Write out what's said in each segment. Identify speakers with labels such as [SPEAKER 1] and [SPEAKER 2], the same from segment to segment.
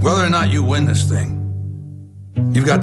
[SPEAKER 1] whether or not you win this thing, you've got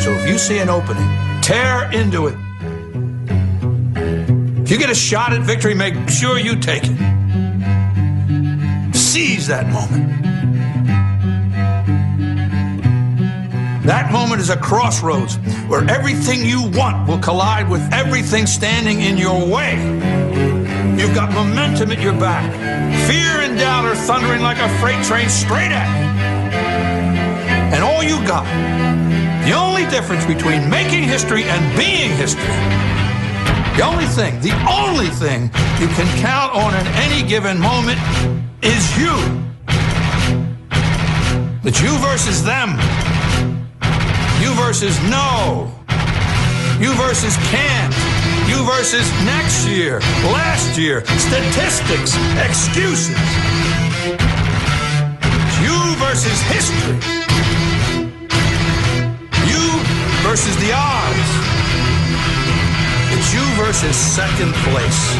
[SPEAKER 1] So if you see an opening, tear into it. If you get a shot at victory, make sure you take it. Seize that moment. That moment is a crossroads where everything you want will collide with everything standing in your way. You've got momentum at your back. Fear and doubt are thundering like a freight train straight at you. And all you got, the only difference between making history and being history, the only thing, the only thing you can count on in any given moment is you. It's you versus them. You versus no. You versus can't. You versus next year, last year, statistics, excuses. It's you versus history. You versus the odds. It's you versus second place.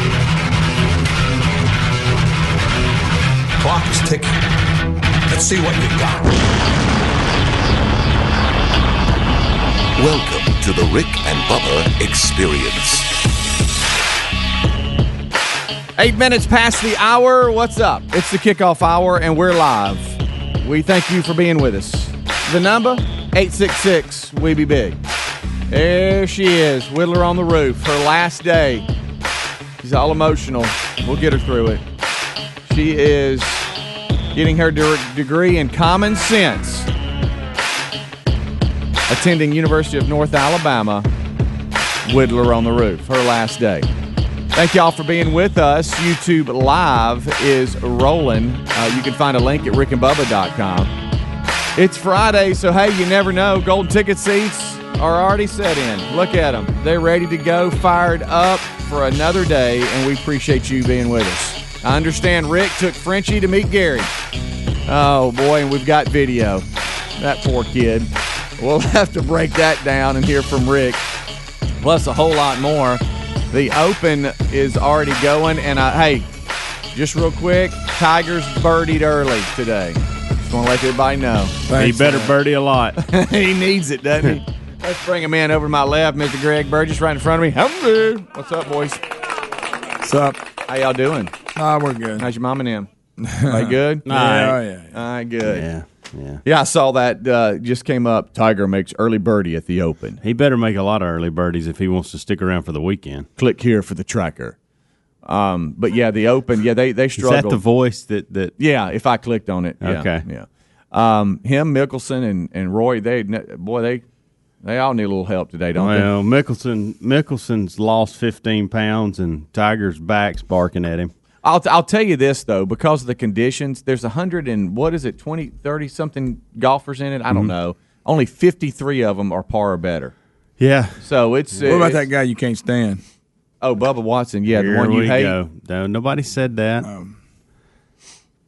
[SPEAKER 1] Clock is ticking. Let's see what you got.
[SPEAKER 2] Welcome to the Rick and Bubba Experience.
[SPEAKER 3] Eight minutes past the hour. What's up? It's the kickoff hour, and we're live. We thank you for being with us. The number 866 We Be Big. There she is, Whittler on the roof, her last day. She's all emotional. We'll get her through it. She is getting her de- degree in common sense, attending University of North Alabama. Whittler on the roof, her last day. Thank y'all for being with us. YouTube Live is rolling. Uh, you can find a link at rickandbubba.com. It's Friday, so hey, you never know. Golden ticket seats are already set in. Look at them. They're ready to go, fired up for another day, and we appreciate you being with us. I understand Rick took Frenchie to meet Gary. Oh, boy, and we've got video. That poor kid. We'll have to break that down and hear from Rick plus a whole lot more. The Open is already going, and I, hey, just real quick, Tigers birdied early today. Just want to let everybody know
[SPEAKER 4] he better birdie a lot.
[SPEAKER 3] he needs it, doesn't he? Let's bring a man over to my left, Mr. Greg Burgess, right in front of me. Hello. What's up, boys?
[SPEAKER 5] What's up?
[SPEAKER 3] How y'all doing?
[SPEAKER 5] Ah, we're good.
[SPEAKER 3] How's your mom and him? They good?
[SPEAKER 5] Yeah, yeah, yeah.
[SPEAKER 3] All right, good. Yeah.
[SPEAKER 4] Yeah, yeah.
[SPEAKER 3] I saw that uh, just came up. Tiger makes early birdie at the Open.
[SPEAKER 4] He better make a lot of early birdies if he wants to stick around for the weekend.
[SPEAKER 3] Click here for the tracker. Um, but yeah, the Open. Yeah, they they
[SPEAKER 4] Is
[SPEAKER 3] struggled.
[SPEAKER 4] that the voice that that?
[SPEAKER 3] Yeah, if I clicked on it. Yeah,
[SPEAKER 4] Okay.
[SPEAKER 3] Yeah. Um, him, Mickelson, and and Roy. They boy, they they all need a little help today, don't
[SPEAKER 4] Well, Mickelson Mickelson's lost 15 pounds and Tiger's back's barking at him.
[SPEAKER 3] they? I'll I'll tell you this though, because of the conditions, there's a hundred and what is it, 20, 30 something golfers in it. I
[SPEAKER 4] Mm-hmm.
[SPEAKER 3] don't know. Only fifty three of them are par or better.
[SPEAKER 4] Yeah,
[SPEAKER 3] So it's
[SPEAKER 5] What about that guy you can't stand?
[SPEAKER 3] Oh, Bubba Watson. Yeah,
[SPEAKER 4] Here
[SPEAKER 3] the one you
[SPEAKER 4] we
[SPEAKER 3] hate.
[SPEAKER 4] go. No, nobody said that.
[SPEAKER 5] Um,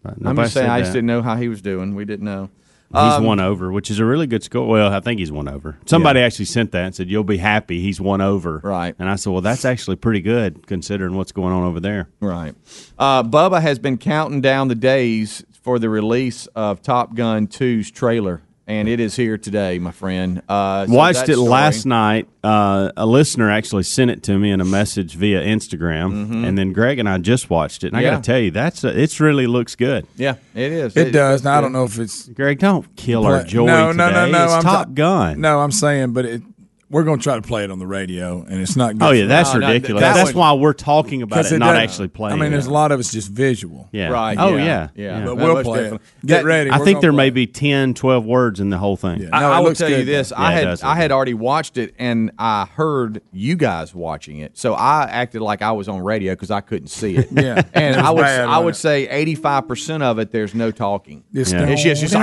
[SPEAKER 4] But
[SPEAKER 3] I'm
[SPEAKER 4] nobody
[SPEAKER 3] just saying,
[SPEAKER 4] said
[SPEAKER 3] I just
[SPEAKER 4] that.
[SPEAKER 3] didn't know how he was doing. We didn't know. Um,
[SPEAKER 4] He's one over, which is a really good score. Well, I think he's one over. Somebody actually sent that and said, "You'll be happy he's one over."
[SPEAKER 3] Right.
[SPEAKER 4] And I said, "Well, that's actually pretty good considering what's going on over there."
[SPEAKER 3] Right. Uh, Bubba has been counting down the days for the release of Top Gun 2's trailer, and it is here today, my friend. Uh, so
[SPEAKER 4] Watched
[SPEAKER 3] that
[SPEAKER 4] it
[SPEAKER 3] story-
[SPEAKER 4] last night. Uh, a listener actually sent it to me in a message via Instagram, and then Greg and I just watched it. And
[SPEAKER 3] Mm-hmm. Yeah.
[SPEAKER 4] I got to tell you, that's a, it's really looks good.
[SPEAKER 3] Yeah, it is.
[SPEAKER 5] It does. Now, I don't know if it's
[SPEAKER 4] Greg, don't kill our
[SPEAKER 5] But-
[SPEAKER 4] joy
[SPEAKER 5] No,
[SPEAKER 4] today.
[SPEAKER 5] no, no, no.
[SPEAKER 4] It's
[SPEAKER 5] I'm
[SPEAKER 4] Top
[SPEAKER 5] ta-
[SPEAKER 4] Gun.
[SPEAKER 5] No, I'm saying, but it, we're going to try to play it on the radio, and it's not. Good
[SPEAKER 4] Oh yeah,
[SPEAKER 5] for
[SPEAKER 4] that's
[SPEAKER 3] No, no,
[SPEAKER 4] ridiculous.
[SPEAKER 3] that
[SPEAKER 4] that's
[SPEAKER 3] would-
[SPEAKER 4] why we're talking about
[SPEAKER 5] Because
[SPEAKER 4] it, not
[SPEAKER 5] doesn't-
[SPEAKER 4] actually playing.
[SPEAKER 5] I mean, there's
[SPEAKER 4] it.
[SPEAKER 5] a lot of it's just visual.
[SPEAKER 4] yeah.
[SPEAKER 3] Right.
[SPEAKER 4] Oh
[SPEAKER 3] yeah,
[SPEAKER 4] yeah.
[SPEAKER 3] yeah.
[SPEAKER 5] But
[SPEAKER 3] That
[SPEAKER 5] we'll
[SPEAKER 3] most
[SPEAKER 5] play it.
[SPEAKER 3] definitely.
[SPEAKER 5] Get
[SPEAKER 3] That-
[SPEAKER 5] ready.
[SPEAKER 4] I
[SPEAKER 5] we're
[SPEAKER 4] think
[SPEAKER 5] gonna
[SPEAKER 4] there may
[SPEAKER 5] play
[SPEAKER 4] be 10, 12 words in the whole thing.
[SPEAKER 5] Yeah.
[SPEAKER 4] I-
[SPEAKER 5] No, it
[SPEAKER 3] I, I will
[SPEAKER 5] looks
[SPEAKER 3] tell you
[SPEAKER 5] good,
[SPEAKER 3] this:
[SPEAKER 5] though.
[SPEAKER 4] Yeah,
[SPEAKER 3] I
[SPEAKER 4] it
[SPEAKER 3] had
[SPEAKER 4] does
[SPEAKER 3] I
[SPEAKER 4] look
[SPEAKER 3] had already watched it, and I heard you guys watching it, so I acted like I was on radio because I couldn't see it.
[SPEAKER 5] Yeah.
[SPEAKER 3] and
[SPEAKER 5] It was
[SPEAKER 3] I would
[SPEAKER 5] bad,
[SPEAKER 3] I would
[SPEAKER 5] wasn't it?
[SPEAKER 3] say eighty five percent of it. There's no talking.
[SPEAKER 5] It's
[SPEAKER 4] Yeah.
[SPEAKER 3] It's just- it's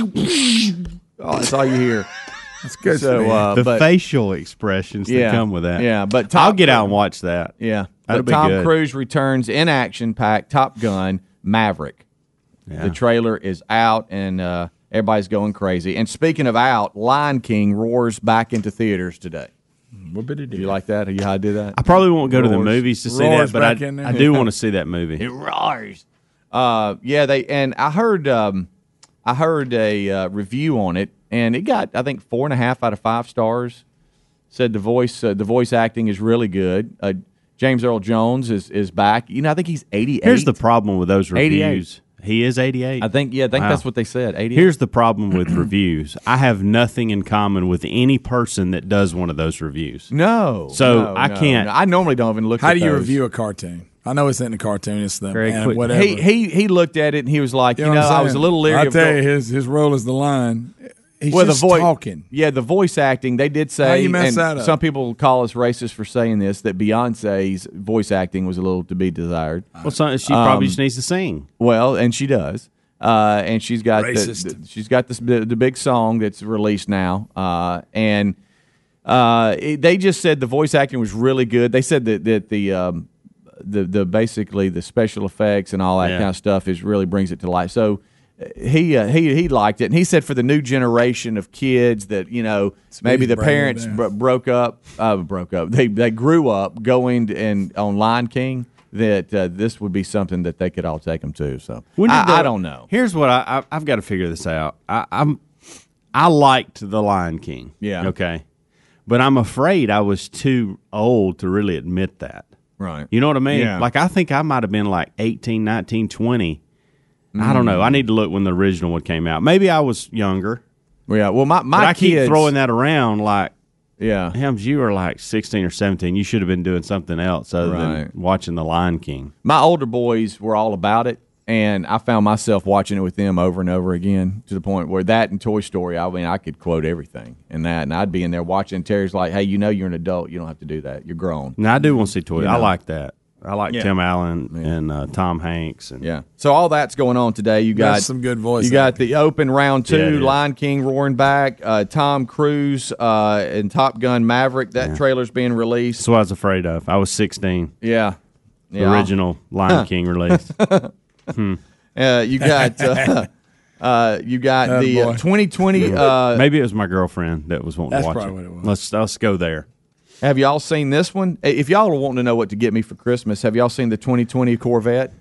[SPEAKER 3] Oh, that's all you hear.
[SPEAKER 5] That's good.
[SPEAKER 3] So,
[SPEAKER 5] man.
[SPEAKER 3] uh,
[SPEAKER 4] the
[SPEAKER 3] but
[SPEAKER 4] facial expressions
[SPEAKER 3] Yeah.
[SPEAKER 4] that come with that.
[SPEAKER 3] Yeah, but
[SPEAKER 4] I'll
[SPEAKER 3] Tom-
[SPEAKER 4] get out and watch that.
[SPEAKER 3] yeah,
[SPEAKER 4] That'll
[SPEAKER 3] but
[SPEAKER 4] be
[SPEAKER 3] Tom
[SPEAKER 4] good.
[SPEAKER 3] Cruise returns in action pack Top Gun Maverick. The trailer is out, and uh, everybody's going crazy. And speaking of out, Lion King roars back into theaters today.
[SPEAKER 5] what bit it
[SPEAKER 3] Do you
[SPEAKER 5] do?
[SPEAKER 3] like that? How you how I did that?
[SPEAKER 4] I probably won't go to the
[SPEAKER 3] Roars-
[SPEAKER 4] movies to see
[SPEAKER 5] roars
[SPEAKER 4] that, but
[SPEAKER 5] back in there.
[SPEAKER 4] I, I do want to see that movie.
[SPEAKER 3] roars. Uh, yeah, they and I heard um, I heard a uh, review on it, and it got I think four and a half out of five stars. Said the voice uh, the voice acting is really good. Uh, James Earl Jones is is back. You know, I think he's eighty eight.
[SPEAKER 4] Here's the problem with those
[SPEAKER 3] 88.
[SPEAKER 4] reviews. He is 88.
[SPEAKER 3] I think yeah, I think
[SPEAKER 4] Wow.
[SPEAKER 3] that's what they said. Eighty eight.
[SPEAKER 4] Here's the problem with reviews. I have nothing in common with any person that does one of those reviews.
[SPEAKER 3] No,
[SPEAKER 4] So,
[SPEAKER 3] no,
[SPEAKER 4] I
[SPEAKER 3] no,
[SPEAKER 4] can't-
[SPEAKER 3] no. I normally don't even look.
[SPEAKER 5] How
[SPEAKER 3] at
[SPEAKER 5] do you
[SPEAKER 3] those.
[SPEAKER 5] review a cartoon? I know it's in the cartoon. It's the
[SPEAKER 4] Very
[SPEAKER 5] and
[SPEAKER 4] quick.
[SPEAKER 5] whatever.
[SPEAKER 3] He he he looked at it and he was like, you know,
[SPEAKER 5] what I'm
[SPEAKER 3] I was a
[SPEAKER 5] saying?
[SPEAKER 3] little leery.
[SPEAKER 5] I
[SPEAKER 3] of
[SPEAKER 5] tell
[SPEAKER 3] go-
[SPEAKER 5] you, his his role is the line. He's
[SPEAKER 3] Well,
[SPEAKER 5] just
[SPEAKER 3] the voice
[SPEAKER 5] talking.
[SPEAKER 3] Yeah, the voice acting. They did say.
[SPEAKER 5] How you mess
[SPEAKER 3] and
[SPEAKER 5] that up?
[SPEAKER 3] Some people call us racist for saying this. That Beyonce's voice acting was a little to be desired. Um,
[SPEAKER 4] Well, so she probably just needs to sing.
[SPEAKER 3] Well, and she does. Uh, and she's got the-
[SPEAKER 5] Racist.
[SPEAKER 3] the- she's got this the, the big song that's released now. Uh, and uh, it- they just said the voice acting was really good. They said that that the um, the the basically the special effects and all that
[SPEAKER 4] Yeah.
[SPEAKER 3] kind of stuff is really brings it to life. So uh, he uh, he he liked it, and he said for the new generation of kids that you know maybe the
[SPEAKER 5] brand
[SPEAKER 3] parents
[SPEAKER 5] there.
[SPEAKER 3] bro- broke up uh, broke up they they grew up going and on Lion King that uh, this would be something that they could all take them to. So
[SPEAKER 4] When did
[SPEAKER 3] I,
[SPEAKER 4] the-
[SPEAKER 3] I don't know.
[SPEAKER 4] Here's what I, I I've got to figure this out. I, I'm I liked The Lion King.
[SPEAKER 3] Yeah.
[SPEAKER 4] Okay. But I'm afraid I was too old to really admit that.
[SPEAKER 3] Right.
[SPEAKER 4] You know what I mean?
[SPEAKER 5] Yeah.
[SPEAKER 4] Like I think I might have been like 18, 19, 20. I don't know. I need to look when the original one came out. Maybe I was younger.
[SPEAKER 3] Yeah. Well, my my
[SPEAKER 4] But I keep
[SPEAKER 3] kids,
[SPEAKER 4] throwing that around like
[SPEAKER 3] Yeah.
[SPEAKER 4] Hams, you were like 16 or 17. You should have been doing something else other than
[SPEAKER 3] Right.
[SPEAKER 4] watching The Lion King.
[SPEAKER 3] my older boys were all about it and i found myself watching it with them over and over again to the point where that and toy story i mean i could quote everything and that and i'd be in there watching terry's like hey you know you're an adult you don't have to do that you're grown
[SPEAKER 4] Now, I do want to see Toy. I like that. I like
[SPEAKER 5] Yeah.
[SPEAKER 4] Tim Allen and uh, Tom Hanks. And
[SPEAKER 3] yeah so all that's going on today you got
[SPEAKER 5] That's some good voice
[SPEAKER 3] you got the open round two
[SPEAKER 4] Yeah, it is.
[SPEAKER 3] lion king roaring back uh, tom cruise uh, and top gun maverick that trailer's being released
[SPEAKER 4] That's what I was afraid of. I was 16.
[SPEAKER 3] yeah
[SPEAKER 4] The
[SPEAKER 3] yeah.
[SPEAKER 4] original Lion King release. Hmm.
[SPEAKER 3] Uh, you got uh, uh, you got
[SPEAKER 5] Oh,
[SPEAKER 3] the uh,
[SPEAKER 5] boy.
[SPEAKER 3] 2020 uh,
[SPEAKER 4] Maybe it was my girlfriend that was wanting
[SPEAKER 5] That's
[SPEAKER 4] to watch
[SPEAKER 5] probably
[SPEAKER 4] it.
[SPEAKER 5] what it was.
[SPEAKER 4] Let's let's go there.
[SPEAKER 3] Have y'all seen this one? Hey, If y'all are wanting to know what to get me for Christmas, have y'all seen the 2020 Corvette?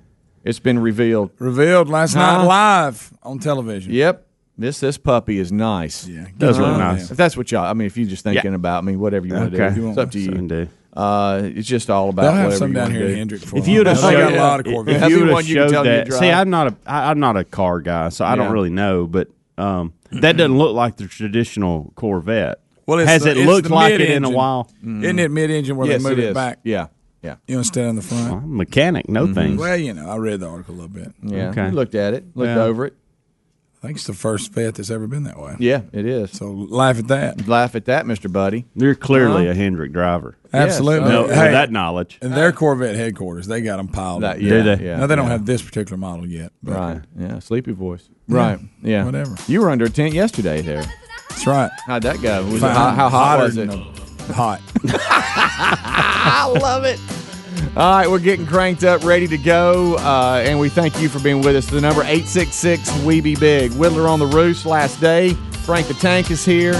[SPEAKER 3] It's been revealed.
[SPEAKER 5] Revealed last
[SPEAKER 3] Huh?
[SPEAKER 5] night live on television.
[SPEAKER 3] Yep, this this puppy is nice.
[SPEAKER 5] Yeah, get
[SPEAKER 4] Does look
[SPEAKER 5] around
[SPEAKER 4] nice.
[SPEAKER 5] there.
[SPEAKER 3] If that's what y'all, I mean, if you're just thinking
[SPEAKER 4] Yeah.
[SPEAKER 3] about me, whatever you want to
[SPEAKER 4] Okay.
[SPEAKER 3] do, it's up to
[SPEAKER 4] So we can
[SPEAKER 3] you.
[SPEAKER 4] do.
[SPEAKER 3] Uh, it's just all about
[SPEAKER 5] They'll have
[SPEAKER 3] whatever
[SPEAKER 5] some
[SPEAKER 3] you
[SPEAKER 5] down
[SPEAKER 3] want
[SPEAKER 5] here
[SPEAKER 3] to
[SPEAKER 5] in
[SPEAKER 3] do.
[SPEAKER 5] Hendrick for
[SPEAKER 4] If you would have
[SPEAKER 5] They
[SPEAKER 4] showed,
[SPEAKER 5] got a lot of Corvettes.
[SPEAKER 4] If
[SPEAKER 3] That'd
[SPEAKER 4] you
[SPEAKER 3] be
[SPEAKER 4] would
[SPEAKER 3] one
[SPEAKER 4] have
[SPEAKER 3] you can
[SPEAKER 4] showed
[SPEAKER 3] tell you
[SPEAKER 4] that,
[SPEAKER 3] drive.
[SPEAKER 4] see, I'm not a I, I'm not a car guy, so I
[SPEAKER 3] Yeah.
[SPEAKER 4] don't really know. But um, that doesn't look like the traditional Corvette.
[SPEAKER 5] Well, it's
[SPEAKER 4] has
[SPEAKER 5] the-
[SPEAKER 4] it
[SPEAKER 5] it's
[SPEAKER 4] looked
[SPEAKER 5] the
[SPEAKER 4] like it in a
[SPEAKER 5] mid-engine.
[SPEAKER 4] while?
[SPEAKER 5] Isn't it mid-engine where
[SPEAKER 3] Mm-hmm. Yes,
[SPEAKER 5] they move
[SPEAKER 3] it
[SPEAKER 5] it,
[SPEAKER 3] is.
[SPEAKER 5] back?
[SPEAKER 3] Yeah, yeah, Mm-hmm.
[SPEAKER 5] You don't stand in the front.
[SPEAKER 4] Well, I'm a mechanic, no Mm-hmm. things.
[SPEAKER 5] Well, you know, I read the article a little bit.
[SPEAKER 3] yeah.
[SPEAKER 4] Okay.
[SPEAKER 3] We Looked at it, looked
[SPEAKER 4] Yeah.
[SPEAKER 3] over it.
[SPEAKER 5] I think it's the first vet that's ever been that way.
[SPEAKER 3] Yeah, it is.
[SPEAKER 5] So laugh at that.
[SPEAKER 3] Laugh at that, Mister Buddy.
[SPEAKER 4] You're clearly a Hendrick driver.
[SPEAKER 5] Absolutely.
[SPEAKER 4] No, with
[SPEAKER 5] Hey,
[SPEAKER 4] that knowledge.
[SPEAKER 5] and their Corvette headquarters, they got them piled.
[SPEAKER 3] That-
[SPEAKER 5] up.
[SPEAKER 3] yeah,
[SPEAKER 4] they?
[SPEAKER 3] Yeah,
[SPEAKER 5] now they don't
[SPEAKER 3] yeah.
[SPEAKER 5] have this particular model yet. But
[SPEAKER 3] Right. Yeah. Sleepy voice. Right. Yeah.
[SPEAKER 5] Whatever.
[SPEAKER 3] You were under a tent yesterday. There.
[SPEAKER 5] That's right.
[SPEAKER 3] How'd that go? Was it hot, how hot
[SPEAKER 5] Hotter
[SPEAKER 3] was it?
[SPEAKER 5] than a- Hot.
[SPEAKER 3] I love it. All right, we're getting cranked up, ready to go, uh, and we thank you for being with us. The number 866 We Be Big. Whittler on the Roof's last day. Frank the Tank is here,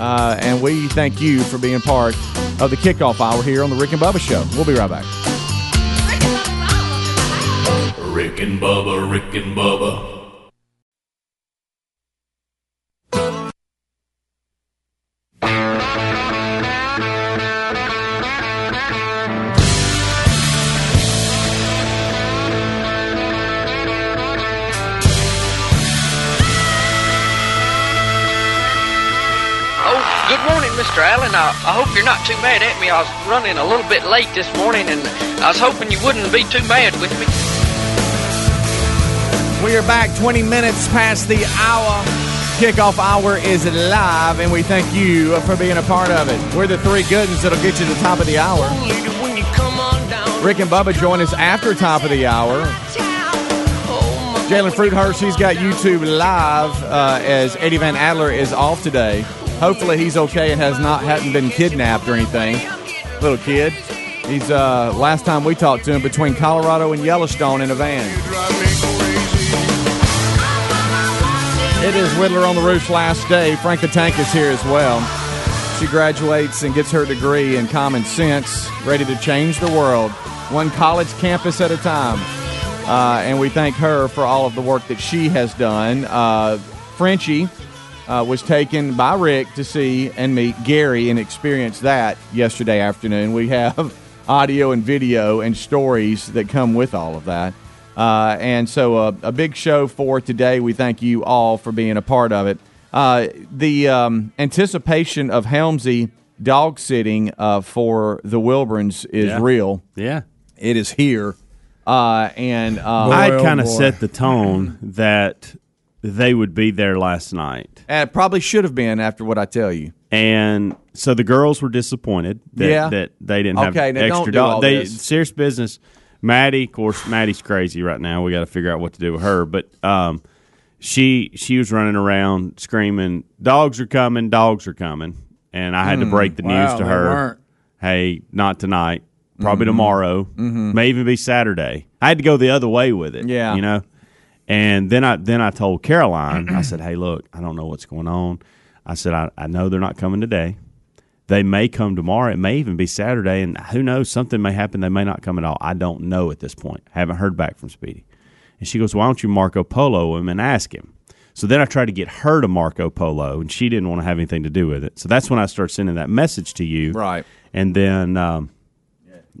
[SPEAKER 3] uh, and we thank you for being part of the kickoff hour here on the Rick and Bubba Show. We'll be right back.
[SPEAKER 6] Rick and Bubba, Rick and Bubba.
[SPEAKER 7] Oh, Mr. Allen. I, I hope you're not too mad at me. I was running a little bit late this morning, and I was hoping you wouldn't be too mad with me.
[SPEAKER 3] We are back 20 minutes past the hour. Kickoff hour is live, and we thank you for being a part of it. We're the three goodens that'll get you to the top of the hour. Rick and Bubba join us after top of the hour. Jalen Fruithurst, he's got YouTube live uh, as Eddie Van Adler is off today. Hopefully he's okay and has not hadn't been kidnapped or anything. Little kid. He's uh, last time we talked to him between Colorado and Yellowstone in a van. It is Whittler on the Roof last day. Frank the Tank is here as well. She graduates and gets her degree in common sense, ready to change the world, one college campus at a time. Uh, and we thank her for all of the work that she has done. Uh, Frenchie uh, was taken by Rick to see and meet Gary and experience that yesterday afternoon. We have audio and video and stories that come with all of that. Uh, and so uh, a big show for today. We thank you all for being a part of it. Uh, the um, anticipation of Helmsy dog sitting uh, for the Wilburns is
[SPEAKER 4] Yeah.
[SPEAKER 3] real.
[SPEAKER 4] Yeah.
[SPEAKER 3] It is here. Uh, and um,
[SPEAKER 4] I
[SPEAKER 5] Boy, oh,
[SPEAKER 4] kind of
[SPEAKER 5] boy.
[SPEAKER 4] set the tone that they would be there last night.
[SPEAKER 3] and it probably should have been after what I tell you.
[SPEAKER 4] And so the girls were disappointed that,
[SPEAKER 3] Yeah.
[SPEAKER 4] that they didn't have
[SPEAKER 3] Okay, now don't
[SPEAKER 4] extra
[SPEAKER 3] do
[SPEAKER 4] dog-
[SPEAKER 3] all
[SPEAKER 4] They
[SPEAKER 3] this.
[SPEAKER 4] serious business. Maddie, of course, Maddie's crazy right now. We got to figure out what to do with her. But um, she she was running around screaming, "Dogs are coming! Dogs are coming!" And I had to break the
[SPEAKER 5] Hmm. wow,
[SPEAKER 4] news to
[SPEAKER 5] they
[SPEAKER 4] her.
[SPEAKER 5] weren't. Mm-hmm.
[SPEAKER 4] Hey, not tonight. Probably tomorrow. May even be Saturday. I had to go the other way with it.
[SPEAKER 3] Yeah.
[SPEAKER 4] you know. And then I then I told Caroline, I said, Hey, look, I don't know what's going on. I said, I, I know they're not coming today. They may come tomorrow. It may even be Saturday, and who knows? Something may happen. They may not come at all. I don't know at this point. I haven't heard back from Speedy. And she goes, Why don't you Marco Polo him and ask him? So then I tried to get her to Marco Polo, and she didn't want to have anything to do with it. So that's when I started sending that message to you.
[SPEAKER 3] Right.
[SPEAKER 4] And then um,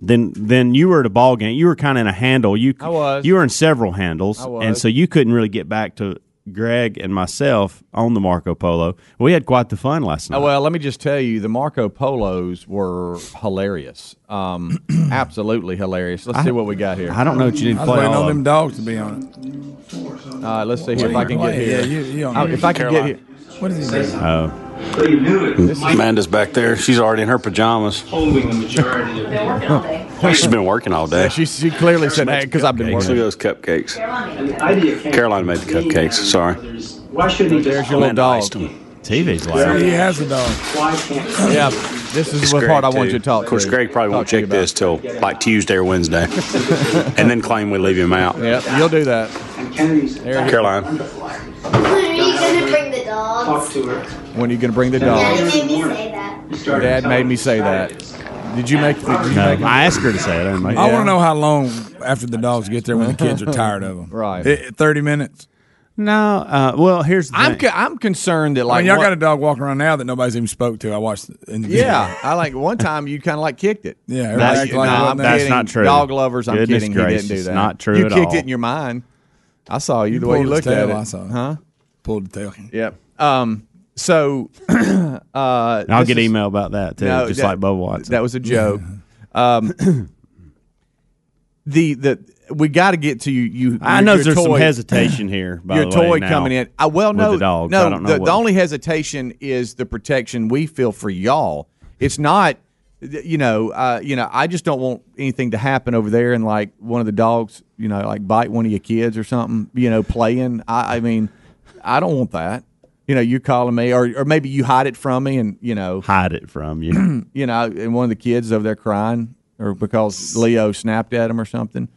[SPEAKER 4] then then you were at a ball game. You were kind of in a handle. You
[SPEAKER 3] I was.
[SPEAKER 4] You were in several handles,
[SPEAKER 3] I was.
[SPEAKER 4] and so you couldn't really get back to Greg and myself on the Marco Polo. We had quite the fun last night.
[SPEAKER 3] Oh, well, let me just tell you, the Marco Polos were hilarious. Um, absolutely hilarious. Let's see what we got here.
[SPEAKER 4] I don't know what you need
[SPEAKER 5] I
[SPEAKER 4] to play.
[SPEAKER 5] was waiting
[SPEAKER 4] all
[SPEAKER 5] on
[SPEAKER 4] of
[SPEAKER 5] them dogs to be on it.
[SPEAKER 3] Uh, let's see here if I can get
[SPEAKER 5] Yeah,
[SPEAKER 3] here.
[SPEAKER 5] you, you on
[SPEAKER 3] Uh,
[SPEAKER 5] it.
[SPEAKER 3] if I can get here.
[SPEAKER 5] What is he doing?
[SPEAKER 4] Uh,
[SPEAKER 8] Amanda's back there. She's already in her pajamas. She's been working all day.
[SPEAKER 3] She, she clearly said, hey, because I've been
[SPEAKER 8] Look at
[SPEAKER 3] working.
[SPEAKER 8] those cupcakes. Caroline made the cupcakes. Sorry.
[SPEAKER 9] Why shouldn't
[SPEAKER 3] There's your little dog.
[SPEAKER 8] Iced them.
[SPEAKER 4] TV's loud.
[SPEAKER 5] He has a dog.
[SPEAKER 3] Yeah, this is
[SPEAKER 8] It's
[SPEAKER 3] the
[SPEAKER 8] Greg,
[SPEAKER 3] part I want
[SPEAKER 8] too.
[SPEAKER 3] you to talk
[SPEAKER 8] Of course,
[SPEAKER 3] to.
[SPEAKER 8] Greg probably won't
[SPEAKER 3] talk to you
[SPEAKER 8] check this till like Tuesday or Wednesday, and then claim we leave him out.
[SPEAKER 3] about. Yep, you'll do that
[SPEAKER 8] Caroline,
[SPEAKER 10] When are you gonna bring the dogs?
[SPEAKER 3] when you're going to bring the dog.
[SPEAKER 10] Daddy made me say that.
[SPEAKER 3] Dad made me say that. Did you make? Did you
[SPEAKER 4] No,
[SPEAKER 3] make
[SPEAKER 4] I asked her to say it. I didn't make
[SPEAKER 5] I
[SPEAKER 4] it.
[SPEAKER 5] want to know how long after the dogs get there when the kids are tired of them.
[SPEAKER 3] Right.
[SPEAKER 5] It- Thirty minutes.
[SPEAKER 4] No, uh, well, here's the
[SPEAKER 3] I'm
[SPEAKER 4] thing.
[SPEAKER 3] co- I'm concerned that
[SPEAKER 5] I
[SPEAKER 3] like
[SPEAKER 5] mean, y'all
[SPEAKER 3] one-
[SPEAKER 5] got a dog walking around now that nobody's even spoke to. I watched. In the video.
[SPEAKER 3] yeah. I like one time you kind of like kicked it.
[SPEAKER 5] Yeah, everybody
[SPEAKER 4] That's,
[SPEAKER 5] act
[SPEAKER 4] no,
[SPEAKER 5] like it
[SPEAKER 4] I'm-
[SPEAKER 5] wasn't
[SPEAKER 4] that's
[SPEAKER 5] there.
[SPEAKER 4] not true.
[SPEAKER 3] Dog lovers, I'm
[SPEAKER 4] Goodness
[SPEAKER 3] kidding.
[SPEAKER 4] Gracious,
[SPEAKER 3] he didn't do that.
[SPEAKER 4] Not true
[SPEAKER 3] You
[SPEAKER 4] at
[SPEAKER 3] kicked
[SPEAKER 4] all.
[SPEAKER 3] it in your mind. I saw you, the way
[SPEAKER 5] pulled
[SPEAKER 3] you
[SPEAKER 5] his
[SPEAKER 3] looked at
[SPEAKER 5] tail,
[SPEAKER 3] it.
[SPEAKER 5] I saw it.
[SPEAKER 3] Huh?
[SPEAKER 5] Pulled the tail.
[SPEAKER 3] Yeah. Um. So uh,
[SPEAKER 4] And I'll
[SPEAKER 3] this
[SPEAKER 4] get
[SPEAKER 3] is-
[SPEAKER 4] email about that too,
[SPEAKER 3] No,
[SPEAKER 4] just
[SPEAKER 3] that-
[SPEAKER 4] like Bubba Watson.
[SPEAKER 3] that was a joke. um. the the we got to get to you. You.
[SPEAKER 4] I
[SPEAKER 3] your-
[SPEAKER 4] know
[SPEAKER 3] your
[SPEAKER 4] there's some
[SPEAKER 3] toy-
[SPEAKER 4] hesitation here. By
[SPEAKER 3] your
[SPEAKER 4] the
[SPEAKER 3] toy
[SPEAKER 4] way, now
[SPEAKER 3] coming in. I well
[SPEAKER 4] with
[SPEAKER 3] no
[SPEAKER 4] the dogs.
[SPEAKER 3] no
[SPEAKER 4] I don't know
[SPEAKER 3] the,
[SPEAKER 4] what-
[SPEAKER 3] the only hesitation is the protection we feel for y'all. It's not th- you know uh, you know I just don't want anything to happen over there and like one of the dogs you know like bite one of your kids or something you know playing. I, I mean I don't want that. You know, you calling me, or, or maybe you hide it from me, and you know,
[SPEAKER 4] hide it from you.
[SPEAKER 3] you know, and one of the kids over there crying, or because Leo snapped at him or something.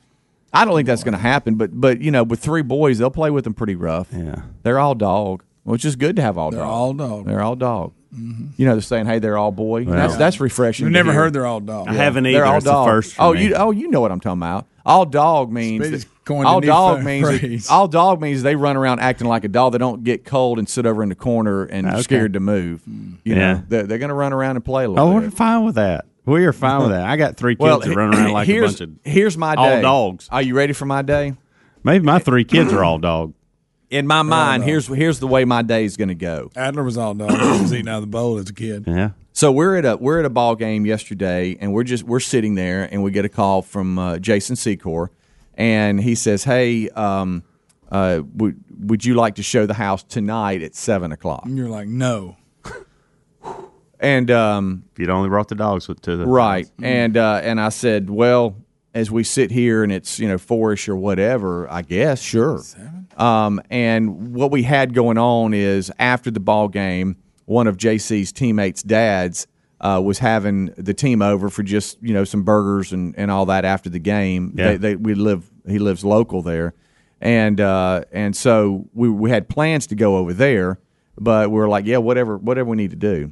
[SPEAKER 3] I don't think that's going to happen, but but you know, with three boys, they'll play with them pretty rough.
[SPEAKER 4] Yeah.
[SPEAKER 3] they're all dog, which is good to have all
[SPEAKER 5] They're
[SPEAKER 3] dog.
[SPEAKER 5] all dog.
[SPEAKER 3] They're all dog. You know, they're saying, "Hey, they're all boy." And that's that's refreshing.
[SPEAKER 5] You've
[SPEAKER 3] to
[SPEAKER 5] never
[SPEAKER 3] hear.
[SPEAKER 5] heard they're all dog.
[SPEAKER 4] I haven't either.
[SPEAKER 3] They're all
[SPEAKER 4] it's
[SPEAKER 3] dog.
[SPEAKER 4] the first. For
[SPEAKER 3] oh,
[SPEAKER 4] me.
[SPEAKER 3] you oh you know what I'm talking about. All dog means
[SPEAKER 5] Speedy's
[SPEAKER 3] that-
[SPEAKER 5] coined a
[SPEAKER 3] all
[SPEAKER 5] new
[SPEAKER 3] dog
[SPEAKER 5] phrase.
[SPEAKER 3] means that- all dog means they run around acting like a dog. They don't get cold and sit over in the corner and
[SPEAKER 4] Ah, Okay.
[SPEAKER 3] scared to move.
[SPEAKER 5] Mm-hmm.
[SPEAKER 3] You
[SPEAKER 4] Yeah.
[SPEAKER 3] know, they're, they're going to run around and play a little.
[SPEAKER 4] Oh,
[SPEAKER 3] bit.
[SPEAKER 4] we're fine with that. We are fine with that. I got three kids that run around like a
[SPEAKER 3] here's,
[SPEAKER 4] bunch of.
[SPEAKER 3] here's my day.
[SPEAKER 4] all dogs.
[SPEAKER 3] Are you ready for my day?
[SPEAKER 4] Maybe my three kids are all dog.
[SPEAKER 3] in my mind, here's here's the way my day's going to go.
[SPEAKER 5] Adler was all dog. He was eating out of the bowl as a kid.
[SPEAKER 4] Yeah.
[SPEAKER 3] So we're at a we're at a ball game yesterday, and we're just we're sitting there, and we get a call from uh, Jason Secor, and he says, "Hey, um, uh, would would you like to show the house tonight at seven o'clock?"
[SPEAKER 5] And you're like, no.
[SPEAKER 3] And um,
[SPEAKER 4] If you'd only brought the dogs with- to the Mm-hmm.
[SPEAKER 3] right, and uh, and I said, "Well, as we sit here, and it's you know fourish or whatever, I guess sure." Um, and what we had going on is after the ball game, one of JC's teammates' dads uh, was having the team over for just you know some burgers and, and all that after the game.
[SPEAKER 4] Yeah.
[SPEAKER 3] They, they, we live he lives local there, and uh, and so we we had plans to go over there, but we were like, yeah, whatever whatever we need to do.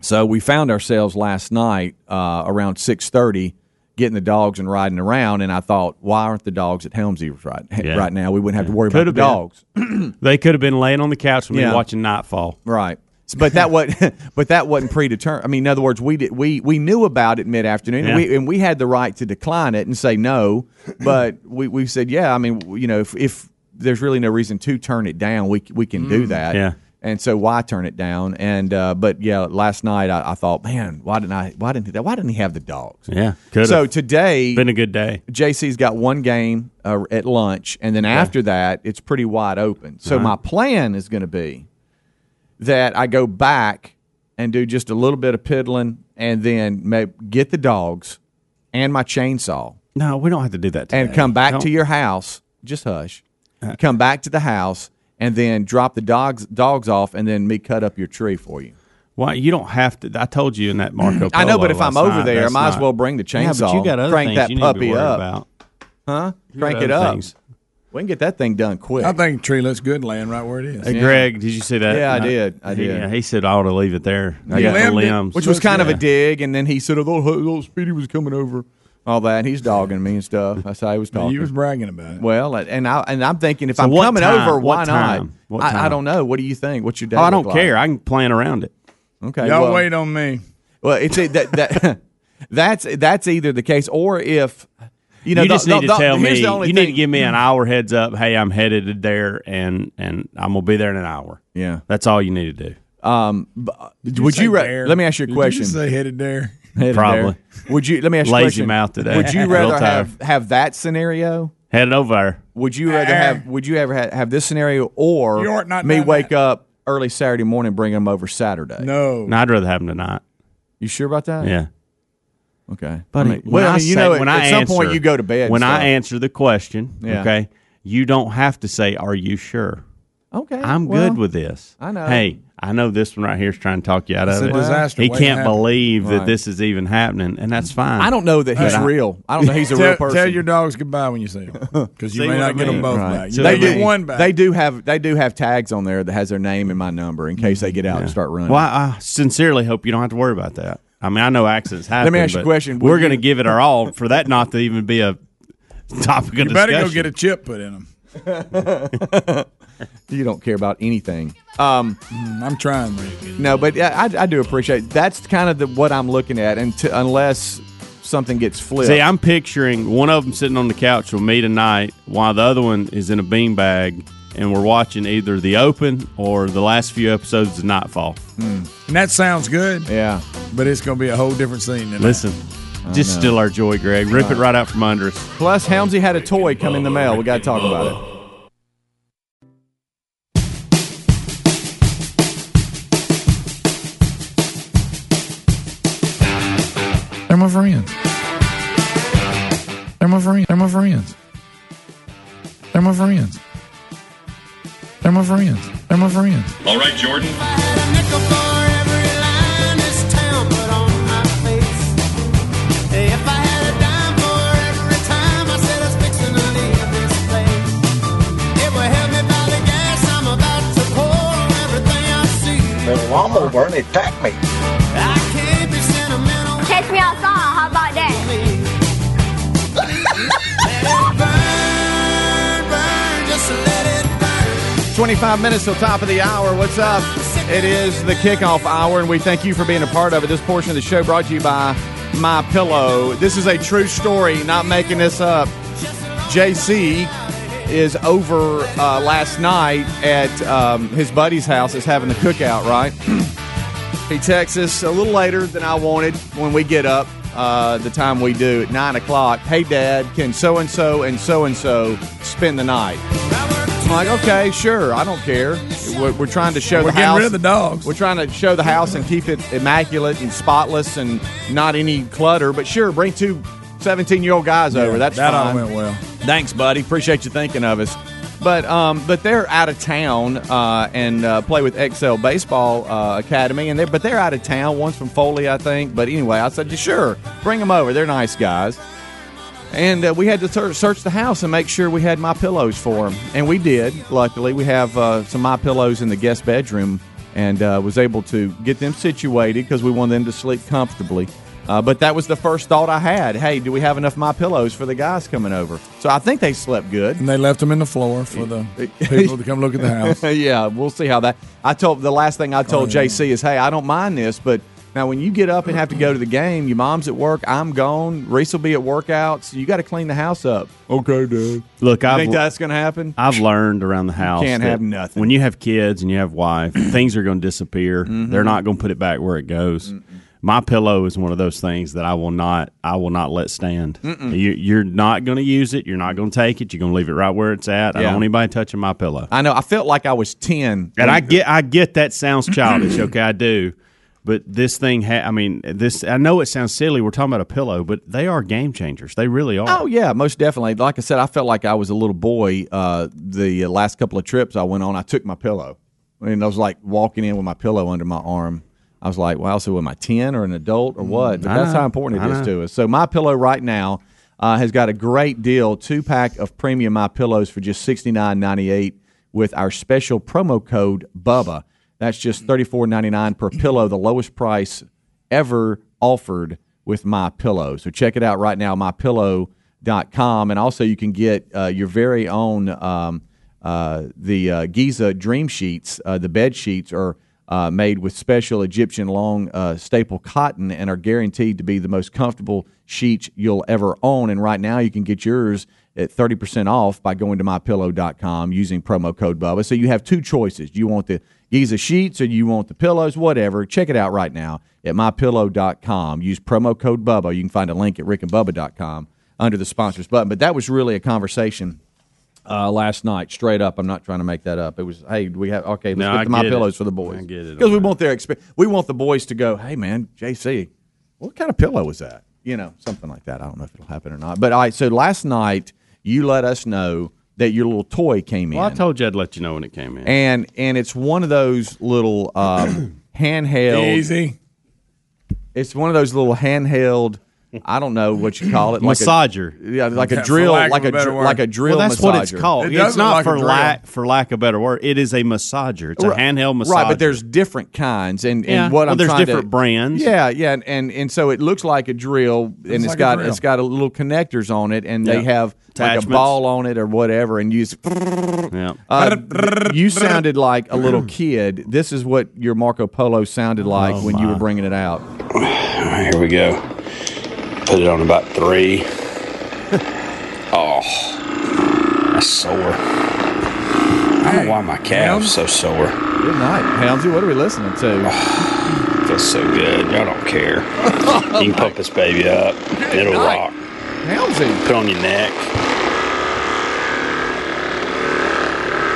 [SPEAKER 3] So we found ourselves last night uh, around six thirty, getting the dogs and riding around. And I thought, why aren't the dogs at Helmsley right
[SPEAKER 4] Yeah.
[SPEAKER 3] right now? We wouldn't have to worry
[SPEAKER 4] Could have
[SPEAKER 3] about the
[SPEAKER 4] been.
[SPEAKER 3] dogs,
[SPEAKER 4] They could have been laying on the couch with
[SPEAKER 3] Yeah.
[SPEAKER 4] me watching Nightfall.
[SPEAKER 3] right? But that was, but that wasn't predetermined. I mean, in other words, we did we we knew about it mid afternoon,
[SPEAKER 4] Yeah.
[SPEAKER 3] and, we, and we had the right to decline it and say no. But we we said, yeah. I mean, you know, if, if there's really no reason to turn it down, we we can do that.
[SPEAKER 4] Mm. Yeah.
[SPEAKER 3] And so why turn it down? And uh, but yeah, last night I, I thought, man, why didn't I? Why didn't why didn't he have the dogs?
[SPEAKER 4] Yeah. Could
[SPEAKER 3] So
[SPEAKER 4] have
[SPEAKER 3] today,
[SPEAKER 4] been a good day.
[SPEAKER 3] JC's got one game uh, at lunch, and then after that, it's pretty wide open.
[SPEAKER 4] Uh-huh.
[SPEAKER 3] So my plan is going to be that I go back and do just a little bit of piddling, and then maybe get the dogs and my chainsaw,
[SPEAKER 4] No, we don't have to do that. Today.
[SPEAKER 3] and come back
[SPEAKER 4] Don't- Uh-huh.
[SPEAKER 3] to your house. Just hush. Come back to the house, and then drop the dogs dogs off, and then me cut up your tree for you.
[SPEAKER 4] Why you don't have to? I told you in that Marco. Polo
[SPEAKER 3] I know, but if I'm
[SPEAKER 4] last
[SPEAKER 3] over
[SPEAKER 4] night,
[SPEAKER 3] there, I
[SPEAKER 4] that's
[SPEAKER 3] might as
[SPEAKER 4] not-
[SPEAKER 3] well bring the
[SPEAKER 4] Yeah,
[SPEAKER 3] chainsaw,
[SPEAKER 4] but you got other
[SPEAKER 3] crank
[SPEAKER 4] things
[SPEAKER 3] that
[SPEAKER 4] you need to be
[SPEAKER 3] puppy
[SPEAKER 4] worried
[SPEAKER 3] up,
[SPEAKER 4] about.
[SPEAKER 3] huh?
[SPEAKER 4] You got
[SPEAKER 3] Crank it
[SPEAKER 4] other
[SPEAKER 3] up.
[SPEAKER 4] things.
[SPEAKER 3] We can get that thing done quick.
[SPEAKER 5] I think the tree looks good laying right where it is.
[SPEAKER 4] Hey, Greg, did you see that?
[SPEAKER 3] Yeah, I
[SPEAKER 4] No.
[SPEAKER 3] did. I
[SPEAKER 4] He-
[SPEAKER 3] did.
[SPEAKER 4] Yeah, he said I ought to leave it there. I got
[SPEAKER 5] limb
[SPEAKER 4] the
[SPEAKER 5] did-
[SPEAKER 4] limbs.
[SPEAKER 3] which was kind of a dig. And then he said, "Oh, little, little Speedy was coming over, all that." And he's dogging me and stuff. That's how he was talking.
[SPEAKER 5] You was bragging about it.
[SPEAKER 3] well, and I and I'm thinking if
[SPEAKER 4] So
[SPEAKER 3] I'm
[SPEAKER 4] what
[SPEAKER 3] coming
[SPEAKER 4] time?
[SPEAKER 3] over, why
[SPEAKER 4] What
[SPEAKER 3] not?
[SPEAKER 4] time? What
[SPEAKER 3] I, I
[SPEAKER 4] time?
[SPEAKER 3] don't know. What do you think? What's your day?
[SPEAKER 4] Oh, I
[SPEAKER 3] look
[SPEAKER 4] don't
[SPEAKER 3] like?
[SPEAKER 4] care. I can plan around it.
[SPEAKER 3] Okay,
[SPEAKER 5] Y'all
[SPEAKER 3] well,
[SPEAKER 5] wait on me.
[SPEAKER 3] Well, it's a, that that that's that's either the case or if you know
[SPEAKER 4] you
[SPEAKER 3] the-
[SPEAKER 4] just
[SPEAKER 3] the-
[SPEAKER 4] need to
[SPEAKER 3] the-
[SPEAKER 4] tell
[SPEAKER 3] here's
[SPEAKER 4] me.
[SPEAKER 3] The only
[SPEAKER 4] you
[SPEAKER 3] thing,
[SPEAKER 4] need to give me an hour heads up. Hey, I'm headed there, and and I'm gonna be there in an hour.
[SPEAKER 3] Yeah. Um,
[SPEAKER 4] that's all you need to do.
[SPEAKER 3] would
[SPEAKER 5] say
[SPEAKER 3] you? ra-
[SPEAKER 5] there?
[SPEAKER 3] let me ask you a
[SPEAKER 5] Did
[SPEAKER 3] question.
[SPEAKER 5] You say headed there.
[SPEAKER 3] Headed
[SPEAKER 4] Probably.
[SPEAKER 3] there. Would you? Let me ask you a
[SPEAKER 4] Lazy
[SPEAKER 3] question.
[SPEAKER 4] mouth today.
[SPEAKER 3] Would you
[SPEAKER 4] Real
[SPEAKER 3] rather
[SPEAKER 4] tired.
[SPEAKER 3] have have that scenario?
[SPEAKER 4] Headed over there.
[SPEAKER 3] Would you rather have? Would you ever have, have this scenario or
[SPEAKER 5] You aren't not
[SPEAKER 3] me
[SPEAKER 5] doing
[SPEAKER 3] wake
[SPEAKER 5] that.
[SPEAKER 3] up early Saturday morning, bring them over Saturday?
[SPEAKER 5] No.
[SPEAKER 4] No, I'd rather have them tonight.
[SPEAKER 3] you sure about that?
[SPEAKER 4] Yeah.
[SPEAKER 3] Okay.
[SPEAKER 4] Buddy,
[SPEAKER 3] I mean,
[SPEAKER 4] when
[SPEAKER 3] well,
[SPEAKER 4] I
[SPEAKER 3] I mean, you
[SPEAKER 4] say-
[SPEAKER 3] know,
[SPEAKER 4] when
[SPEAKER 3] at,
[SPEAKER 4] I
[SPEAKER 3] at some point
[SPEAKER 4] answer-
[SPEAKER 3] you go to bed. and
[SPEAKER 4] When I
[SPEAKER 3] stuff.
[SPEAKER 4] answer the question,
[SPEAKER 3] Yeah.
[SPEAKER 4] okay, you don't have to say, "Are you sure?"
[SPEAKER 3] okay,
[SPEAKER 4] I'm
[SPEAKER 3] well,
[SPEAKER 4] good with this.
[SPEAKER 3] I know.
[SPEAKER 4] Hey, I know this one right here is trying to talk you out
[SPEAKER 5] It's
[SPEAKER 4] of
[SPEAKER 5] a
[SPEAKER 4] it.
[SPEAKER 5] disaster
[SPEAKER 4] He
[SPEAKER 5] waiting to
[SPEAKER 4] can't
[SPEAKER 5] happen.
[SPEAKER 4] believe that
[SPEAKER 3] Right.
[SPEAKER 4] this is even happening, and that's fine.
[SPEAKER 3] I don't know that he's
[SPEAKER 4] But I-
[SPEAKER 3] real. I don't know he's a
[SPEAKER 5] tell,
[SPEAKER 3] real person.
[SPEAKER 5] Tell your dogs goodbye when you see them because you
[SPEAKER 4] See
[SPEAKER 5] may
[SPEAKER 4] what I
[SPEAKER 5] not get them
[SPEAKER 4] mean?
[SPEAKER 5] both
[SPEAKER 4] Right.
[SPEAKER 5] back.
[SPEAKER 4] See
[SPEAKER 5] You
[SPEAKER 4] what I
[SPEAKER 5] may get
[SPEAKER 4] mean?
[SPEAKER 5] one back.
[SPEAKER 3] They do have they do have tags on there that has their name and my number in case they get out and start running.
[SPEAKER 4] Well, I I sincerely hope you don't have to worry about that. I mean, I know accidents happen.
[SPEAKER 3] ask you a
[SPEAKER 4] but
[SPEAKER 3] question.
[SPEAKER 4] We're
[SPEAKER 3] Would
[SPEAKER 4] going to
[SPEAKER 3] you-
[SPEAKER 4] give it our all for that not to even be a topic of
[SPEAKER 5] you better
[SPEAKER 4] discussion.
[SPEAKER 5] go get a chip put in them.
[SPEAKER 3] you don't care about anything. Um,
[SPEAKER 5] Mm, I'm trying. man.
[SPEAKER 3] No, but yeah, I, I do appreciate that's kind of the, what I'm looking at, and to, unless something gets flipped.
[SPEAKER 4] See, I'm picturing one of them sitting on the couch with me tonight, while the other one is in a beanbag, and we're watching either the Open or the last few episodes of Nightfall.
[SPEAKER 5] Hmm. And that sounds good,
[SPEAKER 3] yeah.
[SPEAKER 5] but it's going to be a whole different scene. tonight.
[SPEAKER 4] Listen, just steal our joy, Greg. Rip it right out from under us.
[SPEAKER 3] Plus, Helmsy had a toy come in the mail. We got to talk about it.
[SPEAKER 5] They're my friends. They're my friends. They're my friends. They're my friends. They're my friends. They're my friends.
[SPEAKER 6] All right, Jordan.
[SPEAKER 10] Catch me outside. How about that?
[SPEAKER 9] Burn,
[SPEAKER 3] 25 minutes till top of the hour. What's up? It is the kickoff hour, and we thank you for being a part of it. This portion of the show brought to you by My Pillow. This is a true story, not making this up. JC is over uh, last night at um, his buddy's house. Is having the cookout, right? he texts us a little later than I wanted when we get up. Uh, the time we do at nine o'clock. Hey, Dad, can so and so and so and so spend the night? I'm like, okay, sure, I don't care. We're, we're trying to show
[SPEAKER 5] We're
[SPEAKER 3] the
[SPEAKER 5] getting
[SPEAKER 3] house.
[SPEAKER 5] rid of the dogs.
[SPEAKER 3] We're trying to show the house and keep it immaculate and spotless and not any clutter. But sure, bring two 17 year old guys over. That's
[SPEAKER 5] that
[SPEAKER 3] fine.
[SPEAKER 5] all went well.
[SPEAKER 3] Thanks, buddy. Appreciate you thinking of us. But um, but they're out of town uh, and uh, play with XL Baseball uh, Academy, and they're but they're out of town. One's from Foley, I think. But anyway, I said, sure, bring them over. They're nice guys. And uh, we had to ter- search the house and make sure we had my pillows for them, and we did. Luckily, we have uh, some my pillows in the guest bedroom, and uh, was able to get them situated because we wanted them to sleep comfortably. Uh, but that was the first thought I had. Hey, do we have enough my pillows for the guys coming over? So I think they slept good.
[SPEAKER 5] And they left them in the floor for the people to come look at the house.
[SPEAKER 3] yeah, we'll see how that. I told the last thing I told
[SPEAKER 5] yeah.
[SPEAKER 3] JC is, hey, I don't mind this, but now when you get up and have to go to the game, your mom's at work, I'm gone, Reese will be at workouts, you got to clean the house up.
[SPEAKER 5] Okay, dude.
[SPEAKER 4] Look,
[SPEAKER 3] You
[SPEAKER 4] I've,
[SPEAKER 3] think that's going to happen?
[SPEAKER 4] I've learned around the house.
[SPEAKER 3] can't
[SPEAKER 4] that
[SPEAKER 3] have nothing.
[SPEAKER 4] When you have kids and you have wife, things are going to disappear.
[SPEAKER 3] Mm-hmm.
[SPEAKER 4] They're not going to put it back where it goes. My pillow is one of those things that I will not. I will not let stand. You, you're not going to use it. You're not going to take it. You're going to leave it right where it's at. I
[SPEAKER 3] Yeah.
[SPEAKER 4] don't want anybody touching my pillow.
[SPEAKER 3] I know. I felt like I was ten.
[SPEAKER 4] And I get. I get that sounds childish. okay, I do. But this thing, ha- I mean, this. I know it sounds silly. We're talking about a pillow, but they are game changers. They really are.
[SPEAKER 3] Oh yeah, most definitely. Like I said, I felt like I was a little boy. Uh, the last couple of trips I went on, I took my pillow, and I was like walking in with my pillow under my arm. I was like, wow, so am I ten or an adult or what? But
[SPEAKER 4] I
[SPEAKER 3] that's
[SPEAKER 4] know.
[SPEAKER 3] how important it
[SPEAKER 4] I
[SPEAKER 3] is
[SPEAKER 4] know.
[SPEAKER 3] to us. So my pillow right now uh, has got a great deal: two pack of premium my pillows for just sixty nine ninety eight with our special promo code Bubba. That's just thirty four ninety nine per pillow, the lowest price ever offered with my pillow so check it out right now mypillow.com and also you can get uh, your very own um, uh, the uh, giza dream sheets uh, the bed sheets are uh, made with special egyptian long uh, staple cotton and are guaranteed to be the most comfortable sheets you'll ever own and right now you can get yours at 30% off by going to mypillow.com using promo code Bubba. So you have two choices. Do you want the Giza sheets or do you want the pillows? Whatever. Check it out right now at mypillow.com. Use promo code Bubba. You can find a link at rickandbubba.com under the sponsors button. But that was really a conversation uh, last night, straight up. I'm not trying to make that up. It was, hey, do we have, okay, let's
[SPEAKER 4] No,
[SPEAKER 3] get
[SPEAKER 4] I
[SPEAKER 3] the my
[SPEAKER 4] get it.
[SPEAKER 3] pillows for the boys.
[SPEAKER 4] I get it.
[SPEAKER 3] Because we want their experience. We want the boys to go, hey, man, JC, what kind of pillow is that? You know, something like that. I don't know if it'll happen or not. But all right, so last night you let us know that your little toy came
[SPEAKER 4] Well, I
[SPEAKER 3] in,
[SPEAKER 4] told you I'd let you know when it came in.
[SPEAKER 3] and and it's one of those little um, handheld.
[SPEAKER 5] Easy.
[SPEAKER 3] It's one of those little handheld. I don't know what you call it. Like
[SPEAKER 4] Massager.
[SPEAKER 3] A, yeah, like a
[SPEAKER 5] For
[SPEAKER 3] drill,
[SPEAKER 5] lack of
[SPEAKER 3] like
[SPEAKER 5] a
[SPEAKER 3] a,
[SPEAKER 5] better
[SPEAKER 3] dr-
[SPEAKER 5] word.
[SPEAKER 3] like a drill.
[SPEAKER 4] well, that's what it's
[SPEAKER 3] massager.
[SPEAKER 4] called.
[SPEAKER 5] It
[SPEAKER 4] it's
[SPEAKER 5] doesn't
[SPEAKER 4] not
[SPEAKER 5] look like a
[SPEAKER 4] for
[SPEAKER 5] drill.
[SPEAKER 4] lack for lack of better word. It is a massager. It's a handheld massager.
[SPEAKER 3] Right, but there's different kinds, and, and
[SPEAKER 4] Yeah.
[SPEAKER 3] what
[SPEAKER 4] Well,
[SPEAKER 3] I'm
[SPEAKER 4] there's
[SPEAKER 3] trying to-
[SPEAKER 4] different brands.
[SPEAKER 3] Yeah, yeah, and, and and so it looks like a drill, and it's
[SPEAKER 5] like a
[SPEAKER 3] got
[SPEAKER 5] drill.
[SPEAKER 3] it's got a little connectors on it, and they
[SPEAKER 4] Yeah.
[SPEAKER 3] have like a
[SPEAKER 4] Attachments.
[SPEAKER 3] ball on it or whatever, and you just,
[SPEAKER 4] yeah.
[SPEAKER 3] uh, you sounded like a little kid. This is what your Marco Polo sounded like when you were bringing it out.
[SPEAKER 8] All right, here we go. Put it on about three. oh, that's sore. I don't know why my calves so sore.
[SPEAKER 3] Good night, Helmsy. What are we listening to?
[SPEAKER 8] Feels so good. Y'all don't care. You can pump this baby up. It'll
[SPEAKER 3] night.
[SPEAKER 8] rock.
[SPEAKER 3] Helmsy.
[SPEAKER 8] Put it on your neck.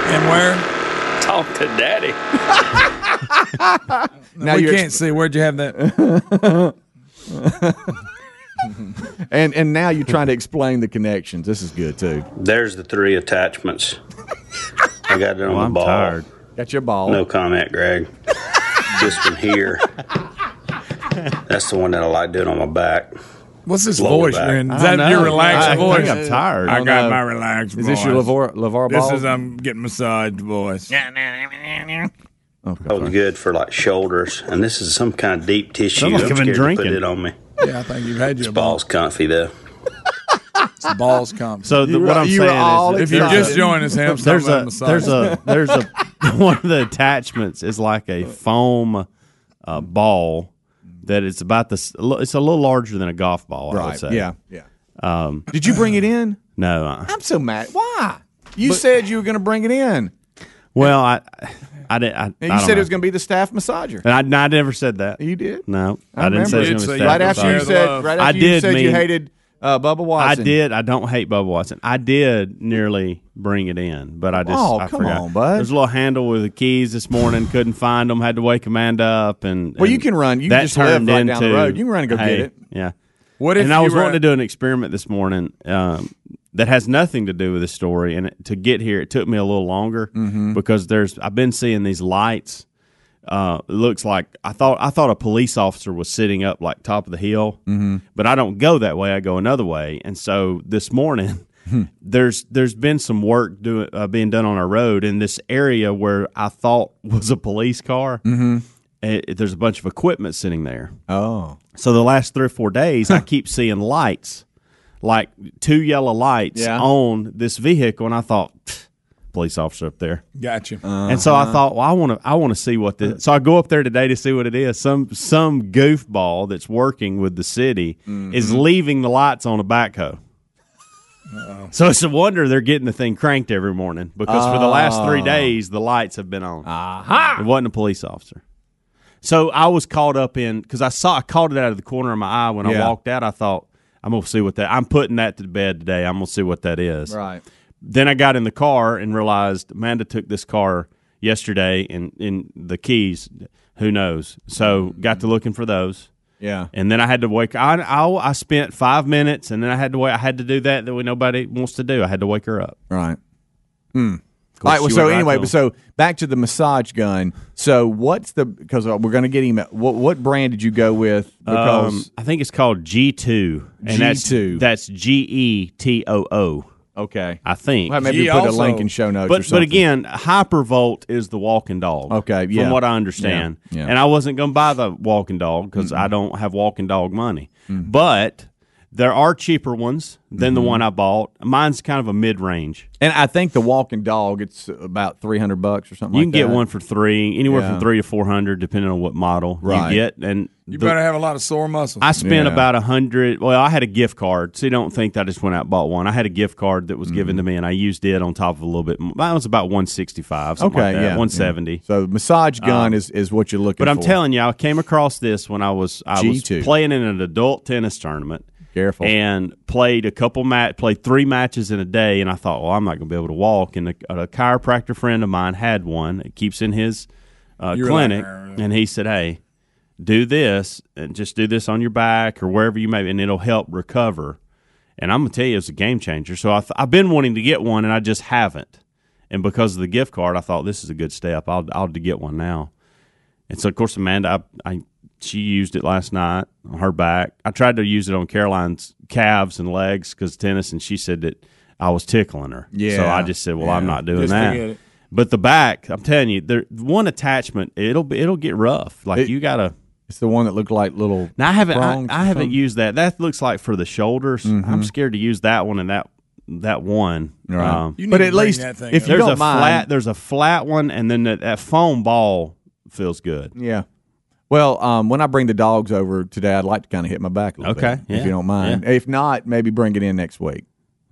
[SPEAKER 5] And where?
[SPEAKER 8] Talk to daddy.
[SPEAKER 3] Now
[SPEAKER 5] we
[SPEAKER 3] you're
[SPEAKER 5] can't see. Where'd you have that?
[SPEAKER 3] and and now you're trying to explain the connections. This is good too.
[SPEAKER 8] There's the three attachments. I got it on
[SPEAKER 4] Well,
[SPEAKER 8] the
[SPEAKER 4] I'm
[SPEAKER 8] ball.
[SPEAKER 4] tired.
[SPEAKER 3] Got your ball.
[SPEAKER 8] No comment, Greg. Just from here. That's the one that I like doing on my back.
[SPEAKER 5] What's this
[SPEAKER 8] Lower
[SPEAKER 5] voice
[SPEAKER 8] back.
[SPEAKER 5] you're in?
[SPEAKER 4] I
[SPEAKER 5] Is that
[SPEAKER 4] don't
[SPEAKER 5] your
[SPEAKER 4] know.
[SPEAKER 5] relaxed
[SPEAKER 4] I, I
[SPEAKER 5] voice?
[SPEAKER 4] think I'm tired.
[SPEAKER 5] I got
[SPEAKER 3] know.
[SPEAKER 5] my relaxed
[SPEAKER 3] Is
[SPEAKER 5] voice.
[SPEAKER 3] this your Levar Levar
[SPEAKER 5] This
[SPEAKER 3] ball?
[SPEAKER 5] is I'm getting massaged voice.
[SPEAKER 8] That was good for like shoulders. And this is some kind of deep tissue.
[SPEAKER 4] Sounds like
[SPEAKER 8] I'm
[SPEAKER 4] I've been
[SPEAKER 8] scared to
[SPEAKER 4] drinking.
[SPEAKER 8] put it on me.
[SPEAKER 5] Yeah, I think you've had your
[SPEAKER 8] Ball's
[SPEAKER 5] balls.
[SPEAKER 8] comfy though.
[SPEAKER 5] Balls come.
[SPEAKER 4] So the,
[SPEAKER 3] You
[SPEAKER 4] what
[SPEAKER 3] were-
[SPEAKER 4] I'm
[SPEAKER 3] you were
[SPEAKER 4] saying
[SPEAKER 3] all
[SPEAKER 4] is,
[SPEAKER 5] if you
[SPEAKER 4] there's
[SPEAKER 5] just
[SPEAKER 4] a-
[SPEAKER 5] joined us, Ham's
[SPEAKER 4] there's
[SPEAKER 5] talking
[SPEAKER 4] a
[SPEAKER 5] about
[SPEAKER 4] there's
[SPEAKER 5] massage.
[SPEAKER 4] a there's a one of the attachments is like a foam uh, ball that it's about this. It's a little larger than a golf ball. I would
[SPEAKER 3] right.
[SPEAKER 4] say.
[SPEAKER 3] Yeah. Yeah. Um, Did you bring it in?
[SPEAKER 4] No. uh,
[SPEAKER 3] I'm so mad. Why? You said you were going to bring it in.
[SPEAKER 4] Well, I, I didn't. I,
[SPEAKER 3] And
[SPEAKER 4] I
[SPEAKER 3] you
[SPEAKER 4] don't
[SPEAKER 3] said
[SPEAKER 4] know.
[SPEAKER 3] it was going to be the staff massager.
[SPEAKER 4] And I, no, I never said that.
[SPEAKER 3] You did.
[SPEAKER 4] No,
[SPEAKER 3] I
[SPEAKER 4] I, didn't say it
[SPEAKER 3] remember.
[SPEAKER 4] was
[SPEAKER 9] Did say
[SPEAKER 4] gonna be
[SPEAKER 9] you
[SPEAKER 4] staff
[SPEAKER 9] Share
[SPEAKER 3] Right after you
[SPEAKER 9] the
[SPEAKER 3] said,
[SPEAKER 9] love.
[SPEAKER 3] right
[SPEAKER 4] I
[SPEAKER 3] after you
[SPEAKER 4] did
[SPEAKER 3] said you
[SPEAKER 4] mean-
[SPEAKER 3] hated uh, Bubba
[SPEAKER 4] I
[SPEAKER 3] Watson.
[SPEAKER 4] did. I don't hate Bubba Watson. I did nearly bring it in, but I just
[SPEAKER 3] Oh,
[SPEAKER 4] I
[SPEAKER 3] come
[SPEAKER 4] forgot.
[SPEAKER 3] on, bud.
[SPEAKER 4] There's a little handle with the keys this morning. Couldn't find them. Had to wake Amanda up. And
[SPEAKER 3] Well, you
[SPEAKER 4] and
[SPEAKER 3] can run. You can
[SPEAKER 4] that
[SPEAKER 3] just live
[SPEAKER 4] turned
[SPEAKER 3] right down the
[SPEAKER 4] into,
[SPEAKER 3] road. You can run and go get
[SPEAKER 4] hey,
[SPEAKER 3] it.
[SPEAKER 4] Yeah.
[SPEAKER 9] What if
[SPEAKER 4] and I
[SPEAKER 9] you
[SPEAKER 4] was
[SPEAKER 9] were
[SPEAKER 4] wanting to
[SPEAKER 9] at-
[SPEAKER 4] do an experiment this morning um, that has nothing to do with the story. And to get here, it took me a little longer because there's I've been seeing these lights. Uh, it looks like I thought I thought a police officer was sitting up like top of the hill, mm-hmm. but I don't go that way. I go another way. And so this morning. There's there's been some work doing uh, being done on our road in this area where I thought was a police car. Mm-hmm. there's a bunch of equipment sitting there,
[SPEAKER 3] Oh,
[SPEAKER 4] so the last three or four days, I keep seeing lights, like two yellow lights
[SPEAKER 3] Yeah.
[SPEAKER 4] on this vehicle, and I thought, "Pfft, police officer up there.
[SPEAKER 9] Got you.
[SPEAKER 4] And so
[SPEAKER 3] Uh-huh.
[SPEAKER 4] I thought, well, I want to, I want to see what
[SPEAKER 3] Uh.
[SPEAKER 4] this. So I go up there today to see what it is. Some some goofball that's working with the city is
[SPEAKER 3] Mm-hmm.
[SPEAKER 4] leaving the lights on a backhoe. So it's a wonder they're getting the thing cranked every morning because for the last
[SPEAKER 5] Ah.
[SPEAKER 3] Ah.
[SPEAKER 4] three days the lights have been on. It wasn't a police officer. So I was caught up in because I saw I caught it out of the corner of my eye when
[SPEAKER 3] Yeah.
[SPEAKER 4] I walked out. I thought I'm gonna see what that. I'm putting that to bed today. I'm gonna see what that is.
[SPEAKER 3] right.
[SPEAKER 4] Then I got in the car and realized Amanda took this car yesterday and in the keys. Who knows? So got to looking for those.
[SPEAKER 3] Yeah.
[SPEAKER 4] And then I had to wake. I, I I spent five minutes, and then I had to wait. I had to do that that we nobody wants to do. I had to wake her up.
[SPEAKER 3] Right. Hmm. All right. Well,
[SPEAKER 4] she
[SPEAKER 3] so
[SPEAKER 4] went right
[SPEAKER 3] anyway,
[SPEAKER 4] to
[SPEAKER 3] but
[SPEAKER 4] him.
[SPEAKER 3] so back to the massage gun. So what's the because we're going to get email. What what brand did you go with? Because
[SPEAKER 4] Um, I think it's called G two.
[SPEAKER 3] G2.
[SPEAKER 4] That's G E T O O.
[SPEAKER 3] okay,
[SPEAKER 4] I think.
[SPEAKER 3] Well, maybe
[SPEAKER 9] He
[SPEAKER 3] you put a
[SPEAKER 9] also-
[SPEAKER 3] link in show notes. or
[SPEAKER 4] but but
[SPEAKER 3] something.
[SPEAKER 4] again, Hypervolt is the walking dog.
[SPEAKER 3] Okay, yeah.
[SPEAKER 4] From what I understand,
[SPEAKER 3] Yeah, Mm-hmm. yeah.
[SPEAKER 4] and I wasn't going to buy the walking dog because I don't have walking dog money.
[SPEAKER 3] Mm-hmm.
[SPEAKER 4] But there are cheaper ones than the one I bought. Mine's kind of a mid range.
[SPEAKER 3] and I think the walking dog it's about three hundred bucks or something.
[SPEAKER 4] You
[SPEAKER 3] like
[SPEAKER 4] can get
[SPEAKER 3] that.
[SPEAKER 4] one for three, anywhere
[SPEAKER 3] Yeah.
[SPEAKER 4] from three to four hundred, depending on what model
[SPEAKER 3] Right.
[SPEAKER 4] you get. And
[SPEAKER 9] You
[SPEAKER 4] the-
[SPEAKER 9] better have a lot of sore muscles.
[SPEAKER 4] I spent
[SPEAKER 3] Yeah.
[SPEAKER 4] about a hundred. Well, I had a gift card, so you don't think that I just went out and bought one. I had a gift card that was given
[SPEAKER 3] Mm-hmm.
[SPEAKER 4] to me, and I used it on top of a little bit. Mine was about one sixty five,
[SPEAKER 3] Okay,
[SPEAKER 4] something like that,
[SPEAKER 3] yeah,
[SPEAKER 4] one seventy. Um,
[SPEAKER 3] So massage gun is is what you're looking.
[SPEAKER 4] But I'm
[SPEAKER 3] for.
[SPEAKER 4] telling you, I came across this when I was I
[SPEAKER 3] G2.
[SPEAKER 4] was playing in an adult tennis tournament.
[SPEAKER 3] Careful.
[SPEAKER 4] And played a couple mat, played three matches in a day, and I thought, well, I'm not going to be able to walk. And a, a chiropractor friend of mine had one. It keeps in his uh,
[SPEAKER 9] You were
[SPEAKER 4] clinic,
[SPEAKER 9] like,
[SPEAKER 4] and he said, hey, do this and just do this on your back or wherever you may, be, and it'll help recover. And I'm gonna tell you, it's a game changer. So I th- I've been wanting to get one, and I just haven't. And because of the gift card, I thought this is a good step. I'll I'll get one now. And so, of course, Amanda, I, I she used it last night on her back. I tried to use it on Caroline's calves and legs because tennis, and she said that I was tickling her.
[SPEAKER 3] Yeah.
[SPEAKER 4] So I just said, "Well, I'm not doing
[SPEAKER 9] Just
[SPEAKER 4] that."
[SPEAKER 9] forget it.
[SPEAKER 4] But the back, I'm telling you, there one attachment, it'll be it'll get rough. Like
[SPEAKER 3] It-
[SPEAKER 4] you gotta.
[SPEAKER 3] it's the one that looked like little.
[SPEAKER 4] Now I haven't I,
[SPEAKER 3] prongs or
[SPEAKER 4] I haven't
[SPEAKER 3] something. Mm-hmm.
[SPEAKER 4] used that. That looks like for the shoulders. I'm scared to use that one and that that one.
[SPEAKER 3] Right.
[SPEAKER 9] You need
[SPEAKER 3] but
[SPEAKER 9] to
[SPEAKER 3] at
[SPEAKER 9] bring
[SPEAKER 3] least
[SPEAKER 9] that thing
[SPEAKER 3] if
[SPEAKER 9] up.
[SPEAKER 3] you
[SPEAKER 4] there's
[SPEAKER 3] don't
[SPEAKER 4] a
[SPEAKER 3] mind,
[SPEAKER 4] flat there's a flat one and then that, that foam ball feels good.
[SPEAKER 3] Yeah. Well, um, when I bring the dogs over today, I'd like to kind of hit my back a little
[SPEAKER 4] Okay,
[SPEAKER 3] bit, if
[SPEAKER 4] yeah,
[SPEAKER 3] you don't mind. If not, maybe bring it in next week.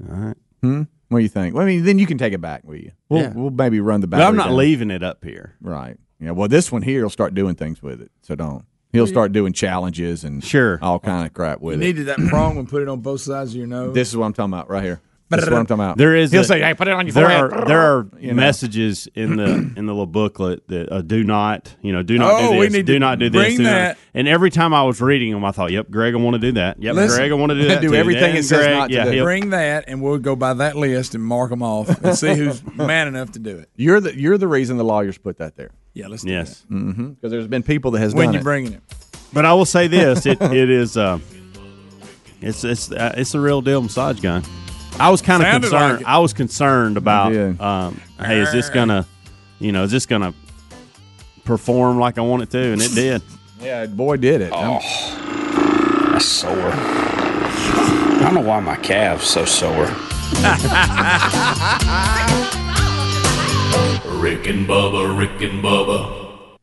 [SPEAKER 4] All right.
[SPEAKER 9] Hmm?
[SPEAKER 3] What do you think? Well, I mean, then you can take it back with you. We'll,
[SPEAKER 4] Yeah.
[SPEAKER 3] we'll maybe run the back.
[SPEAKER 4] But I'm not leaving it up here.
[SPEAKER 3] Right. Yeah. Well, this one here will start doing things with it, so don't. He'll start doing challenges and
[SPEAKER 4] Sure.
[SPEAKER 3] all kind of crap with
[SPEAKER 9] You
[SPEAKER 3] it.
[SPEAKER 9] needed that prong and put it on both sides of your nose.
[SPEAKER 3] this is what I'm talking about right here. This is what I'm talking about.
[SPEAKER 4] There is
[SPEAKER 3] He'll
[SPEAKER 4] a-
[SPEAKER 3] say, "Hey, put it on your
[SPEAKER 4] there
[SPEAKER 3] forehead."
[SPEAKER 4] are there are
[SPEAKER 3] You know.
[SPEAKER 4] messages in the in the little booklet that uh, do not you know do not
[SPEAKER 9] Oh,
[SPEAKER 4] do
[SPEAKER 9] we
[SPEAKER 4] this
[SPEAKER 9] need
[SPEAKER 4] do
[SPEAKER 9] to
[SPEAKER 4] not do this
[SPEAKER 9] bring
[SPEAKER 4] do not-
[SPEAKER 9] that.
[SPEAKER 4] and every time I was reading them I thought yep Greg I want to do that yep
[SPEAKER 9] Listen,
[SPEAKER 4] Greg I want to do that
[SPEAKER 3] do
[SPEAKER 4] too.
[SPEAKER 3] everything
[SPEAKER 4] Then
[SPEAKER 3] it says
[SPEAKER 4] Greg,
[SPEAKER 3] not to
[SPEAKER 4] yeah,
[SPEAKER 3] do.
[SPEAKER 4] he'll-
[SPEAKER 9] Bring that, and we'll go by that list and mark them off and see who's man enough to do it.
[SPEAKER 3] You're the you're the reason the lawyers put that there
[SPEAKER 9] Yeah, let's do
[SPEAKER 4] yes
[SPEAKER 9] Mm-hmm.
[SPEAKER 3] because there's been people that has
[SPEAKER 9] that. When
[SPEAKER 3] done
[SPEAKER 9] you're
[SPEAKER 3] it.
[SPEAKER 9] bringing it.
[SPEAKER 4] But I will say this: it, it is uh, it's it's uh, it's a real deal massage gun. I was kind of
[SPEAKER 9] Sounded
[SPEAKER 4] concerned.
[SPEAKER 9] like it.
[SPEAKER 4] I was concerned about
[SPEAKER 3] Yeah.
[SPEAKER 4] um, hey, is this gonna you know is this gonna perform like I want it to? And it did.
[SPEAKER 3] Yeah, boy, did it. I'm-
[SPEAKER 9] Oh,
[SPEAKER 8] That's sore. I don't know why my calves so sore.
[SPEAKER 6] Rick and Bubba, Rick and Bubba.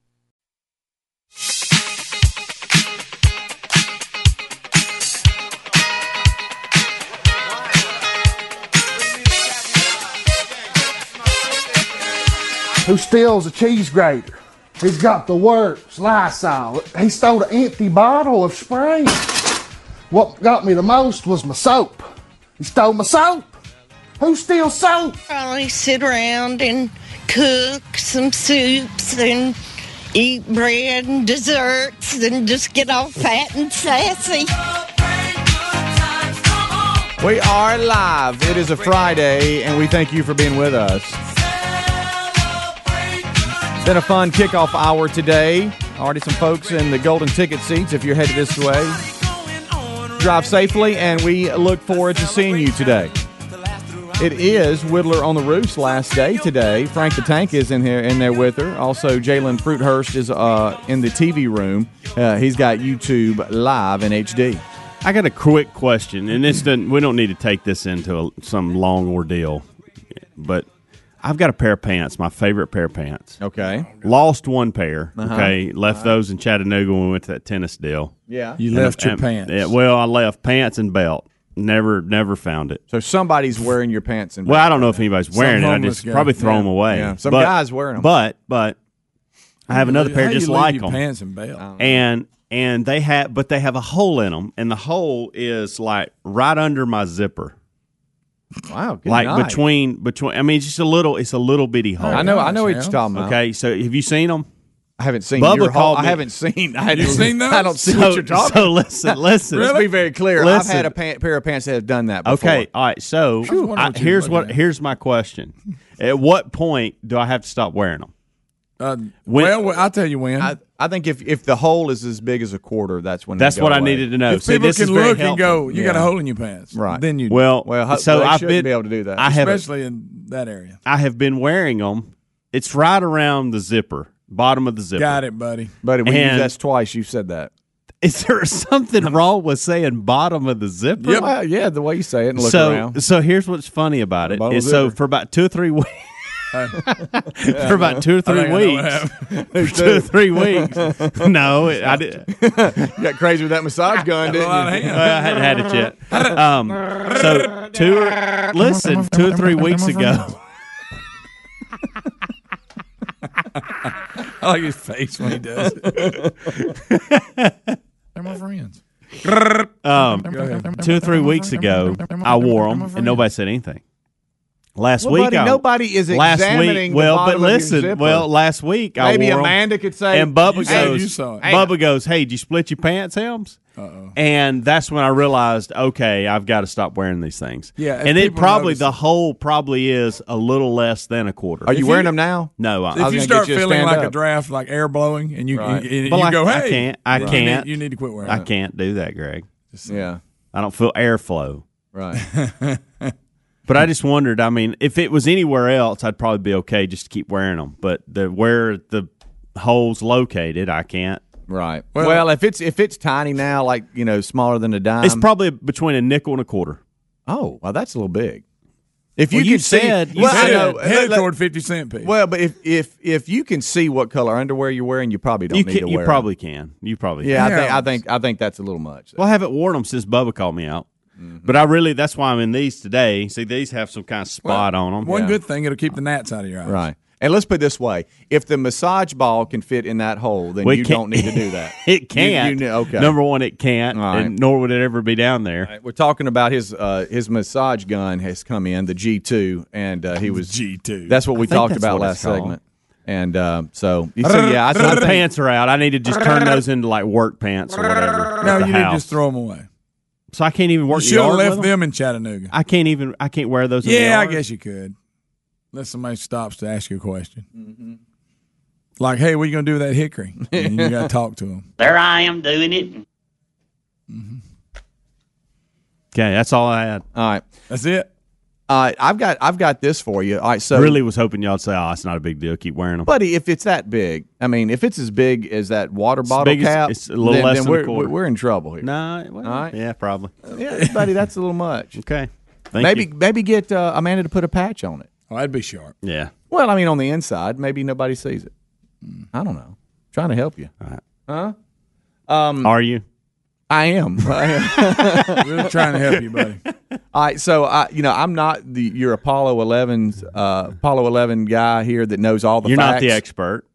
[SPEAKER 11] who steals a cheese grater. He's got the works, Lysol. He stole an empty bottle of spray. What got me the most was my soap. He stole my soap. Who steals soap?
[SPEAKER 12] Probably sit around and cook some soups and eat bread and desserts and just get all fat and sassy.
[SPEAKER 3] We are live. It is a Friday, and we thank you for being with us. Been a fun kickoff hour today. Already some folks in the golden ticket seats if you're headed this way. Drive safely, and we look forward to seeing you today. It is Whittler on the Roof's last day today. Frank the Tank is in here, in there with her. Also, Jalen Fruithurst is uh, in the TV room. Uh, he's got YouTube live in HD.
[SPEAKER 4] I got a quick question, and this doesn't, we don't need to take this into a, some long ordeal, but I've got a pair of pants, my favorite pair of pants.
[SPEAKER 3] Okay.
[SPEAKER 4] Lost one pair.
[SPEAKER 3] Uh-huh.
[SPEAKER 4] Okay. Left those in Chattanooga when we went to that tennis deal.
[SPEAKER 3] Yeah.
[SPEAKER 9] You
[SPEAKER 4] And-
[SPEAKER 9] left your
[SPEAKER 4] and-
[SPEAKER 9] pants.
[SPEAKER 4] Yeah, well, I left pants and belt. Never, never found it.
[SPEAKER 3] So somebody's wearing your pants and
[SPEAKER 4] Well, I don't know if anybody's
[SPEAKER 3] Some
[SPEAKER 4] wearing it. I
[SPEAKER 3] homeless
[SPEAKER 4] just
[SPEAKER 3] guy.
[SPEAKER 4] probably throw
[SPEAKER 3] Yeah.
[SPEAKER 4] them away.
[SPEAKER 3] Yeah. Some
[SPEAKER 4] But-
[SPEAKER 3] guy's wearing 'em.
[SPEAKER 4] But, but I have
[SPEAKER 9] How
[SPEAKER 4] another
[SPEAKER 9] you-
[SPEAKER 4] pair
[SPEAKER 9] how
[SPEAKER 4] just
[SPEAKER 9] you leave
[SPEAKER 4] like
[SPEAKER 9] your
[SPEAKER 4] them.
[SPEAKER 9] pants and belt?
[SPEAKER 4] And and they have, but they have a hole in them, and the hole is like right under my zipper.
[SPEAKER 3] Wow. good
[SPEAKER 4] like
[SPEAKER 3] night.
[SPEAKER 4] between between. I mean, it's just a little. It's a little bitty hole.
[SPEAKER 3] I know- I know what you're talking about.
[SPEAKER 4] Okay, so have you seen them?
[SPEAKER 3] I haven't seen
[SPEAKER 4] Bubba
[SPEAKER 3] your
[SPEAKER 4] called
[SPEAKER 3] hall. I
[SPEAKER 4] me-
[SPEAKER 3] haven't seen. I
[SPEAKER 4] You've
[SPEAKER 3] haven't-
[SPEAKER 4] seen those?
[SPEAKER 3] I don't see
[SPEAKER 4] So-
[SPEAKER 3] what you're talking.
[SPEAKER 4] so listen, listen.
[SPEAKER 3] Let's be
[SPEAKER 4] Really?
[SPEAKER 3] very clear. I've
[SPEAKER 4] Listen.
[SPEAKER 3] had a pa- pair of pants that have done that. before.
[SPEAKER 4] Okay, all right. So
[SPEAKER 3] I was wondering
[SPEAKER 4] I-
[SPEAKER 3] what you were
[SPEAKER 4] here's
[SPEAKER 3] looking
[SPEAKER 4] what here's my question: At what point do I have to stop wearing them?
[SPEAKER 9] Uh,
[SPEAKER 4] When-
[SPEAKER 9] well, I'll tell you when.
[SPEAKER 3] I, I think if if the hole is as big as a quarter, that's when. they
[SPEAKER 4] That's
[SPEAKER 3] go
[SPEAKER 4] what I
[SPEAKER 3] away.
[SPEAKER 4] needed to know.
[SPEAKER 9] If people can look and go, you got a
[SPEAKER 3] Yeah.
[SPEAKER 9] hole in your pants.
[SPEAKER 3] Right.
[SPEAKER 9] Then you
[SPEAKER 4] well,
[SPEAKER 3] Well, ho-
[SPEAKER 4] so
[SPEAKER 3] they
[SPEAKER 4] I've
[SPEAKER 3] shouldn't
[SPEAKER 4] been
[SPEAKER 3] be able to do that.
[SPEAKER 4] I have
[SPEAKER 9] especially in that area.
[SPEAKER 4] I have been wearing them. It's right around the zipper, bottom of the zipper.
[SPEAKER 9] Got it, buddy.
[SPEAKER 3] Buddy, we
[SPEAKER 4] And-
[SPEAKER 3] used that's twice. You said that.
[SPEAKER 4] Is there something wrong with saying bottom of the zipper?
[SPEAKER 3] Well, yeah, the way you say it and look
[SPEAKER 4] so,
[SPEAKER 3] around.
[SPEAKER 4] so here's what's funny about it.
[SPEAKER 3] Bottom
[SPEAKER 4] is
[SPEAKER 3] of
[SPEAKER 4] so
[SPEAKER 3] zipper.
[SPEAKER 4] for about two or three weeks,
[SPEAKER 3] I
[SPEAKER 4] for about
[SPEAKER 3] know.
[SPEAKER 4] two or three
[SPEAKER 3] I think I know what happened. Who
[SPEAKER 4] weeks, for two or
[SPEAKER 3] too?
[SPEAKER 4] three weeks. no, it, I did.
[SPEAKER 3] you got crazy with that massage gun, didn't you?
[SPEAKER 4] Well, I hadn't had it yet. Um, so two or listen, two or three weeks ago.
[SPEAKER 9] I like his face when he does it.
[SPEAKER 5] They're my friends.
[SPEAKER 4] Um, two or three weeks ago, I wore them and nobody said anything. Last
[SPEAKER 3] Well,
[SPEAKER 4] week,
[SPEAKER 3] buddy,
[SPEAKER 4] I-
[SPEAKER 3] nobody is
[SPEAKER 4] last
[SPEAKER 3] examining
[SPEAKER 4] week.
[SPEAKER 3] the
[SPEAKER 4] Well,
[SPEAKER 3] bottom
[SPEAKER 4] but
[SPEAKER 3] of your
[SPEAKER 4] listen,
[SPEAKER 3] zipper.
[SPEAKER 4] well, last week I
[SPEAKER 3] Maybe
[SPEAKER 4] wore 'em,
[SPEAKER 3] Amanda could say,
[SPEAKER 4] and Bubba
[SPEAKER 3] "You
[SPEAKER 4] goes,
[SPEAKER 3] said you saw it."
[SPEAKER 4] Bubba goes, hey, did you split your pants, Helms? Uh-oh. And that's when I realized, okay, I've got to stop wearing these things.
[SPEAKER 9] Yeah, if
[SPEAKER 4] and it
[SPEAKER 9] people
[SPEAKER 4] probably
[SPEAKER 9] notice-
[SPEAKER 4] the hole probably is a little less than a quarter.
[SPEAKER 3] Are you wearing them now?
[SPEAKER 4] No, I,
[SPEAKER 9] if you start feeling like a draft, like air blowing, and you,
[SPEAKER 3] Right.
[SPEAKER 9] and you
[SPEAKER 4] But like,
[SPEAKER 9] go, hey,
[SPEAKER 4] I can't. I
[SPEAKER 9] you need-
[SPEAKER 4] can't.
[SPEAKER 9] You need, to quit wearing.
[SPEAKER 4] I
[SPEAKER 9] it.
[SPEAKER 4] can't do that, Greg.
[SPEAKER 3] Yeah.
[SPEAKER 4] I don't feel airflow.
[SPEAKER 3] Right.
[SPEAKER 4] But I just wondered. I mean, if it was anywhere else, I'd probably be okay just to keep wearing them. But the where the hole's located, I can't.
[SPEAKER 3] Right. Well, if it's if it's tiny now, like you know, smaller than a dime,
[SPEAKER 4] it's probably between a nickel and a quarter.
[SPEAKER 3] Oh, well, that's a little big. If
[SPEAKER 4] Well,
[SPEAKER 3] you,
[SPEAKER 4] you
[SPEAKER 3] could see-
[SPEAKER 4] said- you
[SPEAKER 3] well, I
[SPEAKER 4] said-
[SPEAKER 3] know,
[SPEAKER 9] Headed
[SPEAKER 3] let- let-
[SPEAKER 9] toward fifty cent piece.
[SPEAKER 3] well, but if if if you can see what color underwear you're wearing, you probably don't
[SPEAKER 4] You
[SPEAKER 3] need
[SPEAKER 4] can,
[SPEAKER 3] to
[SPEAKER 4] you
[SPEAKER 3] wear. it.
[SPEAKER 4] probably can. You probably
[SPEAKER 3] Yeah,
[SPEAKER 4] Can.
[SPEAKER 3] I think I think I think that's a little much. Mm-hmm.
[SPEAKER 4] Well, I haven't worn them since Bubba called me out. But I really that's why I'm in these today. See, these have some kind of spot on them.
[SPEAKER 9] One good thing, it'll keep the gnats out of your eyes.
[SPEAKER 3] Right. And let's put it this way: if the massage ball can fit in that hole, then
[SPEAKER 4] We
[SPEAKER 3] you
[SPEAKER 4] can't-
[SPEAKER 3] don't need to do that.
[SPEAKER 4] It can't.
[SPEAKER 3] You, you, know- okay.
[SPEAKER 4] Number one, it can't,
[SPEAKER 3] All right.
[SPEAKER 4] and nor would it ever be down there.
[SPEAKER 3] We're talking about his uh, his massage gun has come in the G two, and uh, he was
[SPEAKER 9] G two.
[SPEAKER 3] That's what we
[SPEAKER 4] I think
[SPEAKER 3] talked
[SPEAKER 4] that's
[SPEAKER 3] about
[SPEAKER 4] what
[SPEAKER 3] last
[SPEAKER 4] it's called.
[SPEAKER 3] segment. And um, so, so yeah, I, so I
[SPEAKER 4] my
[SPEAKER 3] think-
[SPEAKER 4] pants are out. I need to just turn those into like work pants or whatever.
[SPEAKER 9] No,
[SPEAKER 4] at the
[SPEAKER 9] you need to
[SPEAKER 4] house.
[SPEAKER 9] just throw them away.
[SPEAKER 4] So I can't even
[SPEAKER 9] You
[SPEAKER 4] work.
[SPEAKER 9] should have
[SPEAKER 4] yard
[SPEAKER 9] left
[SPEAKER 4] with
[SPEAKER 9] them? in Chattanooga.
[SPEAKER 4] I can't even. I can't wear those. In the
[SPEAKER 9] yeah, I
[SPEAKER 4] yard?
[SPEAKER 9] guess you could. Unless somebody stops to ask you a question.
[SPEAKER 5] Mm-hmm.
[SPEAKER 9] Like, hey, what you going to do with that hickory? And you got to talk to them.
[SPEAKER 13] There I am doing it.
[SPEAKER 4] Okay, that's all I had.
[SPEAKER 3] All right,
[SPEAKER 9] that's it.
[SPEAKER 3] Uh, I've got I've got this for you. All right, so
[SPEAKER 4] really was hoping y'all'd say, "Oh, it's not a big deal. Keep wearing them."
[SPEAKER 3] buddy, if it's that big, I mean, if it's as big as that water bottle
[SPEAKER 4] big as-
[SPEAKER 3] cap,
[SPEAKER 4] it's a little
[SPEAKER 3] then,
[SPEAKER 4] less
[SPEAKER 3] then
[SPEAKER 4] than a
[SPEAKER 3] we're,
[SPEAKER 4] quarter.
[SPEAKER 3] we're in trouble here.
[SPEAKER 4] no, well,
[SPEAKER 3] All right.
[SPEAKER 4] yeah, probably.
[SPEAKER 3] Yeah, buddy, that's a little much.
[SPEAKER 4] Okay, Thank
[SPEAKER 3] maybe
[SPEAKER 4] you.
[SPEAKER 3] maybe get uh, Amanda to put a patch on it.
[SPEAKER 9] Oh, I'd be sharp.
[SPEAKER 4] Yeah,
[SPEAKER 3] Well, I mean, on the inside, maybe nobody sees it. I don't know. trying to help you.
[SPEAKER 4] All right.
[SPEAKER 3] Huh? Um,
[SPEAKER 4] Are you?
[SPEAKER 3] I am.
[SPEAKER 9] We're trying to help you, buddy.
[SPEAKER 3] All right, so I, you know, I'm not the your Apollo 11 uh, Apollo 11 guy here that knows all the.
[SPEAKER 4] You're not the
[SPEAKER 3] facts.
[SPEAKER 4] expert.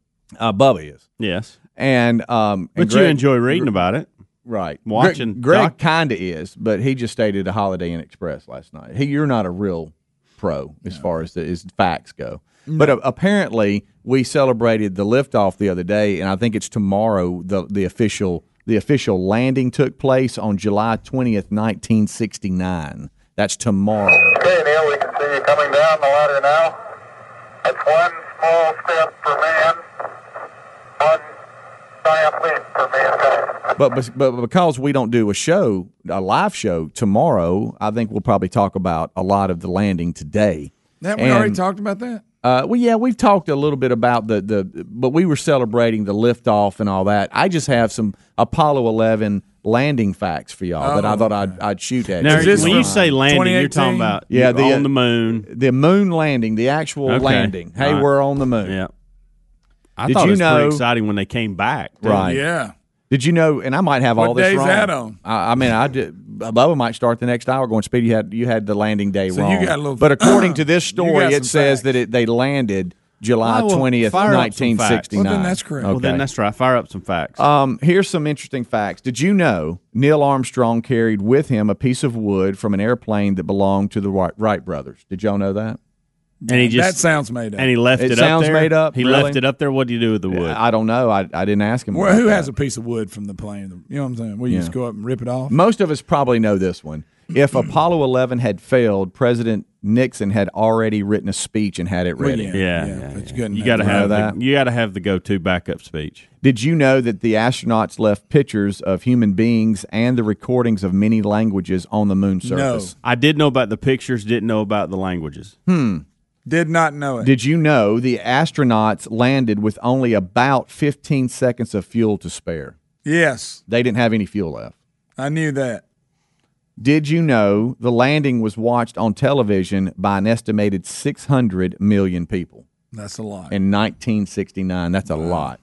[SPEAKER 3] Uh, Bubba is.
[SPEAKER 4] Yes.
[SPEAKER 3] and um,
[SPEAKER 4] But
[SPEAKER 3] and
[SPEAKER 4] you enjoy reading about it,
[SPEAKER 3] right?
[SPEAKER 4] Watching
[SPEAKER 3] Greg,
[SPEAKER 4] doc-
[SPEAKER 3] kind of is, but he just stayed at a Holiday Inn Express last night. He, you're not a real pro as far as the, as facts go, but uh, apparently we celebrated the liftoff the other day, and I think it's tomorrow the the official the official landing took place on July twentieth, nineteen sixty nine. That's tomorrow. But, but but because we don't do a show, a live show tomorrow, I think we'll probably talk about a lot of the landing today.
[SPEAKER 9] That we already
[SPEAKER 3] And-
[SPEAKER 9] talked about that.
[SPEAKER 3] Uh, well, yeah, we've talked a little bit about the the, but we were celebrating the liftoff and all that. I just have some Apollo Eleven landing facts for y'all that I thought I'd, I'd shoot at.
[SPEAKER 4] Now,
[SPEAKER 3] you.
[SPEAKER 4] when you say landing, you're talking about
[SPEAKER 3] yeah,
[SPEAKER 4] yeah,
[SPEAKER 3] the
[SPEAKER 4] on the moon.
[SPEAKER 3] the moon landing, the actual
[SPEAKER 4] Okay.
[SPEAKER 3] landing. Hey,
[SPEAKER 4] All right.
[SPEAKER 3] we're on the moon.
[SPEAKER 4] Yeah. I
[SPEAKER 3] Did
[SPEAKER 4] thought
[SPEAKER 3] you
[SPEAKER 4] it was
[SPEAKER 3] know-
[SPEAKER 4] pretty exciting when they came back. too.
[SPEAKER 3] Right. Did you know? And I might have
[SPEAKER 4] What
[SPEAKER 3] all this
[SPEAKER 4] day's
[SPEAKER 3] wrong.
[SPEAKER 4] that on?
[SPEAKER 3] I, I mean, I did, Bubba might start the next hour going speed. You had you had the landing day
[SPEAKER 9] So you
[SPEAKER 3] wrong.
[SPEAKER 9] got a little-
[SPEAKER 3] but according to this
[SPEAKER 9] got
[SPEAKER 3] story,
[SPEAKER 9] some
[SPEAKER 3] it says that it, they landed July
[SPEAKER 4] Oh, well,
[SPEAKER 3] twentieth,
[SPEAKER 4] fire up some
[SPEAKER 3] nineteen
[SPEAKER 4] facts.
[SPEAKER 3] sixty nine.
[SPEAKER 4] Well, then that's correct. Well, then that's right. Fire up some facts.
[SPEAKER 3] Um, here's some interesting facts. Did you know Neil Armstrong carried with him a piece of wood from an airplane that belonged to the Wright, Wright brothers? Did y'all know that?
[SPEAKER 4] And he just
[SPEAKER 9] that sounds made up.
[SPEAKER 4] And he left it, up
[SPEAKER 3] It sounds
[SPEAKER 4] there.
[SPEAKER 3] made up,
[SPEAKER 4] He
[SPEAKER 3] really?
[SPEAKER 4] left it up there. What do you do with the wood?
[SPEAKER 3] I don't know. I, I didn't ask him.
[SPEAKER 9] Well,
[SPEAKER 3] about
[SPEAKER 9] who
[SPEAKER 3] that.
[SPEAKER 9] has a piece of wood from the plane? You know what I'm saying? We
[SPEAKER 3] Yeah.
[SPEAKER 9] just go up and rip it off.
[SPEAKER 3] Most of us probably know this one.
[SPEAKER 4] Hmm.
[SPEAKER 3] If Apollo 11 had failed, President Nixon had already written a speech and had it
[SPEAKER 9] Well,
[SPEAKER 3] ready.
[SPEAKER 9] yeah, yeah,
[SPEAKER 4] yeah, yeah,
[SPEAKER 9] but you
[SPEAKER 4] yeah.
[SPEAKER 9] couldn't
[SPEAKER 4] You
[SPEAKER 9] have
[SPEAKER 4] got to
[SPEAKER 9] it.
[SPEAKER 4] have
[SPEAKER 3] Know
[SPEAKER 4] the, you got to have the go-to backup speech.
[SPEAKER 3] Did you know that the astronauts left pictures of human beings and the recordings of many languages on the moon surface?
[SPEAKER 4] I did know about the pictures. Didn't know about the languages.
[SPEAKER 3] Hmm.
[SPEAKER 9] Did not know it.
[SPEAKER 3] Did you know the astronauts landed with only about 15 seconds of fuel to spare?
[SPEAKER 9] Yes,
[SPEAKER 3] They didn't have any fuel left.
[SPEAKER 9] I knew that.
[SPEAKER 3] Did you know the landing was watched on television by an estimated 600 million people?
[SPEAKER 9] That's a lot.
[SPEAKER 3] in 1969. That's a lot.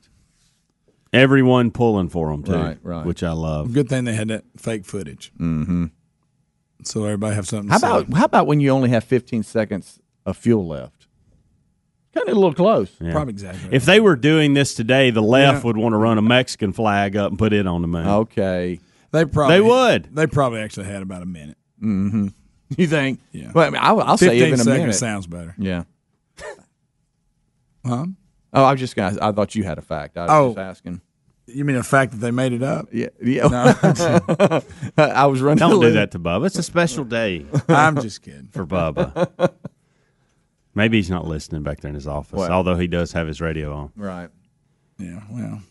[SPEAKER 4] Everyone pulling for them too,
[SPEAKER 3] Right, right.
[SPEAKER 4] which I love.
[SPEAKER 9] Good thing they had that fake footage,
[SPEAKER 3] Mm-hmm.
[SPEAKER 9] so everybody have something.
[SPEAKER 3] How
[SPEAKER 9] to
[SPEAKER 3] about how about when you only have 15 seconds of fuel left? Kind of a little close.
[SPEAKER 4] Yeah.
[SPEAKER 9] Probably exaggerated.
[SPEAKER 4] If they were doing this today, the left
[SPEAKER 9] Yeah.
[SPEAKER 4] would want to run a Mexican flag up and put it on the moon.
[SPEAKER 3] Okay,
[SPEAKER 9] They probably
[SPEAKER 4] They would.
[SPEAKER 9] They probably actually had about a minute.
[SPEAKER 3] Mm-hmm. You think?
[SPEAKER 9] Yeah.
[SPEAKER 3] Well, I mean, I'll, I'll say
[SPEAKER 9] 15
[SPEAKER 3] even a
[SPEAKER 9] seconds
[SPEAKER 3] minute.
[SPEAKER 9] sounds better.
[SPEAKER 3] Yeah.
[SPEAKER 9] Huh?
[SPEAKER 3] Oh, I was just gonna. I thought you had a fact. I was
[SPEAKER 9] Oh.
[SPEAKER 3] just asking.
[SPEAKER 9] You mean the fact that they made it up?
[SPEAKER 3] Yeah. yeah.
[SPEAKER 9] No.
[SPEAKER 3] I was running.
[SPEAKER 4] Don't
[SPEAKER 3] the
[SPEAKER 4] do
[SPEAKER 3] loop.
[SPEAKER 4] that to Bubba. It's a special day.
[SPEAKER 9] I'm just kidding.
[SPEAKER 4] for Bubba. Maybe he's not listening back there in his office,
[SPEAKER 9] Well.
[SPEAKER 4] although he does have his radio on.
[SPEAKER 3] Right.
[SPEAKER 9] Yeah. Well,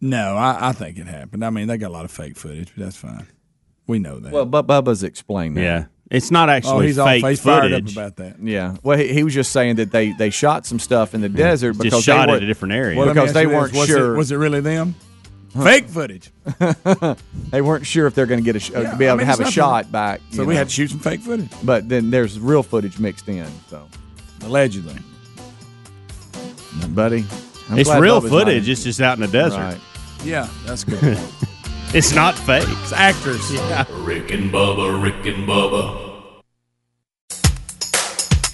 [SPEAKER 9] no, I, I think it happened. I mean, they got a lot of fake footage, but that's fine. We know that.
[SPEAKER 3] Well, but Bubba's explained that.
[SPEAKER 4] Yeah, it's not actually
[SPEAKER 9] oh, he's
[SPEAKER 4] fake
[SPEAKER 9] all face fired up
[SPEAKER 4] footage.
[SPEAKER 9] about that.
[SPEAKER 3] Yeah. Well, he, he was just saying that they, they shot some stuff in the desert
[SPEAKER 4] Just
[SPEAKER 3] because
[SPEAKER 4] shot
[SPEAKER 3] they
[SPEAKER 4] at
[SPEAKER 3] were-
[SPEAKER 4] a different area.
[SPEAKER 9] Well, let me
[SPEAKER 3] because
[SPEAKER 9] ask
[SPEAKER 3] they
[SPEAKER 9] you this.
[SPEAKER 3] weren't
[SPEAKER 9] was
[SPEAKER 3] sure.
[SPEAKER 9] It, was it really them? Fake footage.
[SPEAKER 3] they weren't sure if they're going to get a sh- uh, be able
[SPEAKER 9] I mean,
[SPEAKER 3] to have a
[SPEAKER 9] it's
[SPEAKER 3] shot
[SPEAKER 9] nothing.
[SPEAKER 3] back.
[SPEAKER 9] So we had to shoot some fake footage.
[SPEAKER 3] but then there's real footage mixed in. So
[SPEAKER 9] allegedly,
[SPEAKER 3] buddy, I'm
[SPEAKER 4] it's
[SPEAKER 3] glad
[SPEAKER 4] real
[SPEAKER 3] Bubba's not
[SPEAKER 4] footage.
[SPEAKER 3] in.
[SPEAKER 4] It's just out in the desert.
[SPEAKER 3] Right.
[SPEAKER 9] Yeah, that's good.
[SPEAKER 4] It's not fake. It's
[SPEAKER 9] actors.
[SPEAKER 4] Yeah.
[SPEAKER 6] Rick and Bubba, Rick and Bubba.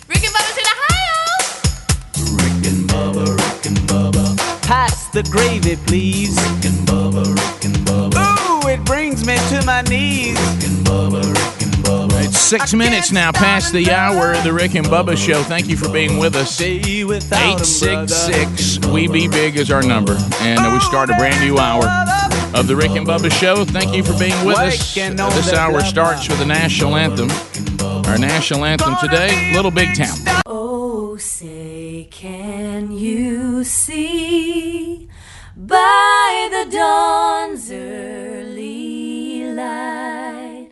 [SPEAKER 13] Rick and Bubba's in Ohio.
[SPEAKER 14] Pass the gravy, please. Rick and Bubba, Rick and Bubba. Ooh, it brings me to my knees.
[SPEAKER 15] It's six minutes now past the hour of the Rick and Bubba Show. Thank you for being with us. 866 We Be Big is our number. And uh, we start a brand new hour of the Rick and Bubba Show. Thank you for being with us. Uh, This hour starts with the national anthem. Our national anthem today, Little Big Town.
[SPEAKER 16] Oh, say, can you see by the dawn's early light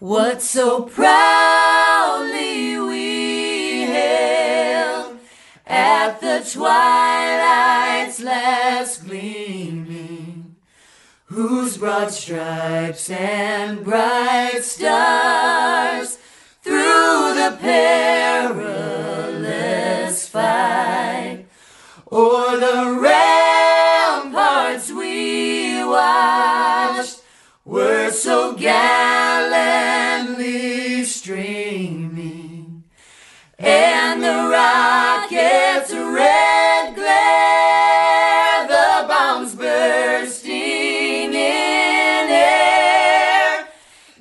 [SPEAKER 16] what so proudly we hailed at the twilight's last gleaming, whose broad stripes and bright stars through the perilous fight. O'er the ramparts we watched were so gallantly streaming, and the rocket's red glare, the bombs bursting in air,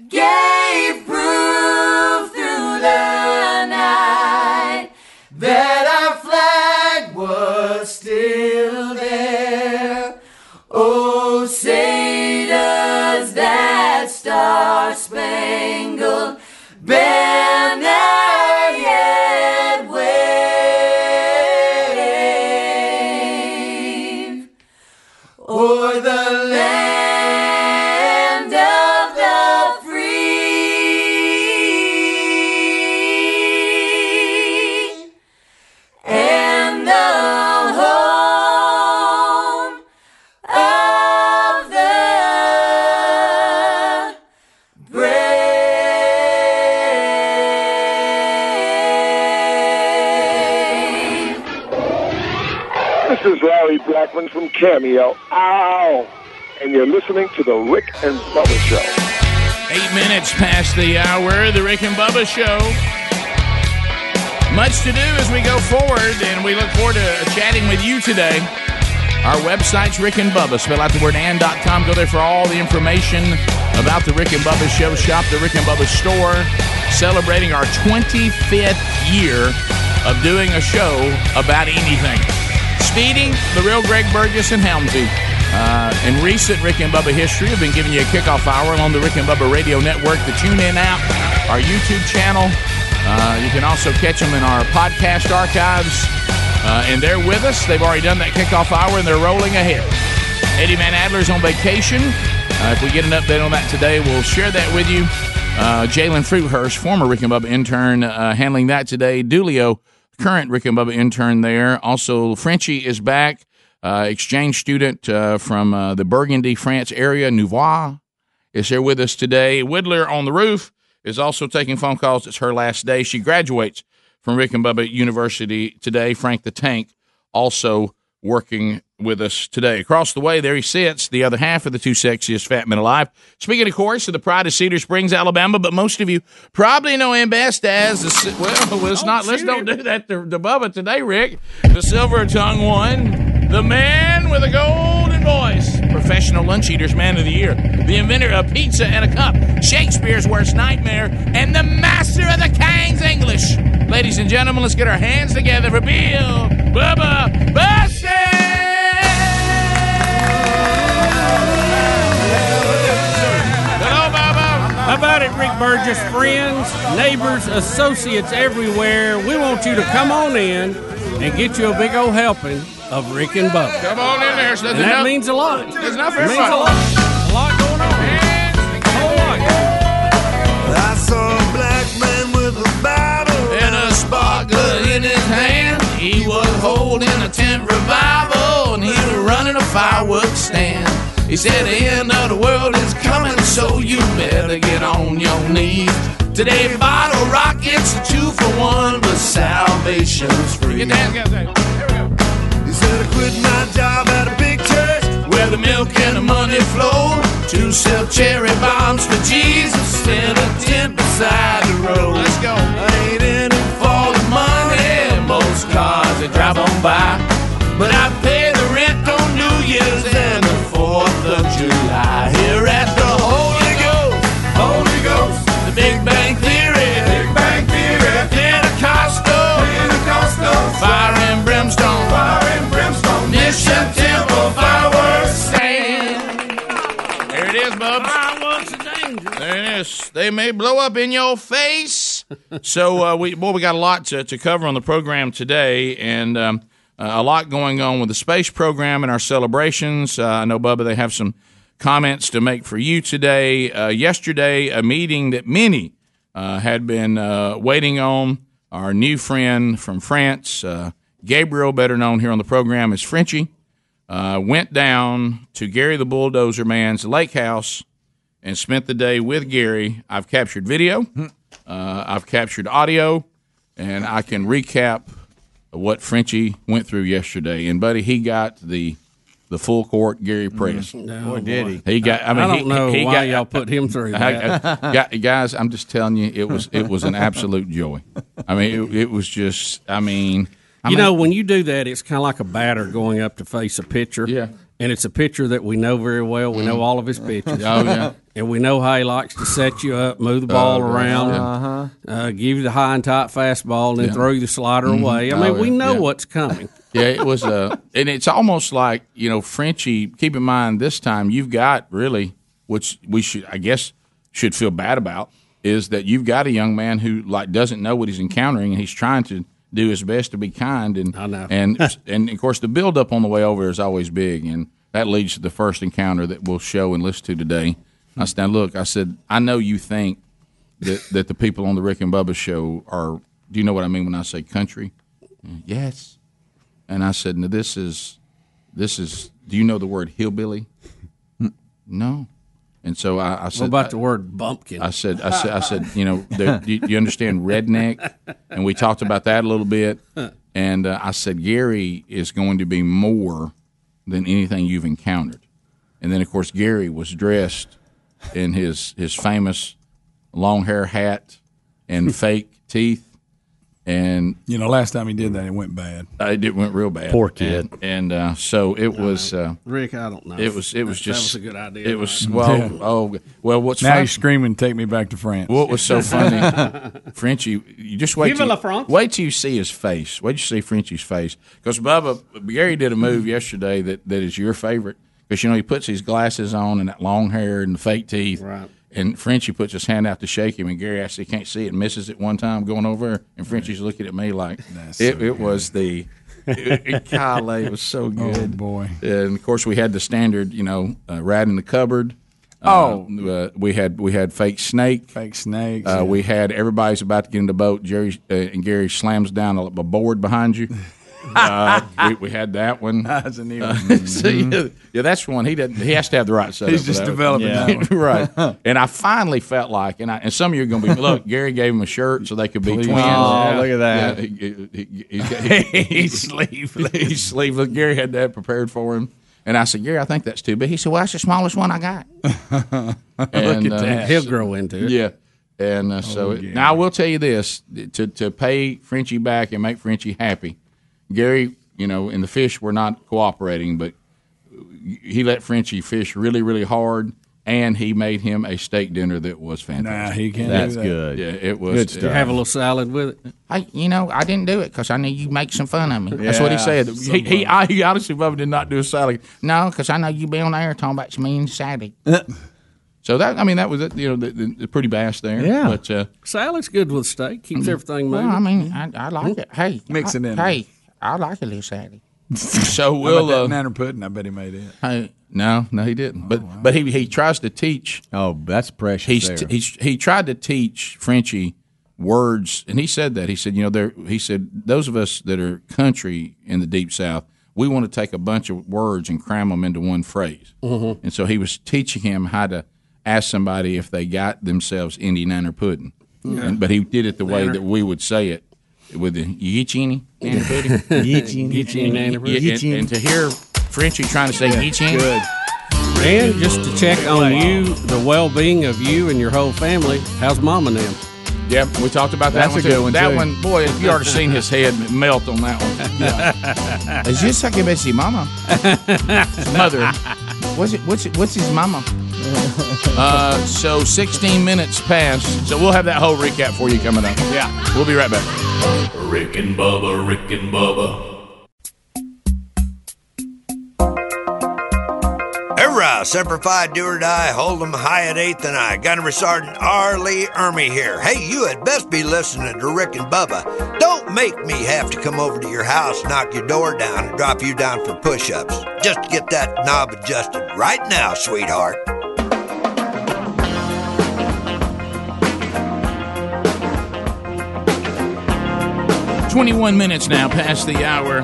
[SPEAKER 16] gave proof through the night that our flag was still there. Oh, say does that star spangled banner yet wave o'er the land of the free and the home of the brave.
[SPEAKER 17] This is Larry Blackman from Cameo. Ow! And you're listening to the Rick and Bubba Show.
[SPEAKER 15] Eight minutes past the hour, the Rick and Bubba Show. Much to do as we go forward, and we look forward to chatting with you today. Our website's Rick and Bubba. Spell out the word and.com. Go there for all the information about the Rick and Bubba Show. Shop the Rick and Bubba store. Celebrating our 25th year of doing a show about anything. Speeding, the real Greg Burgess and Helmsy. Uh, in recent Rick and Bubba history, I've been giving you a kickoff hour on the Rick and Bubba Radio Network, the TuneIn app, our YouTube channel. Uh, you can also catch them in our podcast archives. Uh, and they're with us. They've already done that kickoff hour, and they're rolling ahead. Eddie Van Adler's on vacation. Uh, if we get an update on that today, we'll share that with you. Uh, Jalen Fruithurst, former Rick and Bubba intern, uh, handling that today. Dulio, current Rick and Bubba intern there. Also, Frenchie is back uh, exchange student uh, from uh, the Burgundy, France area, Nouveau, is here with us today. Whittler on the roof is also taking phone calls. It's her last day. She graduates from Rick and Bubba University today. Frank the Tank also working with us today. Across the way, there he sits, the other half of the two sexiest fat men alive. Speaking, of course, of the pride of Cedar Springs, Alabama, but most of you probably know him best as the, si- well, let's not, let's don't do that to, to Bubba today, Rick. The silver tongue one, the man with a golden voice, professional lunch eater's man of the year, the inventor of pizza and a cup, Shakespeare's worst nightmare, and the master of the King's English. Ladies and gentlemen, let's get our hands together for Bill Bubba Bussett! Hello, Bubba.
[SPEAKER 18] How about it, Rick Burgess? Friends, neighbors, associates everywhere, we want you to come on in and get you a big old helping of Rick and Bubba.
[SPEAKER 15] Come on in there. There's
[SPEAKER 18] And that
[SPEAKER 15] enough-
[SPEAKER 18] means a lot.
[SPEAKER 15] There's enough for
[SPEAKER 18] Means a
[SPEAKER 15] everybody.
[SPEAKER 18] lot.
[SPEAKER 19] I saw a black man with a battle
[SPEAKER 15] and a sparkler in his hand. He was holding a tent revival and he was running a fireworks stand. He said, The end of the world is coming, so you better get on your knees. Today, bottle rockets are two for one, but salvation's free. Get down, guys.
[SPEAKER 19] He said I quit my job at a big church
[SPEAKER 15] where the milk and the money flow to sell cherry bombs for Jesus in a tent beside the road. Let's go. I ain't in it for the money. Most cars that drive on by, but I pay the rent on New Year's and the Fourth of July. Here at the Holy Ghost, Holy Ghost, the Big Bang Theory, Big Bang Theory, Pentecostal, Pentecostal, fire and brimstone, fire and brimstone, Mission Temple fireworks stand. There it is, bub. There it is. They may blow up in your face. so, uh, we boy, we got a lot to, to cover on the program today, and um, uh, a lot going on with the space program and our celebrations. Uh, I know, Bubba, they have some comments to make for you today. Uh, yesterday, a meeting that many uh, had been uh, waiting on. Our new friend from France, uh, Gabriel, better known here on the program as Frenchie, uh, went down to Gary the Bulldozer Man's lake house and spent the day with Gary. I've captured video, uh, I've captured audio, and I can recap what Frenchie went through yesterday. And buddy, he got the the full court Gary Press.
[SPEAKER 18] No, Mm-hmm. Boy, did he.
[SPEAKER 15] He got. I
[SPEAKER 18] I
[SPEAKER 15] mean,
[SPEAKER 18] don't
[SPEAKER 15] he,
[SPEAKER 18] know
[SPEAKER 15] he
[SPEAKER 18] why
[SPEAKER 15] got,
[SPEAKER 18] y'all put him through that.
[SPEAKER 15] I- I- gu- guys, I'm just telling you, it was it was an absolute joy. I mean, it, it was just. I mean, I
[SPEAKER 18] you
[SPEAKER 15] mean,
[SPEAKER 18] know, when you do that, it's kind of like a batter going up to face a pitcher. Yeah. And it's a pitcher that we know very well. We know all of his pitches.
[SPEAKER 15] Oh, yeah.
[SPEAKER 18] And we know how he likes to set you up, move the ball
[SPEAKER 15] Oh,
[SPEAKER 18] around,
[SPEAKER 15] yeah.
[SPEAKER 18] uh, give you the high and tight fastball, and then
[SPEAKER 15] Yeah.
[SPEAKER 18] throw you the slider
[SPEAKER 15] Mhm.
[SPEAKER 18] away. I
[SPEAKER 15] Oh,
[SPEAKER 18] mean,
[SPEAKER 15] yeah,
[SPEAKER 18] we know
[SPEAKER 15] yeah.
[SPEAKER 18] what's coming.
[SPEAKER 15] yeah, it was uh and it's almost like you know Frenchie. Keep in mind this time you've got really, which we should I guess should feel bad about is that you've got a young man who like doesn't know what he's encountering and he's trying to do his best to be kind and I know. and and of course the build up on the way over is always big and that leads to the first encounter that we'll show and listen to today. I said, now look, I said I know you think that that the people on the Rick and Bubba show are. Do you know what I mean when I say country? Yes. And I said, "Now this is, this is. Do you know the word hillbilly? no." And so I, I said,
[SPEAKER 18] about the word bumpkin?"
[SPEAKER 15] I said, "I said, I said, you know, there, do you, do you understand redneck?" And we talked about that a little bit. And uh, I said, "Gary is going to be more than anything you've encountered." And then, of course, Gary was dressed in his his famous long hair hat and fake teeth. And
[SPEAKER 9] You know, last time he did that, it went bad.
[SPEAKER 15] uh, it did- went real bad.
[SPEAKER 9] Poor kid.
[SPEAKER 15] And, and, uh, so it was. Uh,
[SPEAKER 18] Rick, I don't know.
[SPEAKER 15] It was. It was
[SPEAKER 18] That- that
[SPEAKER 15] just.
[SPEAKER 18] was a good idea,
[SPEAKER 15] It was.
[SPEAKER 18] right?
[SPEAKER 15] Well.
[SPEAKER 9] Yeah.
[SPEAKER 15] Oh. Well. What's
[SPEAKER 9] now
[SPEAKER 15] funny-
[SPEAKER 9] he's screaming, "Take me back to France!"
[SPEAKER 15] What was so funny, Frenchie? You just wait.
[SPEAKER 9] Vive
[SPEAKER 15] Till,
[SPEAKER 9] la
[SPEAKER 15] France. Wait till you see his face. Wait till you see Frenchie's face. Because Bubba Gary did a move yesterday that, that is your favorite. Because you know he puts his glasses on and that long hair and the fake teeth. Right. And Frenchie puts his hand out to shake him, and Gary actually can't see it, and misses it one time going over, her, and Frenchie's looking at me like it, it was the. it, it- golly, it was so good.
[SPEAKER 9] Oh boy!
[SPEAKER 15] And of course, we had the standard, you know, uh, rat in the cupboard.
[SPEAKER 9] Oh.
[SPEAKER 15] Uh, uh, we had we had fake snake.
[SPEAKER 9] Fake snakes.
[SPEAKER 15] Uh, we had everybody's about to get in the boat. Jerry uh, and Gary slams down a, a board behind you. uh, we, we had that one.
[SPEAKER 9] That's a new
[SPEAKER 15] Uh,
[SPEAKER 9] one. Mm-hmm.
[SPEAKER 15] so, yeah, yeah, that's one. He doesn't. He has to have the right setup.
[SPEAKER 9] He's
[SPEAKER 15] for
[SPEAKER 9] just
[SPEAKER 15] that one.
[SPEAKER 9] developing that one.
[SPEAKER 15] right. And I finally felt like, and I, and some of you are going to be look. Gary gave him a shirt so they could be
[SPEAKER 9] Please.
[SPEAKER 15] twins.
[SPEAKER 9] Oh,
[SPEAKER 15] Yeah.
[SPEAKER 9] look at that.
[SPEAKER 15] Yeah, he- he- he- he's- he's sleeveless. he's sleeveless. Gary had that prepared for him. And I said, Gary, I think that's too big. He said, Well, that's the smallest one I got. uh,
[SPEAKER 18] Look at that. He'll grow into it.
[SPEAKER 15] Yeah. And uh,
[SPEAKER 9] Oh,
[SPEAKER 15] so it- now I will tell you this to, to pay Frenchie back and make Frenchie happy. Gary, you know, and the fish were not cooperating, but he let Frenchie fish really, really hard. And he made him a steak dinner that was fantastic.
[SPEAKER 9] he can't do
[SPEAKER 4] That's that. good.
[SPEAKER 15] Yeah, it was.
[SPEAKER 4] Good stuff.
[SPEAKER 18] Have a little salad with it.
[SPEAKER 15] I, you know, I didn't do it because I knew you'd make some fun of me. That's what he
[SPEAKER 4] Yeah,
[SPEAKER 15] said. He, he, I, he honestly probably did not do a salad. No, because I know you'd be on air talking about me and Saturday.
[SPEAKER 4] Uh.
[SPEAKER 15] so that, I mean, that was it. You know, the, the, the pretty bass there.
[SPEAKER 18] Yeah.
[SPEAKER 15] But uh, Mm-hmm.
[SPEAKER 18] Salad's good with steak. Keeps everything
[SPEAKER 15] Well,
[SPEAKER 18] moving.
[SPEAKER 15] I mean, I, I like it. Hey,
[SPEAKER 9] Mix it in.
[SPEAKER 15] Hey, I like a little Saturday. uh, so
[SPEAKER 9] How about
[SPEAKER 15] we'll.
[SPEAKER 9] that
[SPEAKER 15] Uh,
[SPEAKER 9] nanner pudding. I bet he made it.
[SPEAKER 15] hey, no, no, he didn't. But but he he tries to teach.
[SPEAKER 3] Oh, that's precious.
[SPEAKER 15] He's,
[SPEAKER 3] there.
[SPEAKER 15] he's he tried to teach Frenchie words, and he said that he said you know there he said those of us that are country in the deep south we want to take a bunch of words and cram them into one phrase.
[SPEAKER 3] Mm-hmm.
[SPEAKER 15] And so he was teaching him how to ask somebody if they got themselves Indy Nanner pudding.
[SPEAKER 4] Yeah.
[SPEAKER 15] And- but he did it the way
[SPEAKER 4] Nanner.
[SPEAKER 15] that we would say it with the you get you any nanner pudding?
[SPEAKER 4] You get you any?
[SPEAKER 15] Get you any nanner pudding?
[SPEAKER 4] Get you
[SPEAKER 15] And,
[SPEAKER 4] any?
[SPEAKER 15] and to hear Frenchie trying to say
[SPEAKER 18] Yeah.
[SPEAKER 15] get you any?
[SPEAKER 18] Good. And just to check on you, the well-being of you and your whole family. How's mom and them?
[SPEAKER 15] Yep, we talked about that
[SPEAKER 18] That's
[SPEAKER 15] one
[SPEAKER 18] a good
[SPEAKER 15] too.
[SPEAKER 18] one,
[SPEAKER 15] that
[SPEAKER 18] too.
[SPEAKER 15] one, boy, if you already seen his head melt on that one. Is this like a Bessie mama? Mother. What's it, what's it, what's his mama? Uh, so 16 minutes passed. So we'll have that whole recap for you coming up. Yeah, we'll be right back.
[SPEAKER 6] Rick and Bubba, Rick and Bubba,
[SPEAKER 20] Hurrah, Semper Fi, do or die, hold 'em high at eighth and I. Gunnery Sergeant R. Lee Ermy here. Hey, you had best be listening to Rick and Bubba. Don't make me have to come over to your house, knock your door down, and drop you down for push ups. Just get that knob adjusted right now, sweetheart.
[SPEAKER 15] Twenty-one minutes now past the hour.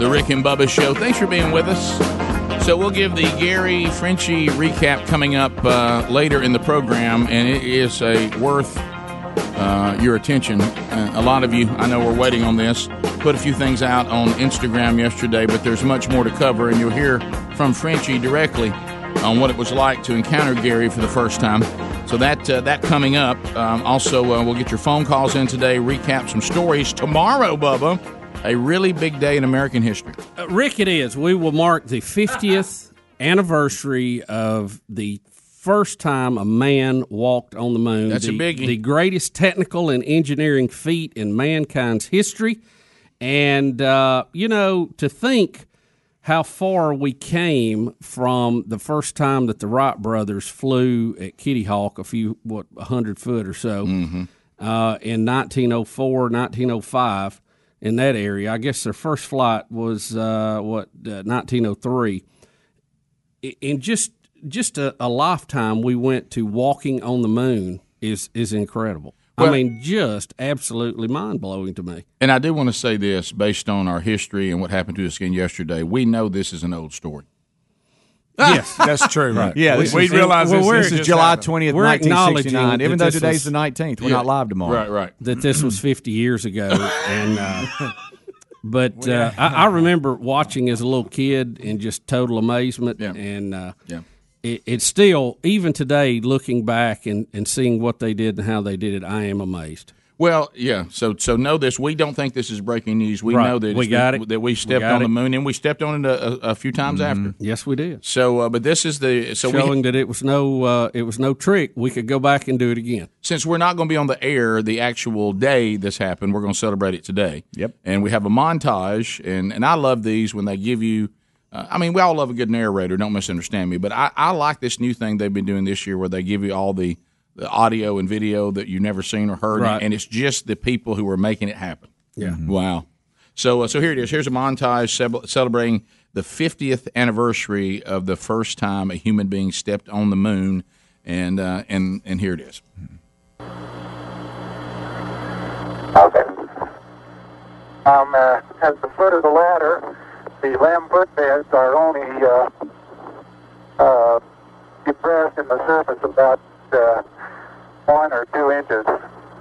[SPEAKER 15] The Rick and Bubba Show. Thanks for being with us. So we'll give the Gary Frenchie recap coming up uh, later in the program, and it is a worth uh, your attention. Uh, a lot of you, I know, are waiting on this. put a few things out on Instagram yesterday, but there's much more to cover, and you'll hear from Frenchie directly on what it was like to encounter Gary for the first time. So that uh, that coming up. Um, also, uh, we'll get your phone calls in today. Recap some stories tomorrow, Bubba. A really big day in American history.
[SPEAKER 18] Uh, Rick, it is. We will mark the 50th anniversary of the first time a man walked on the moon.
[SPEAKER 15] That's a
[SPEAKER 18] the,
[SPEAKER 15] biggie.
[SPEAKER 18] The greatest technical and engineering feat in mankind's history. And, uh, you know, to think how far we came from the first time that the Wright brothers flew at Kitty Hawk, a few, what, 100 foot or so,
[SPEAKER 15] Mm-hmm.
[SPEAKER 18] uh, in 1904, 1905, in that area. I guess their first flight was, uh, what, uh, 1903 i- in just just a, a lifetime we went to walking on the moon is is incredible. I
[SPEAKER 15] Well-
[SPEAKER 18] mean, just absolutely mind blowing to me.
[SPEAKER 15] And I do want to say this, based on our history and what happened to us again yesterday. We know this is an old story.
[SPEAKER 9] Yes, that's true.
[SPEAKER 15] Right.
[SPEAKER 3] Yeah,
[SPEAKER 15] We-
[SPEAKER 3] this
[SPEAKER 15] we
[SPEAKER 3] is,
[SPEAKER 15] realize
[SPEAKER 3] well,
[SPEAKER 15] this-
[SPEAKER 3] we're-
[SPEAKER 15] this is
[SPEAKER 3] July
[SPEAKER 15] happening.
[SPEAKER 3] 20th,
[SPEAKER 15] We're acknowledging
[SPEAKER 3] 1969. Even
[SPEAKER 18] that
[SPEAKER 3] though
[SPEAKER 18] this
[SPEAKER 3] today's
[SPEAKER 18] was-
[SPEAKER 3] the 19th, we're
[SPEAKER 18] Yeah.
[SPEAKER 3] not live tomorrow.
[SPEAKER 18] That this was 50 years ago, and uh, but uh, I, I remember watching as a little kid in just total amazement, and uh,
[SPEAKER 15] yeah.
[SPEAKER 18] It, it's still even today looking back and, and seeing what they did and how they did it. I am amazed.
[SPEAKER 15] Well, yeah. So, so know this. We don't think this is breaking news. We
[SPEAKER 18] Right.
[SPEAKER 15] know that
[SPEAKER 18] We
[SPEAKER 15] it's-
[SPEAKER 18] got it.
[SPEAKER 15] that we
[SPEAKER 18] We
[SPEAKER 15] stepped
[SPEAKER 18] got
[SPEAKER 15] on the
[SPEAKER 18] it. Mm-hmm.
[SPEAKER 15] moon, and we stepped on it a, a, a few times after.
[SPEAKER 18] Yes, we did.
[SPEAKER 15] So, uh, but this is the so we,
[SPEAKER 18] Showing that it was no uh, it was no trick. We could go back and do it again.
[SPEAKER 15] since we're not going to be on the air the actual day this happened, we're going to celebrate it today. Yep. And we have a montage, and, and I love these when they give you. Uh, I mean, we all love a good narrator. Don't misunderstand me, but I, I like this new thing they've been doing this year where they give you all the, the audio and video that you've never seen or heard,
[SPEAKER 18] Right.
[SPEAKER 15] and it's just the people who are making it happen.
[SPEAKER 18] Yeah.
[SPEAKER 15] Mm-hmm. Wow. So uh, so here it is. Here's a montage ceb- celebrating the 50th anniversary of the first time a human being stepped on the moon, and uh, and and here it is.
[SPEAKER 21] Um, uh, at the foot of the ladder, the lamb-foot beds are only uh, uh, depressed in the surface about uh, one or two inches,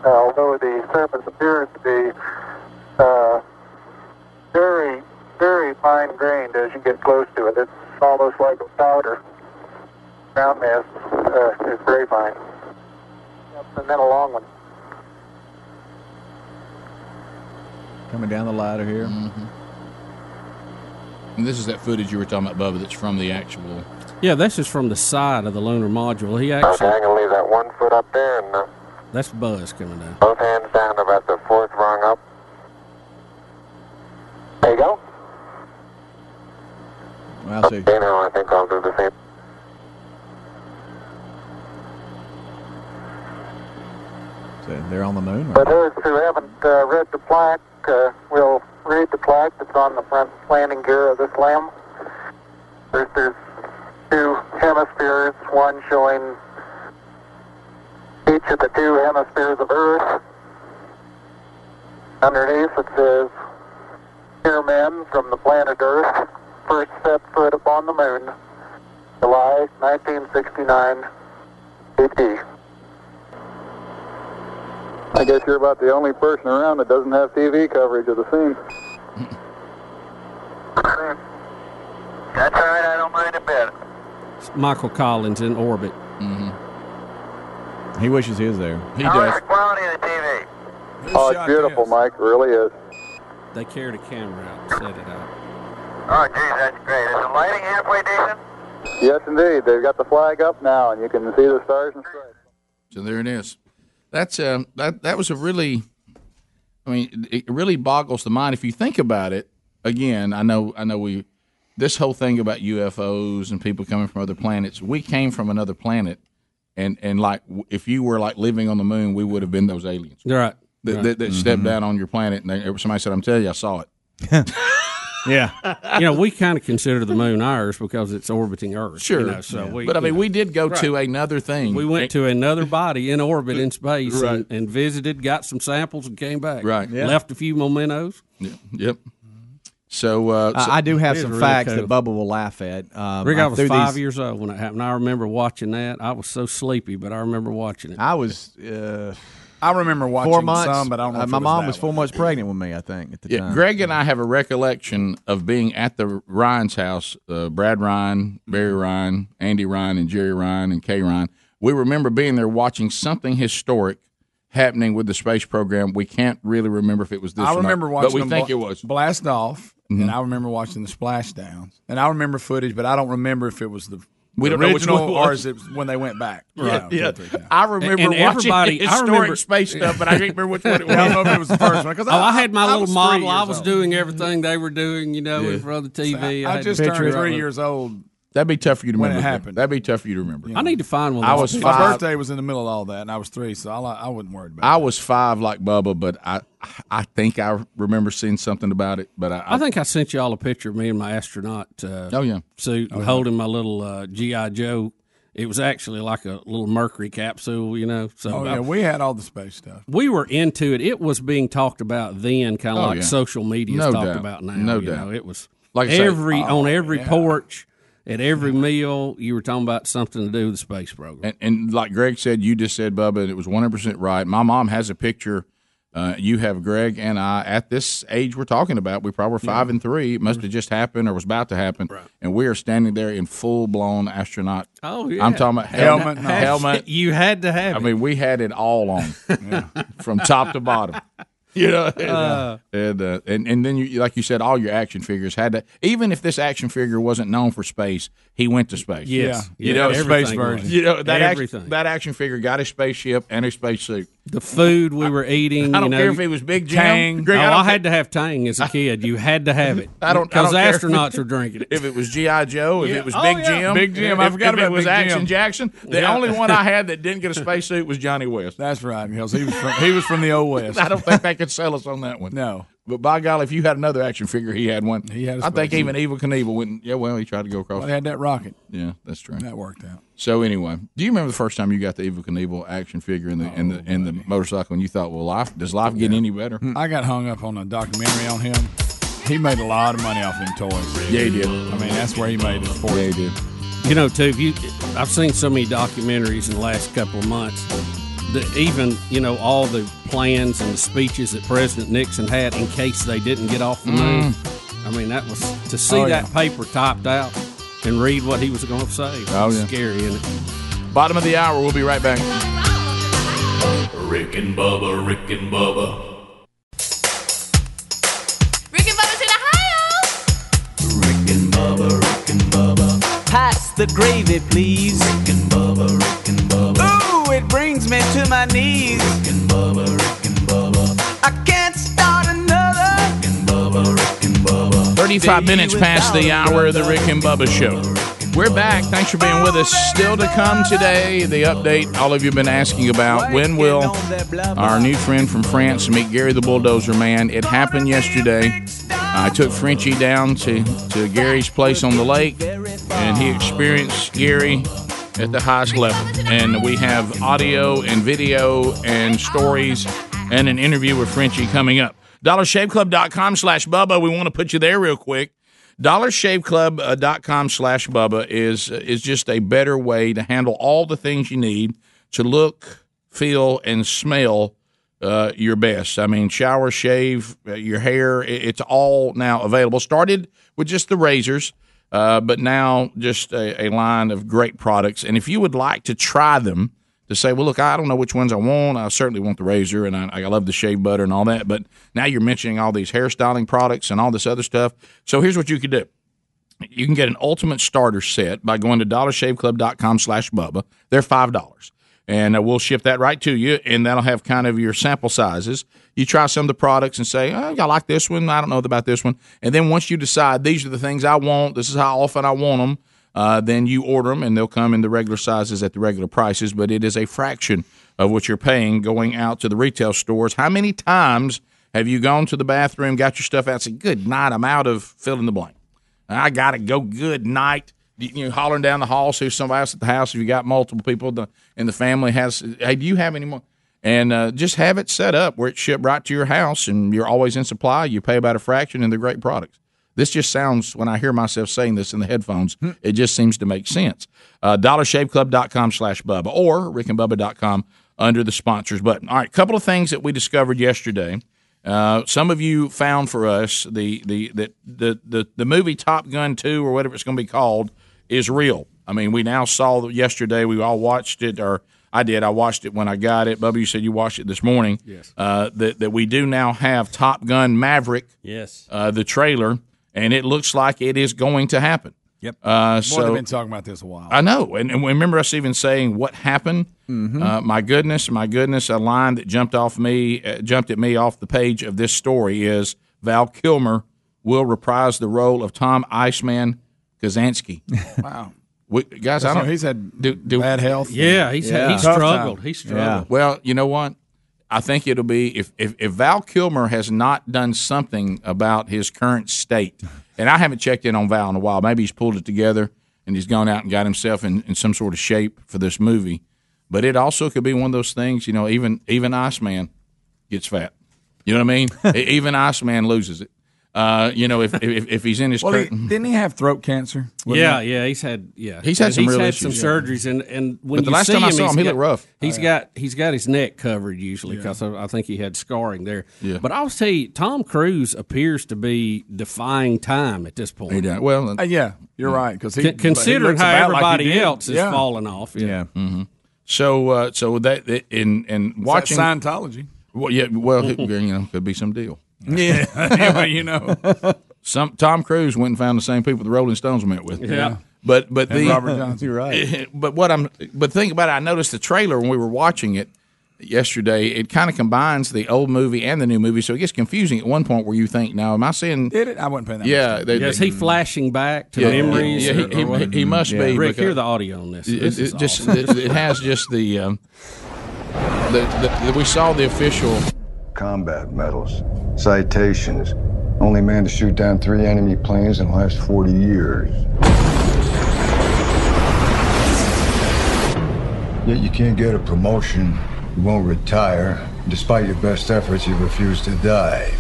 [SPEAKER 21] although the surface appears to be uh, very, very fine-grained as you get close to it. It's almost like a powder. Ground mass uh, is very fine. And then a long one.
[SPEAKER 3] Coming down the ladder here.
[SPEAKER 18] Mm-hmm.
[SPEAKER 15] And this is that footage you were talking about, Bubba, that's from the actual.
[SPEAKER 18] Yeah, this is from the side of the lunar module. He actually.
[SPEAKER 21] I'm gonna leave that one foot up there and uh,
[SPEAKER 18] That's Buzz coming down.
[SPEAKER 21] both hands down about the fourth rung up. There you go.
[SPEAKER 3] Well, I see.
[SPEAKER 21] Okay, now I think I'll do the same.
[SPEAKER 3] So they're on the moon.
[SPEAKER 21] For those who haven't uh, read the plaque, uh, we'll read the plaque that's on the front landing gear of this lamb. There's, there's two hemispheres, one showing each of the two hemispheres of Earth. Underneath it says, Dear men from the planet Earth, first set foot upon the moon, July 1969 AD. I guess you're about the only person around that doesn't have TV coverage of the scene. That's all right, I don't mind a bit.
[SPEAKER 18] It's Michael Collins in orbit.
[SPEAKER 15] Mm-hmm.
[SPEAKER 3] He wishes he was there.
[SPEAKER 18] He does.
[SPEAKER 21] quality of the TV? oh, it's beautiful, Mike. It really is.
[SPEAKER 18] They carried a camera out, and set it out.
[SPEAKER 21] Oh, geez, that's great. Is the lighting halfway decent? Yes, indeed. They've got the flag up now, and you can see the stars and stripes.
[SPEAKER 15] So there it is. That's uh, that that was a really, I mean, it it really boggles the mind if you think about it. Again, I know, I know, we this whole thing about UFOs and people coming from other planets. We came from another planet, and and like w- if you were like living on the moon, we would have been those aliens
[SPEAKER 18] Right.
[SPEAKER 15] that,
[SPEAKER 18] right. Mm-hmm.
[SPEAKER 15] that, that stepped down on your planet. And they, somebody said, "I'm telling you, I saw it."
[SPEAKER 18] Yeah. you know, we kind of consider the moon ours because it's orbiting Earth.
[SPEAKER 15] Sure.
[SPEAKER 18] You know, so we,
[SPEAKER 15] but I
[SPEAKER 18] you
[SPEAKER 15] mean,
[SPEAKER 18] know.
[SPEAKER 15] we did go to
[SPEAKER 18] Right.
[SPEAKER 15] another thing.
[SPEAKER 18] We went to another body in orbit in space
[SPEAKER 15] Right.
[SPEAKER 18] and, and visited, got some samples, and came back.
[SPEAKER 15] Right. Yeah.
[SPEAKER 18] Left a few mementos.
[SPEAKER 15] Yep. So, uh,
[SPEAKER 18] so-
[SPEAKER 3] I I do have
[SPEAKER 18] It is
[SPEAKER 3] some
[SPEAKER 18] really
[SPEAKER 3] facts
[SPEAKER 18] cool.
[SPEAKER 3] that Bubba will laugh at. Um,
[SPEAKER 18] Rick, I was
[SPEAKER 3] threw
[SPEAKER 18] five
[SPEAKER 3] these-
[SPEAKER 18] years old when it happened. I remember watching that. I was so sleepy, but I remember watching it.
[SPEAKER 3] I was. Uh,
[SPEAKER 9] I remember watching
[SPEAKER 3] four months.
[SPEAKER 9] some, but I don't know
[SPEAKER 3] uh,
[SPEAKER 9] if
[SPEAKER 3] my
[SPEAKER 9] it was
[SPEAKER 3] mom
[SPEAKER 9] that
[SPEAKER 3] was four months pregnant with me, I think, at the
[SPEAKER 15] Yeah,
[SPEAKER 3] time.
[SPEAKER 15] Greg and I have a recollection of being at the Ryan's house. Uh, Brad Ryan,
[SPEAKER 3] Mm-hmm.
[SPEAKER 15] Barry Ryan, Andy Ryan, and Jerry Ryan, and Kay Ryan. We remember being there watching something historic happening with the space program. We can't really remember if it was this.
[SPEAKER 9] I
[SPEAKER 15] or not,
[SPEAKER 9] remember watching.
[SPEAKER 15] but we
[SPEAKER 9] them
[SPEAKER 15] think
[SPEAKER 9] bla-
[SPEAKER 15] it was.
[SPEAKER 9] blast off,
[SPEAKER 15] Mhm.
[SPEAKER 9] and I remember watching the splashdowns, and I remember footage, but I don't remember if it was the
[SPEAKER 15] We don't know which
[SPEAKER 9] original
[SPEAKER 15] one it was.
[SPEAKER 9] or is it when they went back.
[SPEAKER 15] Yeah,
[SPEAKER 9] You know,
[SPEAKER 15] yeah.
[SPEAKER 9] two or three times.
[SPEAKER 15] I remember
[SPEAKER 18] And- and
[SPEAKER 15] watching
[SPEAKER 18] everybody- I
[SPEAKER 15] historic
[SPEAKER 18] remember-
[SPEAKER 15] space stuff, but I can't remember which one it was.
[SPEAKER 18] Yeah, I
[SPEAKER 9] don't know if it was the first one, 'cause
[SPEAKER 18] oh,
[SPEAKER 9] I-
[SPEAKER 18] I, had my
[SPEAKER 9] I
[SPEAKER 18] little
[SPEAKER 9] was three
[SPEAKER 18] model. I
[SPEAKER 9] years
[SPEAKER 18] was
[SPEAKER 9] old. Mm-hmm.
[SPEAKER 18] doing everything they were doing, you know,
[SPEAKER 15] Yeah.
[SPEAKER 18] with for other TV.
[SPEAKER 9] I
[SPEAKER 18] had
[SPEAKER 9] just
[SPEAKER 18] to
[SPEAKER 9] turned
[SPEAKER 18] picture it.
[SPEAKER 9] three years old.
[SPEAKER 15] That'd be tough for you to
[SPEAKER 9] When it
[SPEAKER 15] remember.
[SPEAKER 9] happened.
[SPEAKER 15] That'd be tough for you to remember.
[SPEAKER 18] I need to find one.
[SPEAKER 15] I was
[SPEAKER 9] my
[SPEAKER 15] five.
[SPEAKER 9] birthday was in the middle of all that, and I was three, so I, I wasn't worried about.
[SPEAKER 15] I was five like Bubba, but I I think I remember seeing something about it. But I,
[SPEAKER 18] I think I sent you all a picture of me in my astronaut uh,
[SPEAKER 15] Oh, yeah.
[SPEAKER 18] suit
[SPEAKER 15] Oh, yeah.
[SPEAKER 18] holding my little uh, GI Joe. It was actually like a little mercury capsule, you know. So
[SPEAKER 9] oh
[SPEAKER 18] I-
[SPEAKER 9] yeah, we had all the space stuff.
[SPEAKER 18] we were into it. It was being talked about then, kind of
[SPEAKER 9] Oh,
[SPEAKER 18] like
[SPEAKER 9] yeah.
[SPEAKER 18] social media
[SPEAKER 9] No
[SPEAKER 18] is talked
[SPEAKER 9] doubt.
[SPEAKER 18] about now.
[SPEAKER 9] No
[SPEAKER 18] you
[SPEAKER 9] doubt.
[SPEAKER 18] know, it was
[SPEAKER 9] Like
[SPEAKER 18] like
[SPEAKER 9] I say-
[SPEAKER 18] every
[SPEAKER 9] Oh,
[SPEAKER 18] on every
[SPEAKER 9] yeah.
[SPEAKER 18] porch at every meal. You were talking about something to do with the space program.
[SPEAKER 15] And, and like Greg said, you just said Bubba, and it was one hundred percent right. My mom has a picture. Uh, you have Greg and I at this age we're talking about. We probably were five and three. It must have just happened or was about to happen. And we are standing there in full blown astronaut.
[SPEAKER 18] Oh yeah,
[SPEAKER 15] I'm talking about helmet, helmet.
[SPEAKER 18] You had to have.
[SPEAKER 15] I mean, we had it all on, from top to bottom. You know, and,
[SPEAKER 18] Uh.
[SPEAKER 15] and, uh, and and then you like you said, all your action figures had to. Even if this action figure wasn't known for space, he went to space.
[SPEAKER 18] Yes. Yeah.
[SPEAKER 15] you
[SPEAKER 18] Yeah,
[SPEAKER 15] know,
[SPEAKER 18] everything Space version. was.
[SPEAKER 15] You know that
[SPEAKER 18] Everything.
[SPEAKER 15] action, that action figure got a spaceship and a spacesuit.
[SPEAKER 18] The food we were eating.
[SPEAKER 15] I don't
[SPEAKER 18] you know,
[SPEAKER 15] care if it was Big Jim.
[SPEAKER 18] Tang.
[SPEAKER 15] Greg,
[SPEAKER 18] oh,
[SPEAKER 15] I
[SPEAKER 18] I,
[SPEAKER 15] don't
[SPEAKER 18] had to have Tang as a kid. You had to have it.
[SPEAKER 15] I don't
[SPEAKER 18] because
[SPEAKER 15] I don't care
[SPEAKER 18] astronauts
[SPEAKER 15] if-
[SPEAKER 18] were drinking it.
[SPEAKER 15] If it was GI Joe, if
[SPEAKER 18] Yeah.
[SPEAKER 15] it was
[SPEAKER 18] Oh,
[SPEAKER 15] Big
[SPEAKER 18] yeah.
[SPEAKER 15] Jim,
[SPEAKER 18] Big Jim.
[SPEAKER 15] If,
[SPEAKER 18] I forgot
[SPEAKER 15] if
[SPEAKER 18] about
[SPEAKER 15] it was
[SPEAKER 18] Big
[SPEAKER 15] Action
[SPEAKER 18] Jim.
[SPEAKER 15] Jackson. The
[SPEAKER 18] Yeah.
[SPEAKER 15] only one I had that didn't get a spacesuit was Johnny West.
[SPEAKER 9] That's right, because he was from he was from the old west.
[SPEAKER 15] I don't think they could sell us on that one.
[SPEAKER 9] No.
[SPEAKER 15] But by golly, if you had another action figure, he had one. He
[SPEAKER 9] had a
[SPEAKER 15] I think
[SPEAKER 9] spacesuit.
[SPEAKER 15] even Evil Knievel wouldn't. Yeah, well, he tried to go across.
[SPEAKER 9] Well, they had that rocket.
[SPEAKER 15] Yeah, that's true.
[SPEAKER 9] That worked out.
[SPEAKER 15] So anyway, do you remember the first time you got the Evil Knievel action figure in the in the in the motorcycle, and you thought, well, life does life get any better?
[SPEAKER 9] I got hung up on a documentary on him. He made a lot of money off them toys.
[SPEAKER 15] Yeah, he did.
[SPEAKER 9] I mean, that's where he made his fortune.
[SPEAKER 15] Yeah, he did.
[SPEAKER 18] You know, too. If you, I've seen so many documentaries in the last couple of months. That even you know all the plans and the speeches that President Nixon had in case they didn't get off the moon. I mean, that was to see
[SPEAKER 15] Mm. Oh, yeah.
[SPEAKER 18] that paper typed out and read what he was going to say.
[SPEAKER 15] Oh,
[SPEAKER 18] was
[SPEAKER 15] yeah.
[SPEAKER 18] scary, isn't it?
[SPEAKER 15] Bottom of the hour. We'll be right back.
[SPEAKER 6] Rick and Bubba, Rick and Bubba,
[SPEAKER 13] Rick and Bubba's in Ohio.
[SPEAKER 14] Pass the gravy, please. Rick and Bubba, Rick and Bubba. Ooh, it brings me to my knees. Rick and Bubba, Rick and Bubba. I can't start another.
[SPEAKER 15] Thirty-five minutes past the hour of the Rick and Bubba show. We're back. Thanks for being with us. Still to come today, the update all of you have been asking about. When will our new friend from France meet Gary the Bulldozer Man? It happened yesterday. I took Frenchie down to, to Gary's place on the lake, and he experienced Gary at the highest level. And we have audio and video and stories and an interview with Frenchie coming up. DollarShaveClub.com slash Bubba. We want to put you there real quick. DollarShaveClub.com slash Bubba is, is just a better way to handle all the things you need to look, feel, and smell uh, your best. I mean, shower, shave, uh, your hair, i- it's all now available. Started with just the razors, uh, but now just a, a line of great products. And if you would like to try them, to say, well, look, I don't know which ones I want. I certainly want the razor, and I, I love the shave butter and all that. But now you're mentioning all these hairstyling products and all this other stuff. So here's what you could do you can get an ultimate starter set by going to dollarshaveclub.com slash bubba they're five dollars and uh, we'll ship that right to you and that'll have kind of your sample sizes you try some of the products and say oh, i like this one i don't know about this one and then once you decide these are the things i want this is how often i want them uh, then you order them and they'll come in the regular sizes at the regular prices but it is a fraction of what you're paying going out to the retail stores how many times have you gone to the bathroom got your stuff out and said good night i'm out of fill in the blank I got to go. Good night. You know, hollering down the hall, see if somebody else at the house. If you got multiple people the, in the family has, hey, do you have any more? And uh, just have it set up where it's shipped right to your house, and you're always in supply. You pay about a fraction, and they're great products. This just sounds when I hear myself saying this in the headphones, it just seems to make sense. Uh, DollarShaveClub.com slash Bubba or RickandBubba.com under the sponsors button. All right, couple of things that we discovered yesterday. Uh, some of you found for us the the that the, the the movie Top Gun Two or whatever it's going to be called is real. I mean, we now saw that yesterday. We all watched it, or I did. I watched it when I got it. Bubba, you said you watched it this morning. Yes. Uh, that that we do now have Top Gun Maverick.
[SPEAKER 4] Yes.
[SPEAKER 15] Uh, the trailer, and it looks like it is going to happen.
[SPEAKER 1] Yep.
[SPEAKER 15] Uh,
[SPEAKER 1] Boy,
[SPEAKER 15] so
[SPEAKER 1] they've been talking about this a while.
[SPEAKER 15] I know, and, and remember us even saying what happened.
[SPEAKER 9] Mm-hmm.
[SPEAKER 15] Uh, my goodness, my goodness! A line that jumped off me, uh, jumped at me off the page of this story is Val Kilmer will reprise the role of Tom Iceman Kazansky.
[SPEAKER 1] wow.
[SPEAKER 15] We, guys, I
[SPEAKER 1] So
[SPEAKER 15] don't.
[SPEAKER 1] he's had
[SPEAKER 15] do, do,
[SPEAKER 1] bad health.
[SPEAKER 15] Yeah.
[SPEAKER 1] He's
[SPEAKER 15] Well, you know what? I think it'll be if, if if Val Kilmer has not done something about his current state, and I haven't checked in on Val in a while. Maybe he's pulled it together and he's gone out and got himself in, in some sort of shape for this movie. But it also could be one of those things, you know. Even even Iceman gets fat. You know what I mean? E- even Iceman loses it. Uh, you know, if if, if he's in his
[SPEAKER 1] Well, he,
[SPEAKER 15] current-
[SPEAKER 1] didn't he have throat cancer? Wasn't
[SPEAKER 18] Yeah,
[SPEAKER 1] it?
[SPEAKER 18] yeah, he's had yeah,
[SPEAKER 15] mm-hmm. He's had some
[SPEAKER 18] he's
[SPEAKER 15] real
[SPEAKER 18] had
[SPEAKER 15] issues.
[SPEAKER 18] some surgeries, and and when
[SPEAKER 15] But the
[SPEAKER 18] you
[SPEAKER 15] last
[SPEAKER 18] see
[SPEAKER 15] time I
[SPEAKER 18] him,
[SPEAKER 15] saw
[SPEAKER 18] he's
[SPEAKER 15] him, he
[SPEAKER 18] got-
[SPEAKER 15] looked rough.
[SPEAKER 18] He's
[SPEAKER 15] Oh,
[SPEAKER 18] got he's got his neck covered usually because I, I think he had scarring there.
[SPEAKER 15] Yeah.
[SPEAKER 18] But I'll tell you, Tom Cruise appears to be defying time at this point.
[SPEAKER 15] He does. Well,
[SPEAKER 1] Uh, yeah, you're right. Because
[SPEAKER 18] Con- considering how everybody else is
[SPEAKER 1] falling
[SPEAKER 18] falling off. Yeah.
[SPEAKER 15] hmm So uh, so that that- in in
[SPEAKER 1] that
[SPEAKER 15] watching
[SPEAKER 1] Scientology.
[SPEAKER 15] Well, yeah. Well, it- you know, could be some deal.
[SPEAKER 1] Yeah. Yeah, well, you know.
[SPEAKER 15] Some Tom Cruise went and found the same people the Rolling Stones met with.
[SPEAKER 1] Yeah.
[SPEAKER 15] But but
[SPEAKER 1] And
[SPEAKER 15] the
[SPEAKER 1] Robert Johnson.
[SPEAKER 15] You're right. But what I'm but think about it. I noticed the trailer when we were watching it yesterday. It kind of combines the old movie and the new movie, so it gets confusing at one point where you think, now am I seeing?
[SPEAKER 1] Did it? I wouldn't pay that.
[SPEAKER 15] Yeah,
[SPEAKER 1] much
[SPEAKER 15] they-
[SPEAKER 18] Yeah, is he flashing back to
[SPEAKER 15] Yeah,
[SPEAKER 18] memories?
[SPEAKER 15] yeah,
[SPEAKER 18] or-
[SPEAKER 15] he- he-
[SPEAKER 18] or what?
[SPEAKER 15] he- he must be
[SPEAKER 18] Rick,
[SPEAKER 15] because-
[SPEAKER 18] hear the audio on this.
[SPEAKER 15] It,
[SPEAKER 18] This
[SPEAKER 15] it
[SPEAKER 18] is
[SPEAKER 15] just
[SPEAKER 18] awesome.
[SPEAKER 15] it, it has just the, um, the, the, the we saw the official.
[SPEAKER 22] combat medals, citations. Only man to shoot down three enemy planes in the last 40 years. Yet you can't get a promotion, you won't retire. Despite your best efforts, you refuse to die.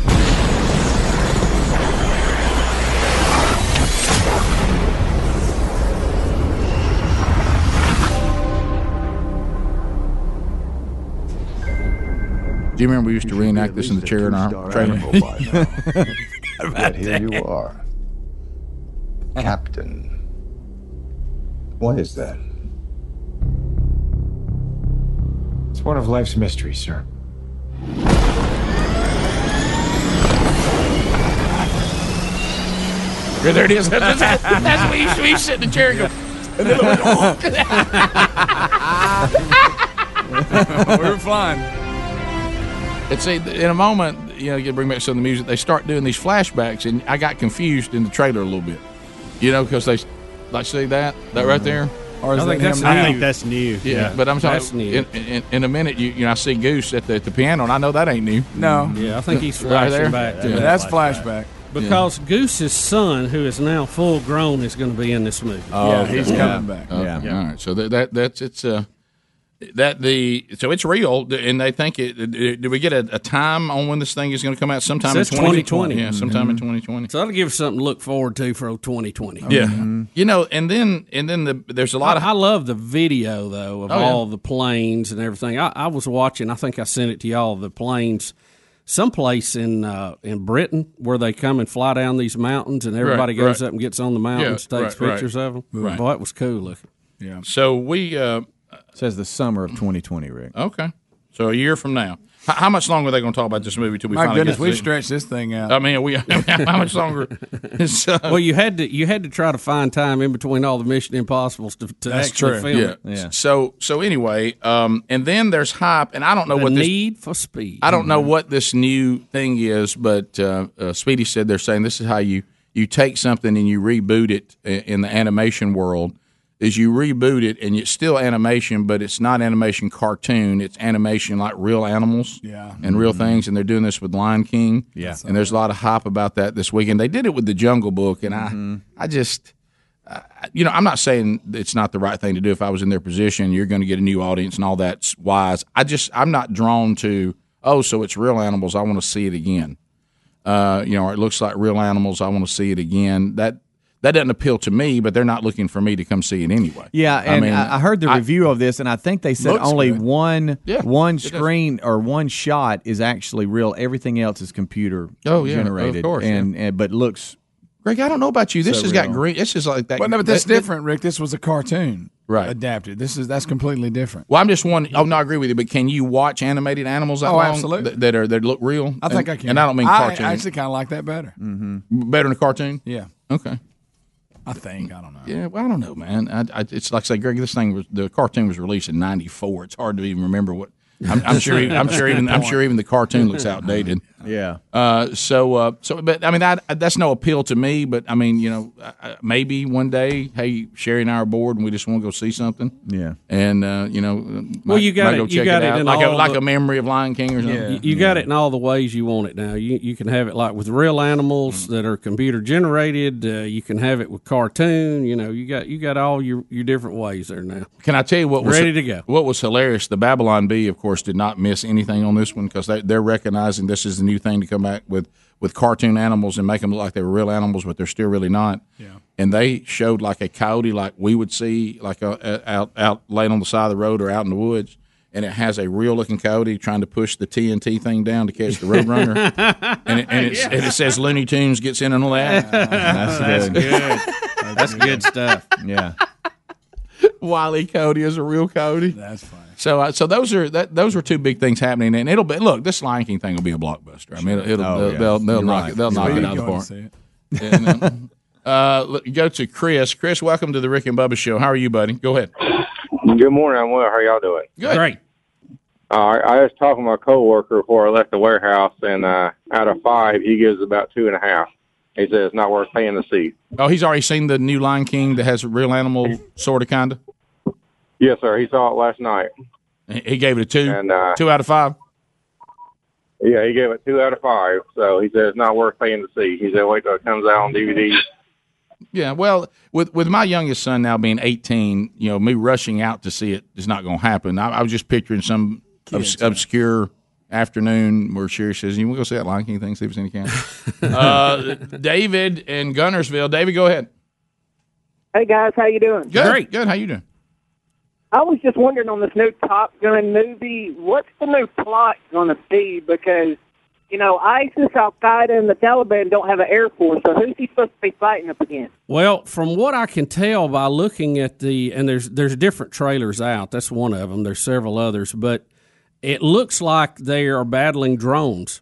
[SPEAKER 15] Do you remember we used to reenact this in the chair in our trailer?
[SPEAKER 22] Yet here you are. Captain. What is that?
[SPEAKER 23] It's one of life's mysteries, sir.
[SPEAKER 15] Yeah, there it is.
[SPEAKER 16] That's, that's what you, you sit in the chair and go. And then
[SPEAKER 18] "Oh."
[SPEAKER 15] we were flying. And see, in a moment, you know, you bring back some of the music. They start doing these flashbacks, and I got confused in the trailer a little bit. You know, because they like see that that right there.
[SPEAKER 4] Or is I think that that's him new. now? I think that's new.
[SPEAKER 15] Yeah,
[SPEAKER 4] Yeah.
[SPEAKER 15] but I'm talking
[SPEAKER 4] That's new.
[SPEAKER 15] In, in, in a minute. You, you know, I see Goose at the, at the piano, and I know that ain't new.
[SPEAKER 1] No.
[SPEAKER 18] Yeah, I think he's
[SPEAKER 15] Right
[SPEAKER 18] flashing
[SPEAKER 15] there?
[SPEAKER 18] back.
[SPEAKER 15] Yeah.
[SPEAKER 1] That's flashback.
[SPEAKER 18] Because Goose's son, who is now full grown, is going to be in this movie.
[SPEAKER 15] Oh, okay. Okay. All right. So that, that that's it's uh that the so it's real, and they think it. Do we get a, a time on when this thing is going to come out? Sometime
[SPEAKER 18] Says
[SPEAKER 15] in twenty
[SPEAKER 18] 2020.
[SPEAKER 15] Yeah, sometime in
[SPEAKER 18] Mhm.
[SPEAKER 15] 2020.
[SPEAKER 18] So that'll give us something to look forward to for 2020.
[SPEAKER 15] Yeah. Mm-hmm. You know, and then and then the there's a lot of
[SPEAKER 18] I, I love the video though of
[SPEAKER 15] Oh, yeah.
[SPEAKER 18] all the planes and everything. I, I was watching. I think I sent it to y'all. The planes, someplace in uh, in Britain where they come and fly down these mountains, and everybody
[SPEAKER 15] Right,
[SPEAKER 18] goes
[SPEAKER 15] right.
[SPEAKER 18] up and gets on the mountain,
[SPEAKER 15] Yeah,
[SPEAKER 18] and takes
[SPEAKER 15] right, right.
[SPEAKER 18] pictures of them.
[SPEAKER 15] Right.
[SPEAKER 18] Boy, it was cool looking.
[SPEAKER 15] Yeah. So we uh,
[SPEAKER 3] says the summer of 2020, Rick.
[SPEAKER 15] Okay. So a year from now, how, how much longer are they going to talk about this movie till we?
[SPEAKER 1] My
[SPEAKER 15] finally
[SPEAKER 1] goodness,
[SPEAKER 15] get to
[SPEAKER 1] we've
[SPEAKER 15] it?
[SPEAKER 1] stretched this thing out.
[SPEAKER 15] I mean, we how much longer? uh, So-
[SPEAKER 18] well, you had to you had to try to find time in between all the Mission Impossible's to, to actually film
[SPEAKER 15] Yeah.
[SPEAKER 18] it.
[SPEAKER 15] So so anyway, um, and then there's hype, and I don't know
[SPEAKER 18] The
[SPEAKER 15] what this,
[SPEAKER 18] need for speed.
[SPEAKER 15] I don't know
[SPEAKER 9] Mm-hmm.
[SPEAKER 1] Mm-hmm.
[SPEAKER 15] what this new thing is, but uh, uh, Speedy said they're saying this is how you you take something and you reboot it i- in the animation world. Is you reboot it and it's still animation, but it's not animation cartoon. It's animation like real animals
[SPEAKER 1] Yeah.
[SPEAKER 15] and real things, and they're doing this with Lion King.
[SPEAKER 1] Yeah.
[SPEAKER 15] and there's a lot of hype about that this weekend. They did it with the Jungle Book, and
[SPEAKER 1] Mm-hmm.
[SPEAKER 15] I I just. I- You know, I'm not saying it's not the right thing to do. If I was in their position, you're going to get a new audience and all that's wise. I just, I'm not drawn to, oh, so it's real animals. I want to see it again. Uh, you know, or it looks like real animals. I want to see it again. That that doesn't appeal to me, but they're not looking for me to come see it anyway.
[SPEAKER 3] Yeah, and I, I heard the review of this, and I think they said
[SPEAKER 15] Looks
[SPEAKER 3] only
[SPEAKER 15] good.
[SPEAKER 3] one
[SPEAKER 15] Yeah,
[SPEAKER 3] one
[SPEAKER 15] it does.
[SPEAKER 3] screen or one shot is actually real. Everything else is computer
[SPEAKER 15] Oh, yeah, of
[SPEAKER 3] generated.
[SPEAKER 15] course, yeah.
[SPEAKER 3] and, and but looks.
[SPEAKER 15] Greg, I don't know about you. This
[SPEAKER 3] So
[SPEAKER 15] has got
[SPEAKER 3] real.
[SPEAKER 15] green. This is like that.
[SPEAKER 1] But no, but that's
[SPEAKER 15] that- that-
[SPEAKER 1] different, Rick. This was a cartoon,
[SPEAKER 15] Right.
[SPEAKER 1] Adapted. This is that's completely different.
[SPEAKER 15] Well, I'm just one. I'm not agree with you, but can you watch animated animals that
[SPEAKER 1] Oh,
[SPEAKER 15] long
[SPEAKER 1] absolutely.
[SPEAKER 15] That, that are that look real?
[SPEAKER 1] I think
[SPEAKER 15] And-
[SPEAKER 1] I can.
[SPEAKER 15] And I don't mean cartoon.
[SPEAKER 1] I actually kind of like that better. Mm-hmm.
[SPEAKER 15] better than a cartoon.
[SPEAKER 1] Yeah,
[SPEAKER 15] Okay.
[SPEAKER 1] I think I don't know.
[SPEAKER 15] Yeah. Well, I don't know, man. I, I, it's like I say, Greg. This thing was the cartoon was released in '94. It's hard to even remember what. I'm, I'm sure. e, I'm sure. Even I'm sure. Even the cartoon looks outdated.
[SPEAKER 3] Yeah.
[SPEAKER 15] Uh, so, uh, so, but I mean, I, that's no appeal to me. But I mean, you know, I- I- maybe one day, hey, Sherry and I are bored, and we just want to go see something.
[SPEAKER 3] Yeah.
[SPEAKER 15] And uh, you know,
[SPEAKER 18] Well,
[SPEAKER 15] might-
[SPEAKER 18] you got
[SPEAKER 15] might
[SPEAKER 18] it-
[SPEAKER 15] go
[SPEAKER 18] you
[SPEAKER 15] check
[SPEAKER 18] got it
[SPEAKER 15] out.
[SPEAKER 18] in
[SPEAKER 15] like a,
[SPEAKER 18] all
[SPEAKER 15] like
[SPEAKER 18] the-
[SPEAKER 15] a memory of Lion King or something.
[SPEAKER 18] You, you got it in all the ways you want it now. You you can have it like with real animals that are computer generated. Uh, you can have it with cartoon. You know, you got you got all your, your different ways there now.
[SPEAKER 15] Can I tell you what was
[SPEAKER 18] Ready to go.
[SPEAKER 15] What was hilarious? The Babylon Bee, of course, did not miss anything on this one because they, they're recognizing this is the new thing to come back with with cartoon animals and make them look like they were real animals, but they're still really not. Yeah. And they showed like a coyote, like we would see, like uh uh out out laying on the side of the road or out in the woods, and it has a real looking coyote trying to push the TNT thing down to catch the roadrunner, and it, and, it's, and it says Looney Tunes gets in on all that. Uh,
[SPEAKER 3] That's
[SPEAKER 18] That's
[SPEAKER 3] good.
[SPEAKER 18] good. That's good stuff.
[SPEAKER 3] Yeah.
[SPEAKER 15] Wiley Cody is a real Cody.
[SPEAKER 1] That's funny.
[SPEAKER 15] So, uh, so those are that, those are two big things happening, and it'll be look. This Lion King thing will be a blockbuster. I mean, it'll, it'll
[SPEAKER 3] Oh,
[SPEAKER 15] they'll,
[SPEAKER 3] yeah.
[SPEAKER 15] they'll, they'll
[SPEAKER 3] You're
[SPEAKER 15] knock
[SPEAKER 3] right.
[SPEAKER 15] it they'll
[SPEAKER 3] You're
[SPEAKER 15] knock
[SPEAKER 3] right.
[SPEAKER 15] it out of
[SPEAKER 3] Going to
[SPEAKER 15] the park. And, uh, uh, let- go to Chris. Chris, welcome to the Rick and Bubba Show. How are you, buddy? Go ahead.
[SPEAKER 2] Good morning. I'm well. How y'all doing?
[SPEAKER 15] Good.
[SPEAKER 18] Great.
[SPEAKER 2] All right. I was talking to my coworker before I left the warehouse, and uh, out of five, he gives about two and a half. He says it's not worth paying to see.
[SPEAKER 15] Oh, he's already seen the new Lion King that has a real animal, sort of, kind of.
[SPEAKER 2] Yes, sir. He saw it last night.
[SPEAKER 15] He gave it a two,
[SPEAKER 2] And uh,
[SPEAKER 15] two out of five.
[SPEAKER 2] yeah, he gave it two out of five. So he says it's not worth paying to see. He said wait till it comes out on DVD.
[SPEAKER 15] Yeah, well, with with my youngest son now being eighteen, you know, me rushing out to see it is not going to happen. I, I was just picturing some obs- obscure afternoon where Sherry says, "You want to go see that Lion King thing? See if it's any can." uh, David in Gunnersville. David, go ahead.
[SPEAKER 7] Hey guys, how you doing?
[SPEAKER 15] Good, good. How you doing?
[SPEAKER 7] I was just wondering on this new Top Gun movie, what's the new plot going to be? Because you know, ISIS, Al Qaeda, and the Taliban don't have an air force, so who's he supposed to be fighting up against?
[SPEAKER 18] Well, from what I can tell by looking at the and there's there's different trailers out. That's one of them. There's several others, but it looks like they are battling drones.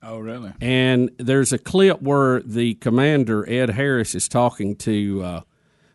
[SPEAKER 1] Oh, really?
[SPEAKER 18] And there's a clip where the commander Ed Harris is talking to uh,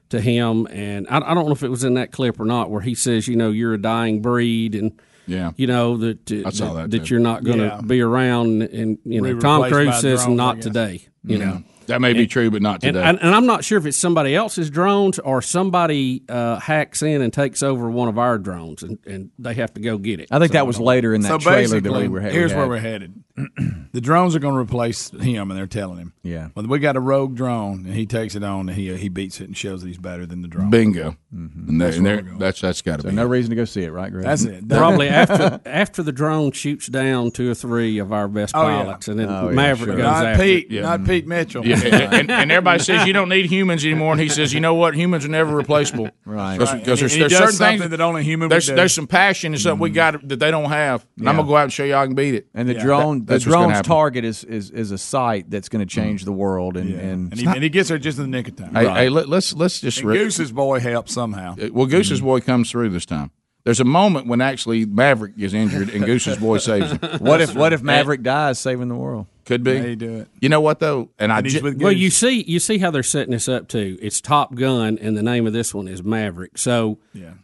[SPEAKER 18] to him, and I, I don't know if it was in that clip or not, where he says, you know, you're a dying breed, and
[SPEAKER 15] Yeah.
[SPEAKER 18] you know that
[SPEAKER 15] I saw that, too.
[SPEAKER 18] you're not going to
[SPEAKER 15] Yeah.
[SPEAKER 18] be around, and you know,
[SPEAKER 15] Be
[SPEAKER 18] Tom
[SPEAKER 15] replaced
[SPEAKER 18] Cruise
[SPEAKER 15] by
[SPEAKER 18] says
[SPEAKER 15] drones, I
[SPEAKER 18] not
[SPEAKER 15] guess.
[SPEAKER 18] today, you
[SPEAKER 15] Yeah.
[SPEAKER 18] know.
[SPEAKER 15] That may be true, but not
[SPEAKER 18] And,
[SPEAKER 15] today.
[SPEAKER 18] and, and I'm not sure if it's somebody else's drones or somebody uh, hacks in and takes over one of our drones, and, and they have to go get it.
[SPEAKER 3] I think that was later in that trailer that we
[SPEAKER 1] basically,
[SPEAKER 3] were. we
[SPEAKER 1] Here's
[SPEAKER 3] had.
[SPEAKER 1] where we're headed. the drones are going to replace him, and they're telling him,
[SPEAKER 3] Yeah.
[SPEAKER 1] "Well, we got a rogue drone, and he takes it on, and he he beats it and shows that he's better than the drone."
[SPEAKER 15] Bingo. And, there,
[SPEAKER 1] Mm-hmm. That's
[SPEAKER 15] and
[SPEAKER 1] where
[SPEAKER 15] there- that's that's got to
[SPEAKER 3] Mm-hmm. So
[SPEAKER 15] be.
[SPEAKER 3] no reason to go see it, right, Greg?
[SPEAKER 1] That's it.
[SPEAKER 18] Probably after after the drone shoots down two or three of our best
[SPEAKER 1] Oh, yeah.
[SPEAKER 18] pilots, and then
[SPEAKER 1] Oh, yeah,
[SPEAKER 18] Maverick
[SPEAKER 1] sure.
[SPEAKER 18] goes
[SPEAKER 1] Not
[SPEAKER 18] after.
[SPEAKER 1] Pete,
[SPEAKER 18] it.
[SPEAKER 1] not Pete Mitchell.
[SPEAKER 15] Yeah, and, and- and everybody says you don't need humans anymore, and he says, you know what, humans are never replaceable.
[SPEAKER 3] Right.
[SPEAKER 15] Because
[SPEAKER 1] Right.
[SPEAKER 15] there's,
[SPEAKER 1] And he
[SPEAKER 15] there's
[SPEAKER 1] does
[SPEAKER 15] certain
[SPEAKER 1] something Mm.
[SPEAKER 15] things
[SPEAKER 1] that only a human would
[SPEAKER 15] There's
[SPEAKER 1] do.
[SPEAKER 15] there's some passion and something we got that they don't have, and I'm
[SPEAKER 3] Yeah.
[SPEAKER 15] gonna go out and show you I can beat it.
[SPEAKER 3] And the
[SPEAKER 15] Yeah.
[SPEAKER 3] drone,
[SPEAKER 15] That-
[SPEAKER 3] the
[SPEAKER 15] that's what's gonna
[SPEAKER 3] drone's
[SPEAKER 15] happen.
[SPEAKER 3] target is, is is a site that's going to change the world, and and,
[SPEAKER 1] And he, and he gets there just in the nick of time.
[SPEAKER 15] Hey, hey, let, us let's just
[SPEAKER 1] And
[SPEAKER 15] re-
[SPEAKER 1] Goose's boy helps somehow.
[SPEAKER 15] Uh, Well, Goose's
[SPEAKER 18] Mm-hmm.
[SPEAKER 15] boy comes through this time. There's a moment when actually Maverick is injured and Goose's boy saves him.
[SPEAKER 3] what if what if Maverick dies saving the world?
[SPEAKER 15] Could be.
[SPEAKER 1] They do it.
[SPEAKER 15] You know what though, and, I ju-
[SPEAKER 18] well, you see, you see how they're setting this up too. It's Top Gun, and the name of this one is Maverick. So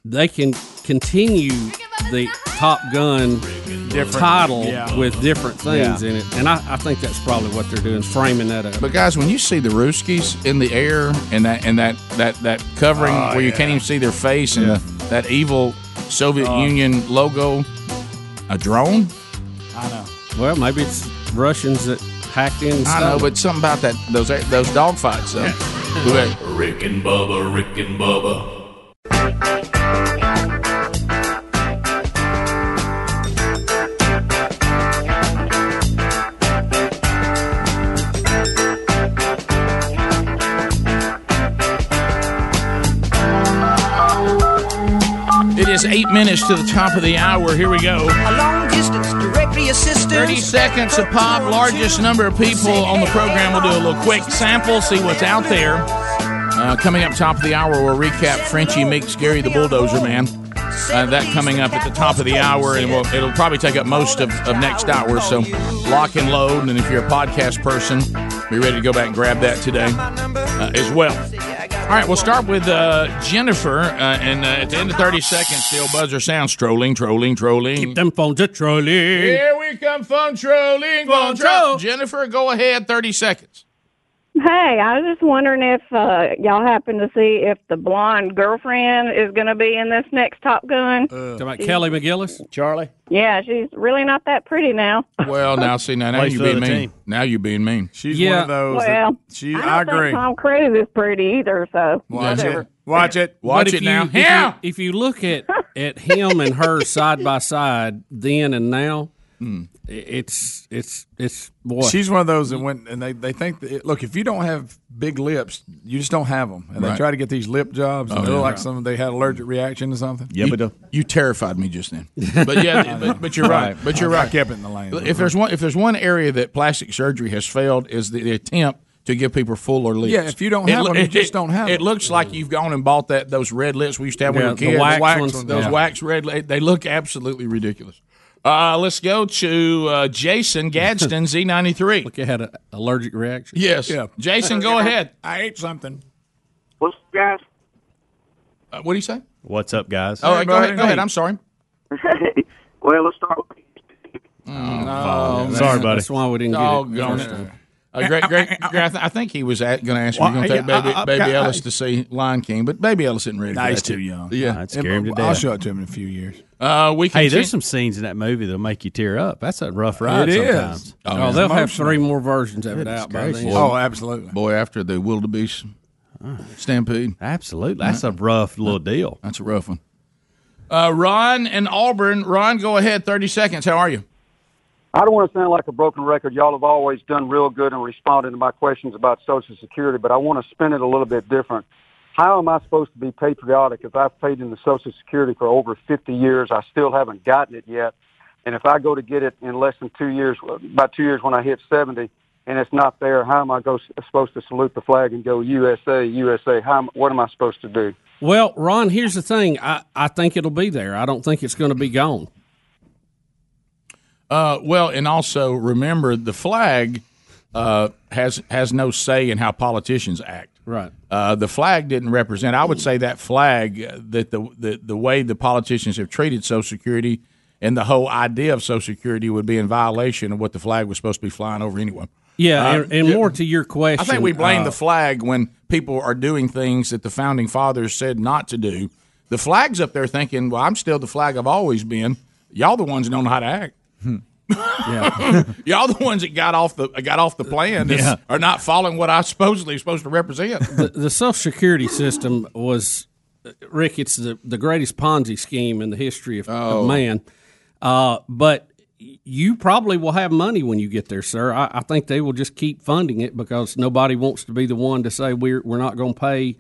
[SPEAKER 18] they can continue the Top Gun title
[SPEAKER 15] Yeah.
[SPEAKER 18] with different things
[SPEAKER 15] Yeah.
[SPEAKER 18] in it, and I, I think that's probably what they're doing, is framing that up.
[SPEAKER 15] But guys, when you see the Ruskies in the air and that and that that that covering
[SPEAKER 18] Oh,
[SPEAKER 15] where you
[SPEAKER 18] yeah.
[SPEAKER 15] can't even see their face and that evil Soviet Union logo, a drone.
[SPEAKER 1] I know.
[SPEAKER 18] Well, maybe it's Russians that hacked in.
[SPEAKER 15] I know, but something about that those those dogfights. though. Go ahead.
[SPEAKER 6] Rick and Bubba, Rick and Bubba.
[SPEAKER 15] is eight minutes to the top of the hour. Here we go.
[SPEAKER 8] A long distance directory assistance.
[SPEAKER 15] 30 seconds of pop, largest number of people on the program. We'll do a little quick sample, see what's out there. Uh, coming up top of the hour, we'll recap Frenchie Mix, Gary the Bulldozer Man. Uh, that coming up at the top of the hour, and we'll, it'll probably take up most of, of next hour. So lock and load, and if you're a podcast person, be ready to go back and grab that today uh, as well. All right, we'll start with uh, Jennifer, and uh, at the end of 30 seconds, still buzzer sounds trolling, trolling, trolling.
[SPEAKER 18] Keep them phones a trolling.
[SPEAKER 15] Here we come, phone trolling, phone troll. Jennifer, go ahead, 30 seconds.
[SPEAKER 10] Hey, I was just wondering if uh, y'all happen to see if the blonde girlfriend is going to be in this next Top Gun.
[SPEAKER 18] Talking about Kelly McGillis,
[SPEAKER 11] Charlie.
[SPEAKER 10] Yeah, she's really not that pretty now.
[SPEAKER 15] Well, now see, now, now
[SPEAKER 11] Plays
[SPEAKER 15] you
[SPEAKER 11] for
[SPEAKER 15] being
[SPEAKER 11] the
[SPEAKER 15] mean.
[SPEAKER 11] other
[SPEAKER 15] Now you being mean.
[SPEAKER 9] She's one
[SPEAKER 10] Yeah.
[SPEAKER 9] of those.
[SPEAKER 10] well,
[SPEAKER 9] that, she,
[SPEAKER 10] I, don't
[SPEAKER 9] I, agree.
[SPEAKER 10] Think Tom Cruise is pretty either, so
[SPEAKER 9] Watch
[SPEAKER 10] whatever.
[SPEAKER 9] it. Watch it.
[SPEAKER 18] But
[SPEAKER 9] Watch
[SPEAKER 18] if
[SPEAKER 9] it
[SPEAKER 18] you-
[SPEAKER 9] now.
[SPEAKER 18] If you, if you look at at him and her side by side, then and now, i- it's it's it's boy.
[SPEAKER 9] Hmm. She's one of those that went and they, they think that, look if you don't have big lips you just don't have them and they
[SPEAKER 15] Right.
[SPEAKER 9] try to get these lip jobs and
[SPEAKER 15] Oh,
[SPEAKER 9] they're
[SPEAKER 15] yeah.
[SPEAKER 9] like some they had allergic reaction to something.
[SPEAKER 15] You- you terrified me just then. uh, But yeah, but, but you're right. But you're
[SPEAKER 9] I
[SPEAKER 15] right.
[SPEAKER 9] kept it in the lane.
[SPEAKER 15] If there's one, if there's one area that plastic surgery has failed is the, the attempt to give people fuller lips.
[SPEAKER 9] Yeah, if you don't
[SPEAKER 15] It
[SPEAKER 9] have
[SPEAKER 15] loo-
[SPEAKER 9] 'em, you
[SPEAKER 15] it-
[SPEAKER 9] just don't have
[SPEAKER 15] It
[SPEAKER 9] 'em.
[SPEAKER 15] looks like you've gone and bought that those red lips we used to have
[SPEAKER 9] Yeah,
[SPEAKER 15] when we
[SPEAKER 9] the
[SPEAKER 15] were kids.
[SPEAKER 9] wax ones.
[SPEAKER 15] those
[SPEAKER 9] Yeah.
[SPEAKER 15] wax red. li- They look absolutely ridiculous. Uh, let's go to uh, Jason Gadsden Z93. Look,
[SPEAKER 18] you had an allergic reaction.
[SPEAKER 15] Yes.
[SPEAKER 9] Yeah.
[SPEAKER 15] Jason, go ahead.
[SPEAKER 9] I ate something.
[SPEAKER 24] What's up, guys?
[SPEAKER 15] Uh, what do you say?
[SPEAKER 4] What's up, guys?
[SPEAKER 15] Oh, go ahead. Go ahead. I'm sorry.
[SPEAKER 24] well, let's start. with-
[SPEAKER 15] Oh,
[SPEAKER 4] man. Sorry, buddy.
[SPEAKER 18] That's why we didn't
[SPEAKER 15] Doggone
[SPEAKER 18] get it. the
[SPEAKER 15] it.
[SPEAKER 18] first time.
[SPEAKER 15] Uh, great, great, great, I think he was at, going to ask if
[SPEAKER 4] Well,
[SPEAKER 15] you're going to take
[SPEAKER 4] yeah, I-
[SPEAKER 15] Baby,
[SPEAKER 4] I-
[SPEAKER 15] Baby
[SPEAKER 4] I-
[SPEAKER 15] Ellis to see Lion King, but Baby Ellis isn't ready. for
[SPEAKER 9] Nah, he's
[SPEAKER 15] that yet.
[SPEAKER 9] too young.
[SPEAKER 15] Yeah,
[SPEAKER 4] I'd scare him to
[SPEAKER 9] I'll
[SPEAKER 4] death.
[SPEAKER 9] show it to him in a few years.
[SPEAKER 15] Uh, we
[SPEAKER 4] hey,
[SPEAKER 15] continue-
[SPEAKER 4] there's some scenes in that movie that'll make you tear up. That's a rough ride.
[SPEAKER 9] It is.
[SPEAKER 4] sometimes.
[SPEAKER 18] Oh, they'll have three more versions of it out by then.
[SPEAKER 9] Oh, absolutely.
[SPEAKER 15] Boy, after the wildebeest stampede.
[SPEAKER 4] Absolutely. That's a rough little deal.
[SPEAKER 15] That's a rough one. Uh, Ron and Auburn. Ron, go ahead. Thirty seconds. How are you?
[SPEAKER 24] I don't want to sound like a broken record. Y'all have always done real good in responding to my questions about Social Security, but I want to spin it a little bit different. How am I supposed to be patriotic if I've paid into Social Security for over 50 years? I still haven't gotten it yet. And if I go to get it in less than two years, about two years when I hit 70, and it's not there, how am I go, supposed to salute the flag and go USA, USA? How, am- what am I supposed to do?
[SPEAKER 18] Well, Ron, here's the thing. I, I think it'll be there. I don't think it's going to be gone.
[SPEAKER 15] Uh, well, and also remember the flag uh, has has no say in how politicians act.
[SPEAKER 18] Right.
[SPEAKER 15] Uh, the flag didn't represent. I would say that flag uh, that the, the the way the politicians have treated Social Security and the whole idea of Social Security would be in violation of what the flag was supposed to be flying over anyway.
[SPEAKER 18] Yeah,
[SPEAKER 15] Uh,
[SPEAKER 18] and, and more to your question.
[SPEAKER 15] I think we blame
[SPEAKER 18] uh,
[SPEAKER 15] the flag when people are doing things that the founding fathers said not to do. The flag's up there thinking, "Well, I'm still the flag I've always been. Y'all the ones that don't know how to act. Y'all the ones that got off the got off the plan and
[SPEAKER 18] Yeah.
[SPEAKER 15] are not following what I supposedly supposed to represent."
[SPEAKER 18] the, the Social Security system was, Rick, it's the, the greatest Ponzi scheme in the history of,
[SPEAKER 15] Oh.
[SPEAKER 18] of man. Uh, but you probably will have money when you get there, sir. I, I think they will just keep funding it because nobody wants to be the one to say we're we're not going to pay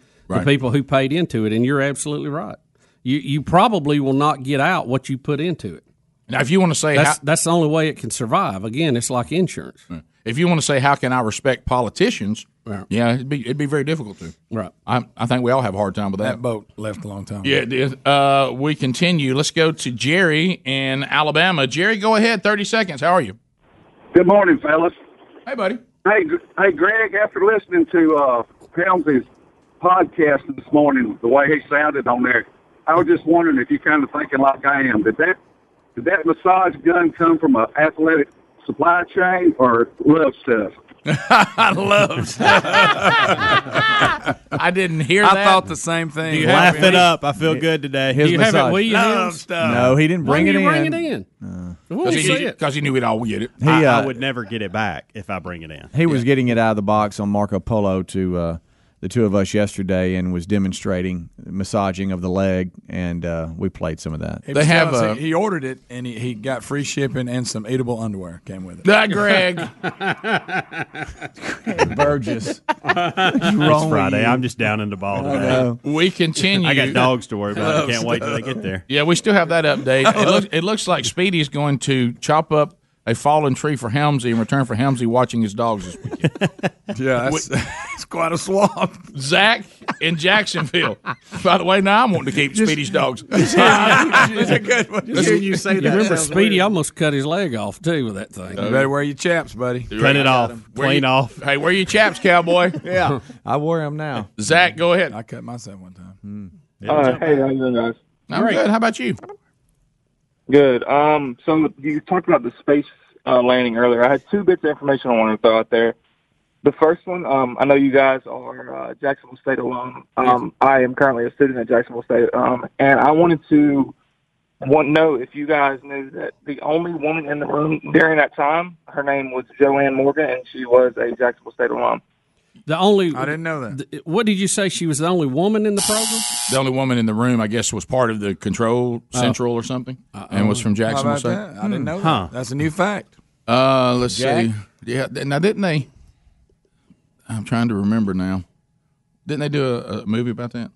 [SPEAKER 18] the
[SPEAKER 15] Right.
[SPEAKER 18] people who paid into it. And you're absolutely right. You you probably will not get out what you put into it.
[SPEAKER 15] Now, if you want to say
[SPEAKER 18] that's,
[SPEAKER 15] how-
[SPEAKER 18] that's the only way it can survive. Again, it's like insurance.
[SPEAKER 15] If you want to say how can I respect politicians, yeah, it'd be it'd be very difficult to.
[SPEAKER 18] Right.
[SPEAKER 15] I, I think we all have a hard time with that.
[SPEAKER 9] That boat left a long time.
[SPEAKER 15] Yeah, it is. Uh, we continue. Let's go to Jerry in Alabama. Jerry, go ahead. Thirty seconds. How are you?
[SPEAKER 25] Good morning, fellas.
[SPEAKER 15] Hey, buddy.
[SPEAKER 25] Hey, Gr- hey, Greg. After listening to uh, Helmsley's podcast this morning, the way he sounded on there, I was just wondering if you're kind of thinking like I am. Did that did that massage gun come from an athletic supply chain or love stuff?
[SPEAKER 15] I love stuff. I didn't hear
[SPEAKER 9] I
[SPEAKER 15] that.
[SPEAKER 9] thought the same thing.
[SPEAKER 15] Do you have
[SPEAKER 4] Laugh it
[SPEAKER 15] any-
[SPEAKER 4] up. I feel good today. His
[SPEAKER 15] Do you have it
[SPEAKER 4] massage.
[SPEAKER 15] with you,
[SPEAKER 4] Love
[SPEAKER 15] Hims?
[SPEAKER 4] stuff.
[SPEAKER 15] No, he didn't
[SPEAKER 18] Why
[SPEAKER 15] bring
[SPEAKER 18] do
[SPEAKER 15] it
[SPEAKER 18] you bring
[SPEAKER 15] in.
[SPEAKER 18] it in?
[SPEAKER 15] Because
[SPEAKER 18] say
[SPEAKER 15] Uh, he,
[SPEAKER 18] it.
[SPEAKER 15] because he knew we'd all get it.
[SPEAKER 4] He,
[SPEAKER 15] I-
[SPEAKER 4] uh,
[SPEAKER 15] I
[SPEAKER 4] I
[SPEAKER 15] would-
[SPEAKER 4] would never get it back if I bring it in.
[SPEAKER 3] He was getting it out of the box on Marco Polo to uh, the two of us yesterday and was demonstrating massaging of the leg, and uh, we played some of that.
[SPEAKER 9] He was
[SPEAKER 3] uh,
[SPEAKER 9] telling us he- he ordered it and he, he got free shipping and some eatable underwear came with it.
[SPEAKER 15] That Greg.
[SPEAKER 9] Burgess.
[SPEAKER 4] It's Friday. I'm just down in the ball
[SPEAKER 15] I
[SPEAKER 4] today.
[SPEAKER 15] know. We continue.
[SPEAKER 4] I got dogs to worry about. I can't wait till they
[SPEAKER 15] Stuff.
[SPEAKER 4] get there.
[SPEAKER 15] Yeah, we still have that update. It looks, it looks like Speedy's going to chop up a fallen tree for Helmsy in return for Helmsy watching his dogs this weekend.
[SPEAKER 9] yeah,
[SPEAKER 15] that's-
[SPEAKER 9] it's quite a swamp.
[SPEAKER 15] Zach in Jacksonville. By the way, now I'm wanting to keep Speedy's dogs.
[SPEAKER 9] It's a good one. Just hearing you say that
[SPEAKER 18] remember
[SPEAKER 9] sounds
[SPEAKER 18] Speedy almost cut his leg off too with that thing.
[SPEAKER 9] You better wear your chaps, buddy.
[SPEAKER 18] Cut it off.
[SPEAKER 15] Where
[SPEAKER 18] Clean
[SPEAKER 15] you-
[SPEAKER 18] off.
[SPEAKER 15] Hey, where are your chaps, cowboy?
[SPEAKER 3] yeah, I wear them now.
[SPEAKER 15] Zach, go ahead.
[SPEAKER 9] I cut myself one time.
[SPEAKER 18] Hmm.
[SPEAKER 2] Uh, hey, how you doing, guys?
[SPEAKER 15] I'm good. How about you?
[SPEAKER 2] Good. Um, so you talked about the space uh, landing earlier. I had two bits of information I wanted to throw out there. The first one, um, I know you guys are uh, Jacksonville State alum. Um, I am currently a student at Jacksonville State, um, and I wanted to want know if you guys knew that the only woman in the room during that time, her name was Joanne Morgan, and she was a Jacksonville State alum.
[SPEAKER 18] The only
[SPEAKER 9] I didn't know that.
[SPEAKER 18] what did you say? She was the only woman in the program.
[SPEAKER 15] The only woman in the room, I guess, was part of the control
[SPEAKER 18] Oh.
[SPEAKER 15] central or something, and was from Jacksonville.
[SPEAKER 9] How about
[SPEAKER 15] State.
[SPEAKER 9] that? I didn't know
[SPEAKER 4] Hmm.
[SPEAKER 9] that.
[SPEAKER 15] Huh.
[SPEAKER 9] That's a new fact.
[SPEAKER 15] Uh, let's
[SPEAKER 9] Jack?
[SPEAKER 15] see. Yeah, th- now didn't they? I'm trying to remember now. Didn't they do a, a movie about that?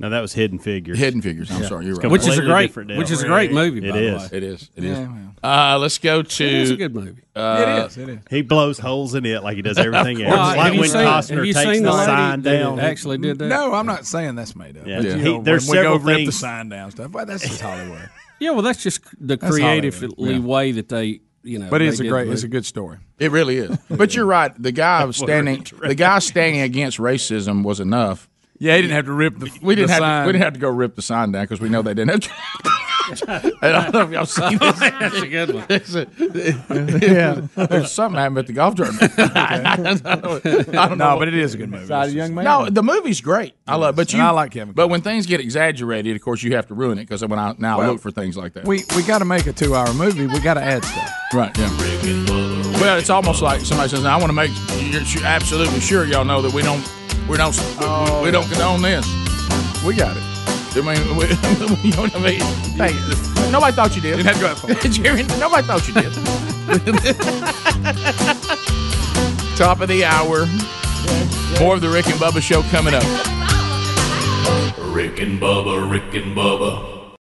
[SPEAKER 4] No, that was Hidden Figures.
[SPEAKER 15] Hidden Figures. I'm sorry, you're right.
[SPEAKER 18] Which is a great- which is a great movie,
[SPEAKER 4] It
[SPEAKER 18] by the
[SPEAKER 4] is.
[SPEAKER 18] way.
[SPEAKER 15] It is. It is.
[SPEAKER 18] Yeah,
[SPEAKER 15] Uh, let's go to.
[SPEAKER 18] It is a good movie.
[SPEAKER 15] Uh,
[SPEAKER 18] It is, it is.
[SPEAKER 4] He blows holes in it like he does everything
[SPEAKER 18] Of
[SPEAKER 4] else.
[SPEAKER 18] course. Have
[SPEAKER 4] It's like
[SPEAKER 18] you
[SPEAKER 4] when
[SPEAKER 18] seen-
[SPEAKER 4] Costner
[SPEAKER 18] have you
[SPEAKER 4] takes
[SPEAKER 18] seen
[SPEAKER 4] the
[SPEAKER 18] the lady
[SPEAKER 4] sign
[SPEAKER 18] that
[SPEAKER 4] down.
[SPEAKER 18] actually did that?
[SPEAKER 9] No, I'm not saying that's made up.
[SPEAKER 4] Yeah.
[SPEAKER 9] But, you
[SPEAKER 4] He-
[SPEAKER 9] know,
[SPEAKER 4] there's
[SPEAKER 9] when we go
[SPEAKER 4] several
[SPEAKER 9] rip the
[SPEAKER 4] things-
[SPEAKER 9] sign down stuff. Well, that's just Hollywood.
[SPEAKER 18] Yeah, well, that's just the
[SPEAKER 9] That's
[SPEAKER 18] creative
[SPEAKER 9] Hollywood, yeah.
[SPEAKER 18] way that they, you know.
[SPEAKER 9] But
[SPEAKER 18] they
[SPEAKER 9] it's a
[SPEAKER 18] did
[SPEAKER 9] great,
[SPEAKER 18] the
[SPEAKER 9] it's a
[SPEAKER 18] movie.
[SPEAKER 9] good story.
[SPEAKER 15] It really is. But you're right. The guy
[SPEAKER 9] That
[SPEAKER 15] standing, the guy standing against racism was enough.
[SPEAKER 9] Yeah, he didn't have to rip the.
[SPEAKER 15] We didn't
[SPEAKER 9] the
[SPEAKER 15] have
[SPEAKER 9] sign.
[SPEAKER 15] to, we didn't have to go rip the sign down because we know they didn't. Have to. I don't know if y'all seen this.
[SPEAKER 18] That's a good one.
[SPEAKER 15] It's a- There's something happened at the golf tournament. I don't know. I don't
[SPEAKER 9] no,
[SPEAKER 15] know.
[SPEAKER 9] but it is a good movie. It's just-
[SPEAKER 15] No, the movie's great. I love, but
[SPEAKER 9] And
[SPEAKER 15] you.
[SPEAKER 9] I like Kevin
[SPEAKER 15] But when things get exaggerated, of course, you have to ruin it because when I now I
[SPEAKER 9] Well,
[SPEAKER 15] look for things like that.
[SPEAKER 9] We we got to make a two-hour movie. We got to add stuff.
[SPEAKER 15] Right. Yeah. Well, it's almost like somebody says, "I want to make you're su- absolutely sure y'all know that we don't, we don't, we- we, we don't condone this." Oh, We got it. I mean, we, you know what I mean? Hey, nobody thought you did.
[SPEAKER 9] Didn't have to go that far.
[SPEAKER 15] Jerry, nobody thought you did. Top of the hour. More of the Rick and Bubba show coming up.
[SPEAKER 6] Rick and Bubba, Rick and Bubba.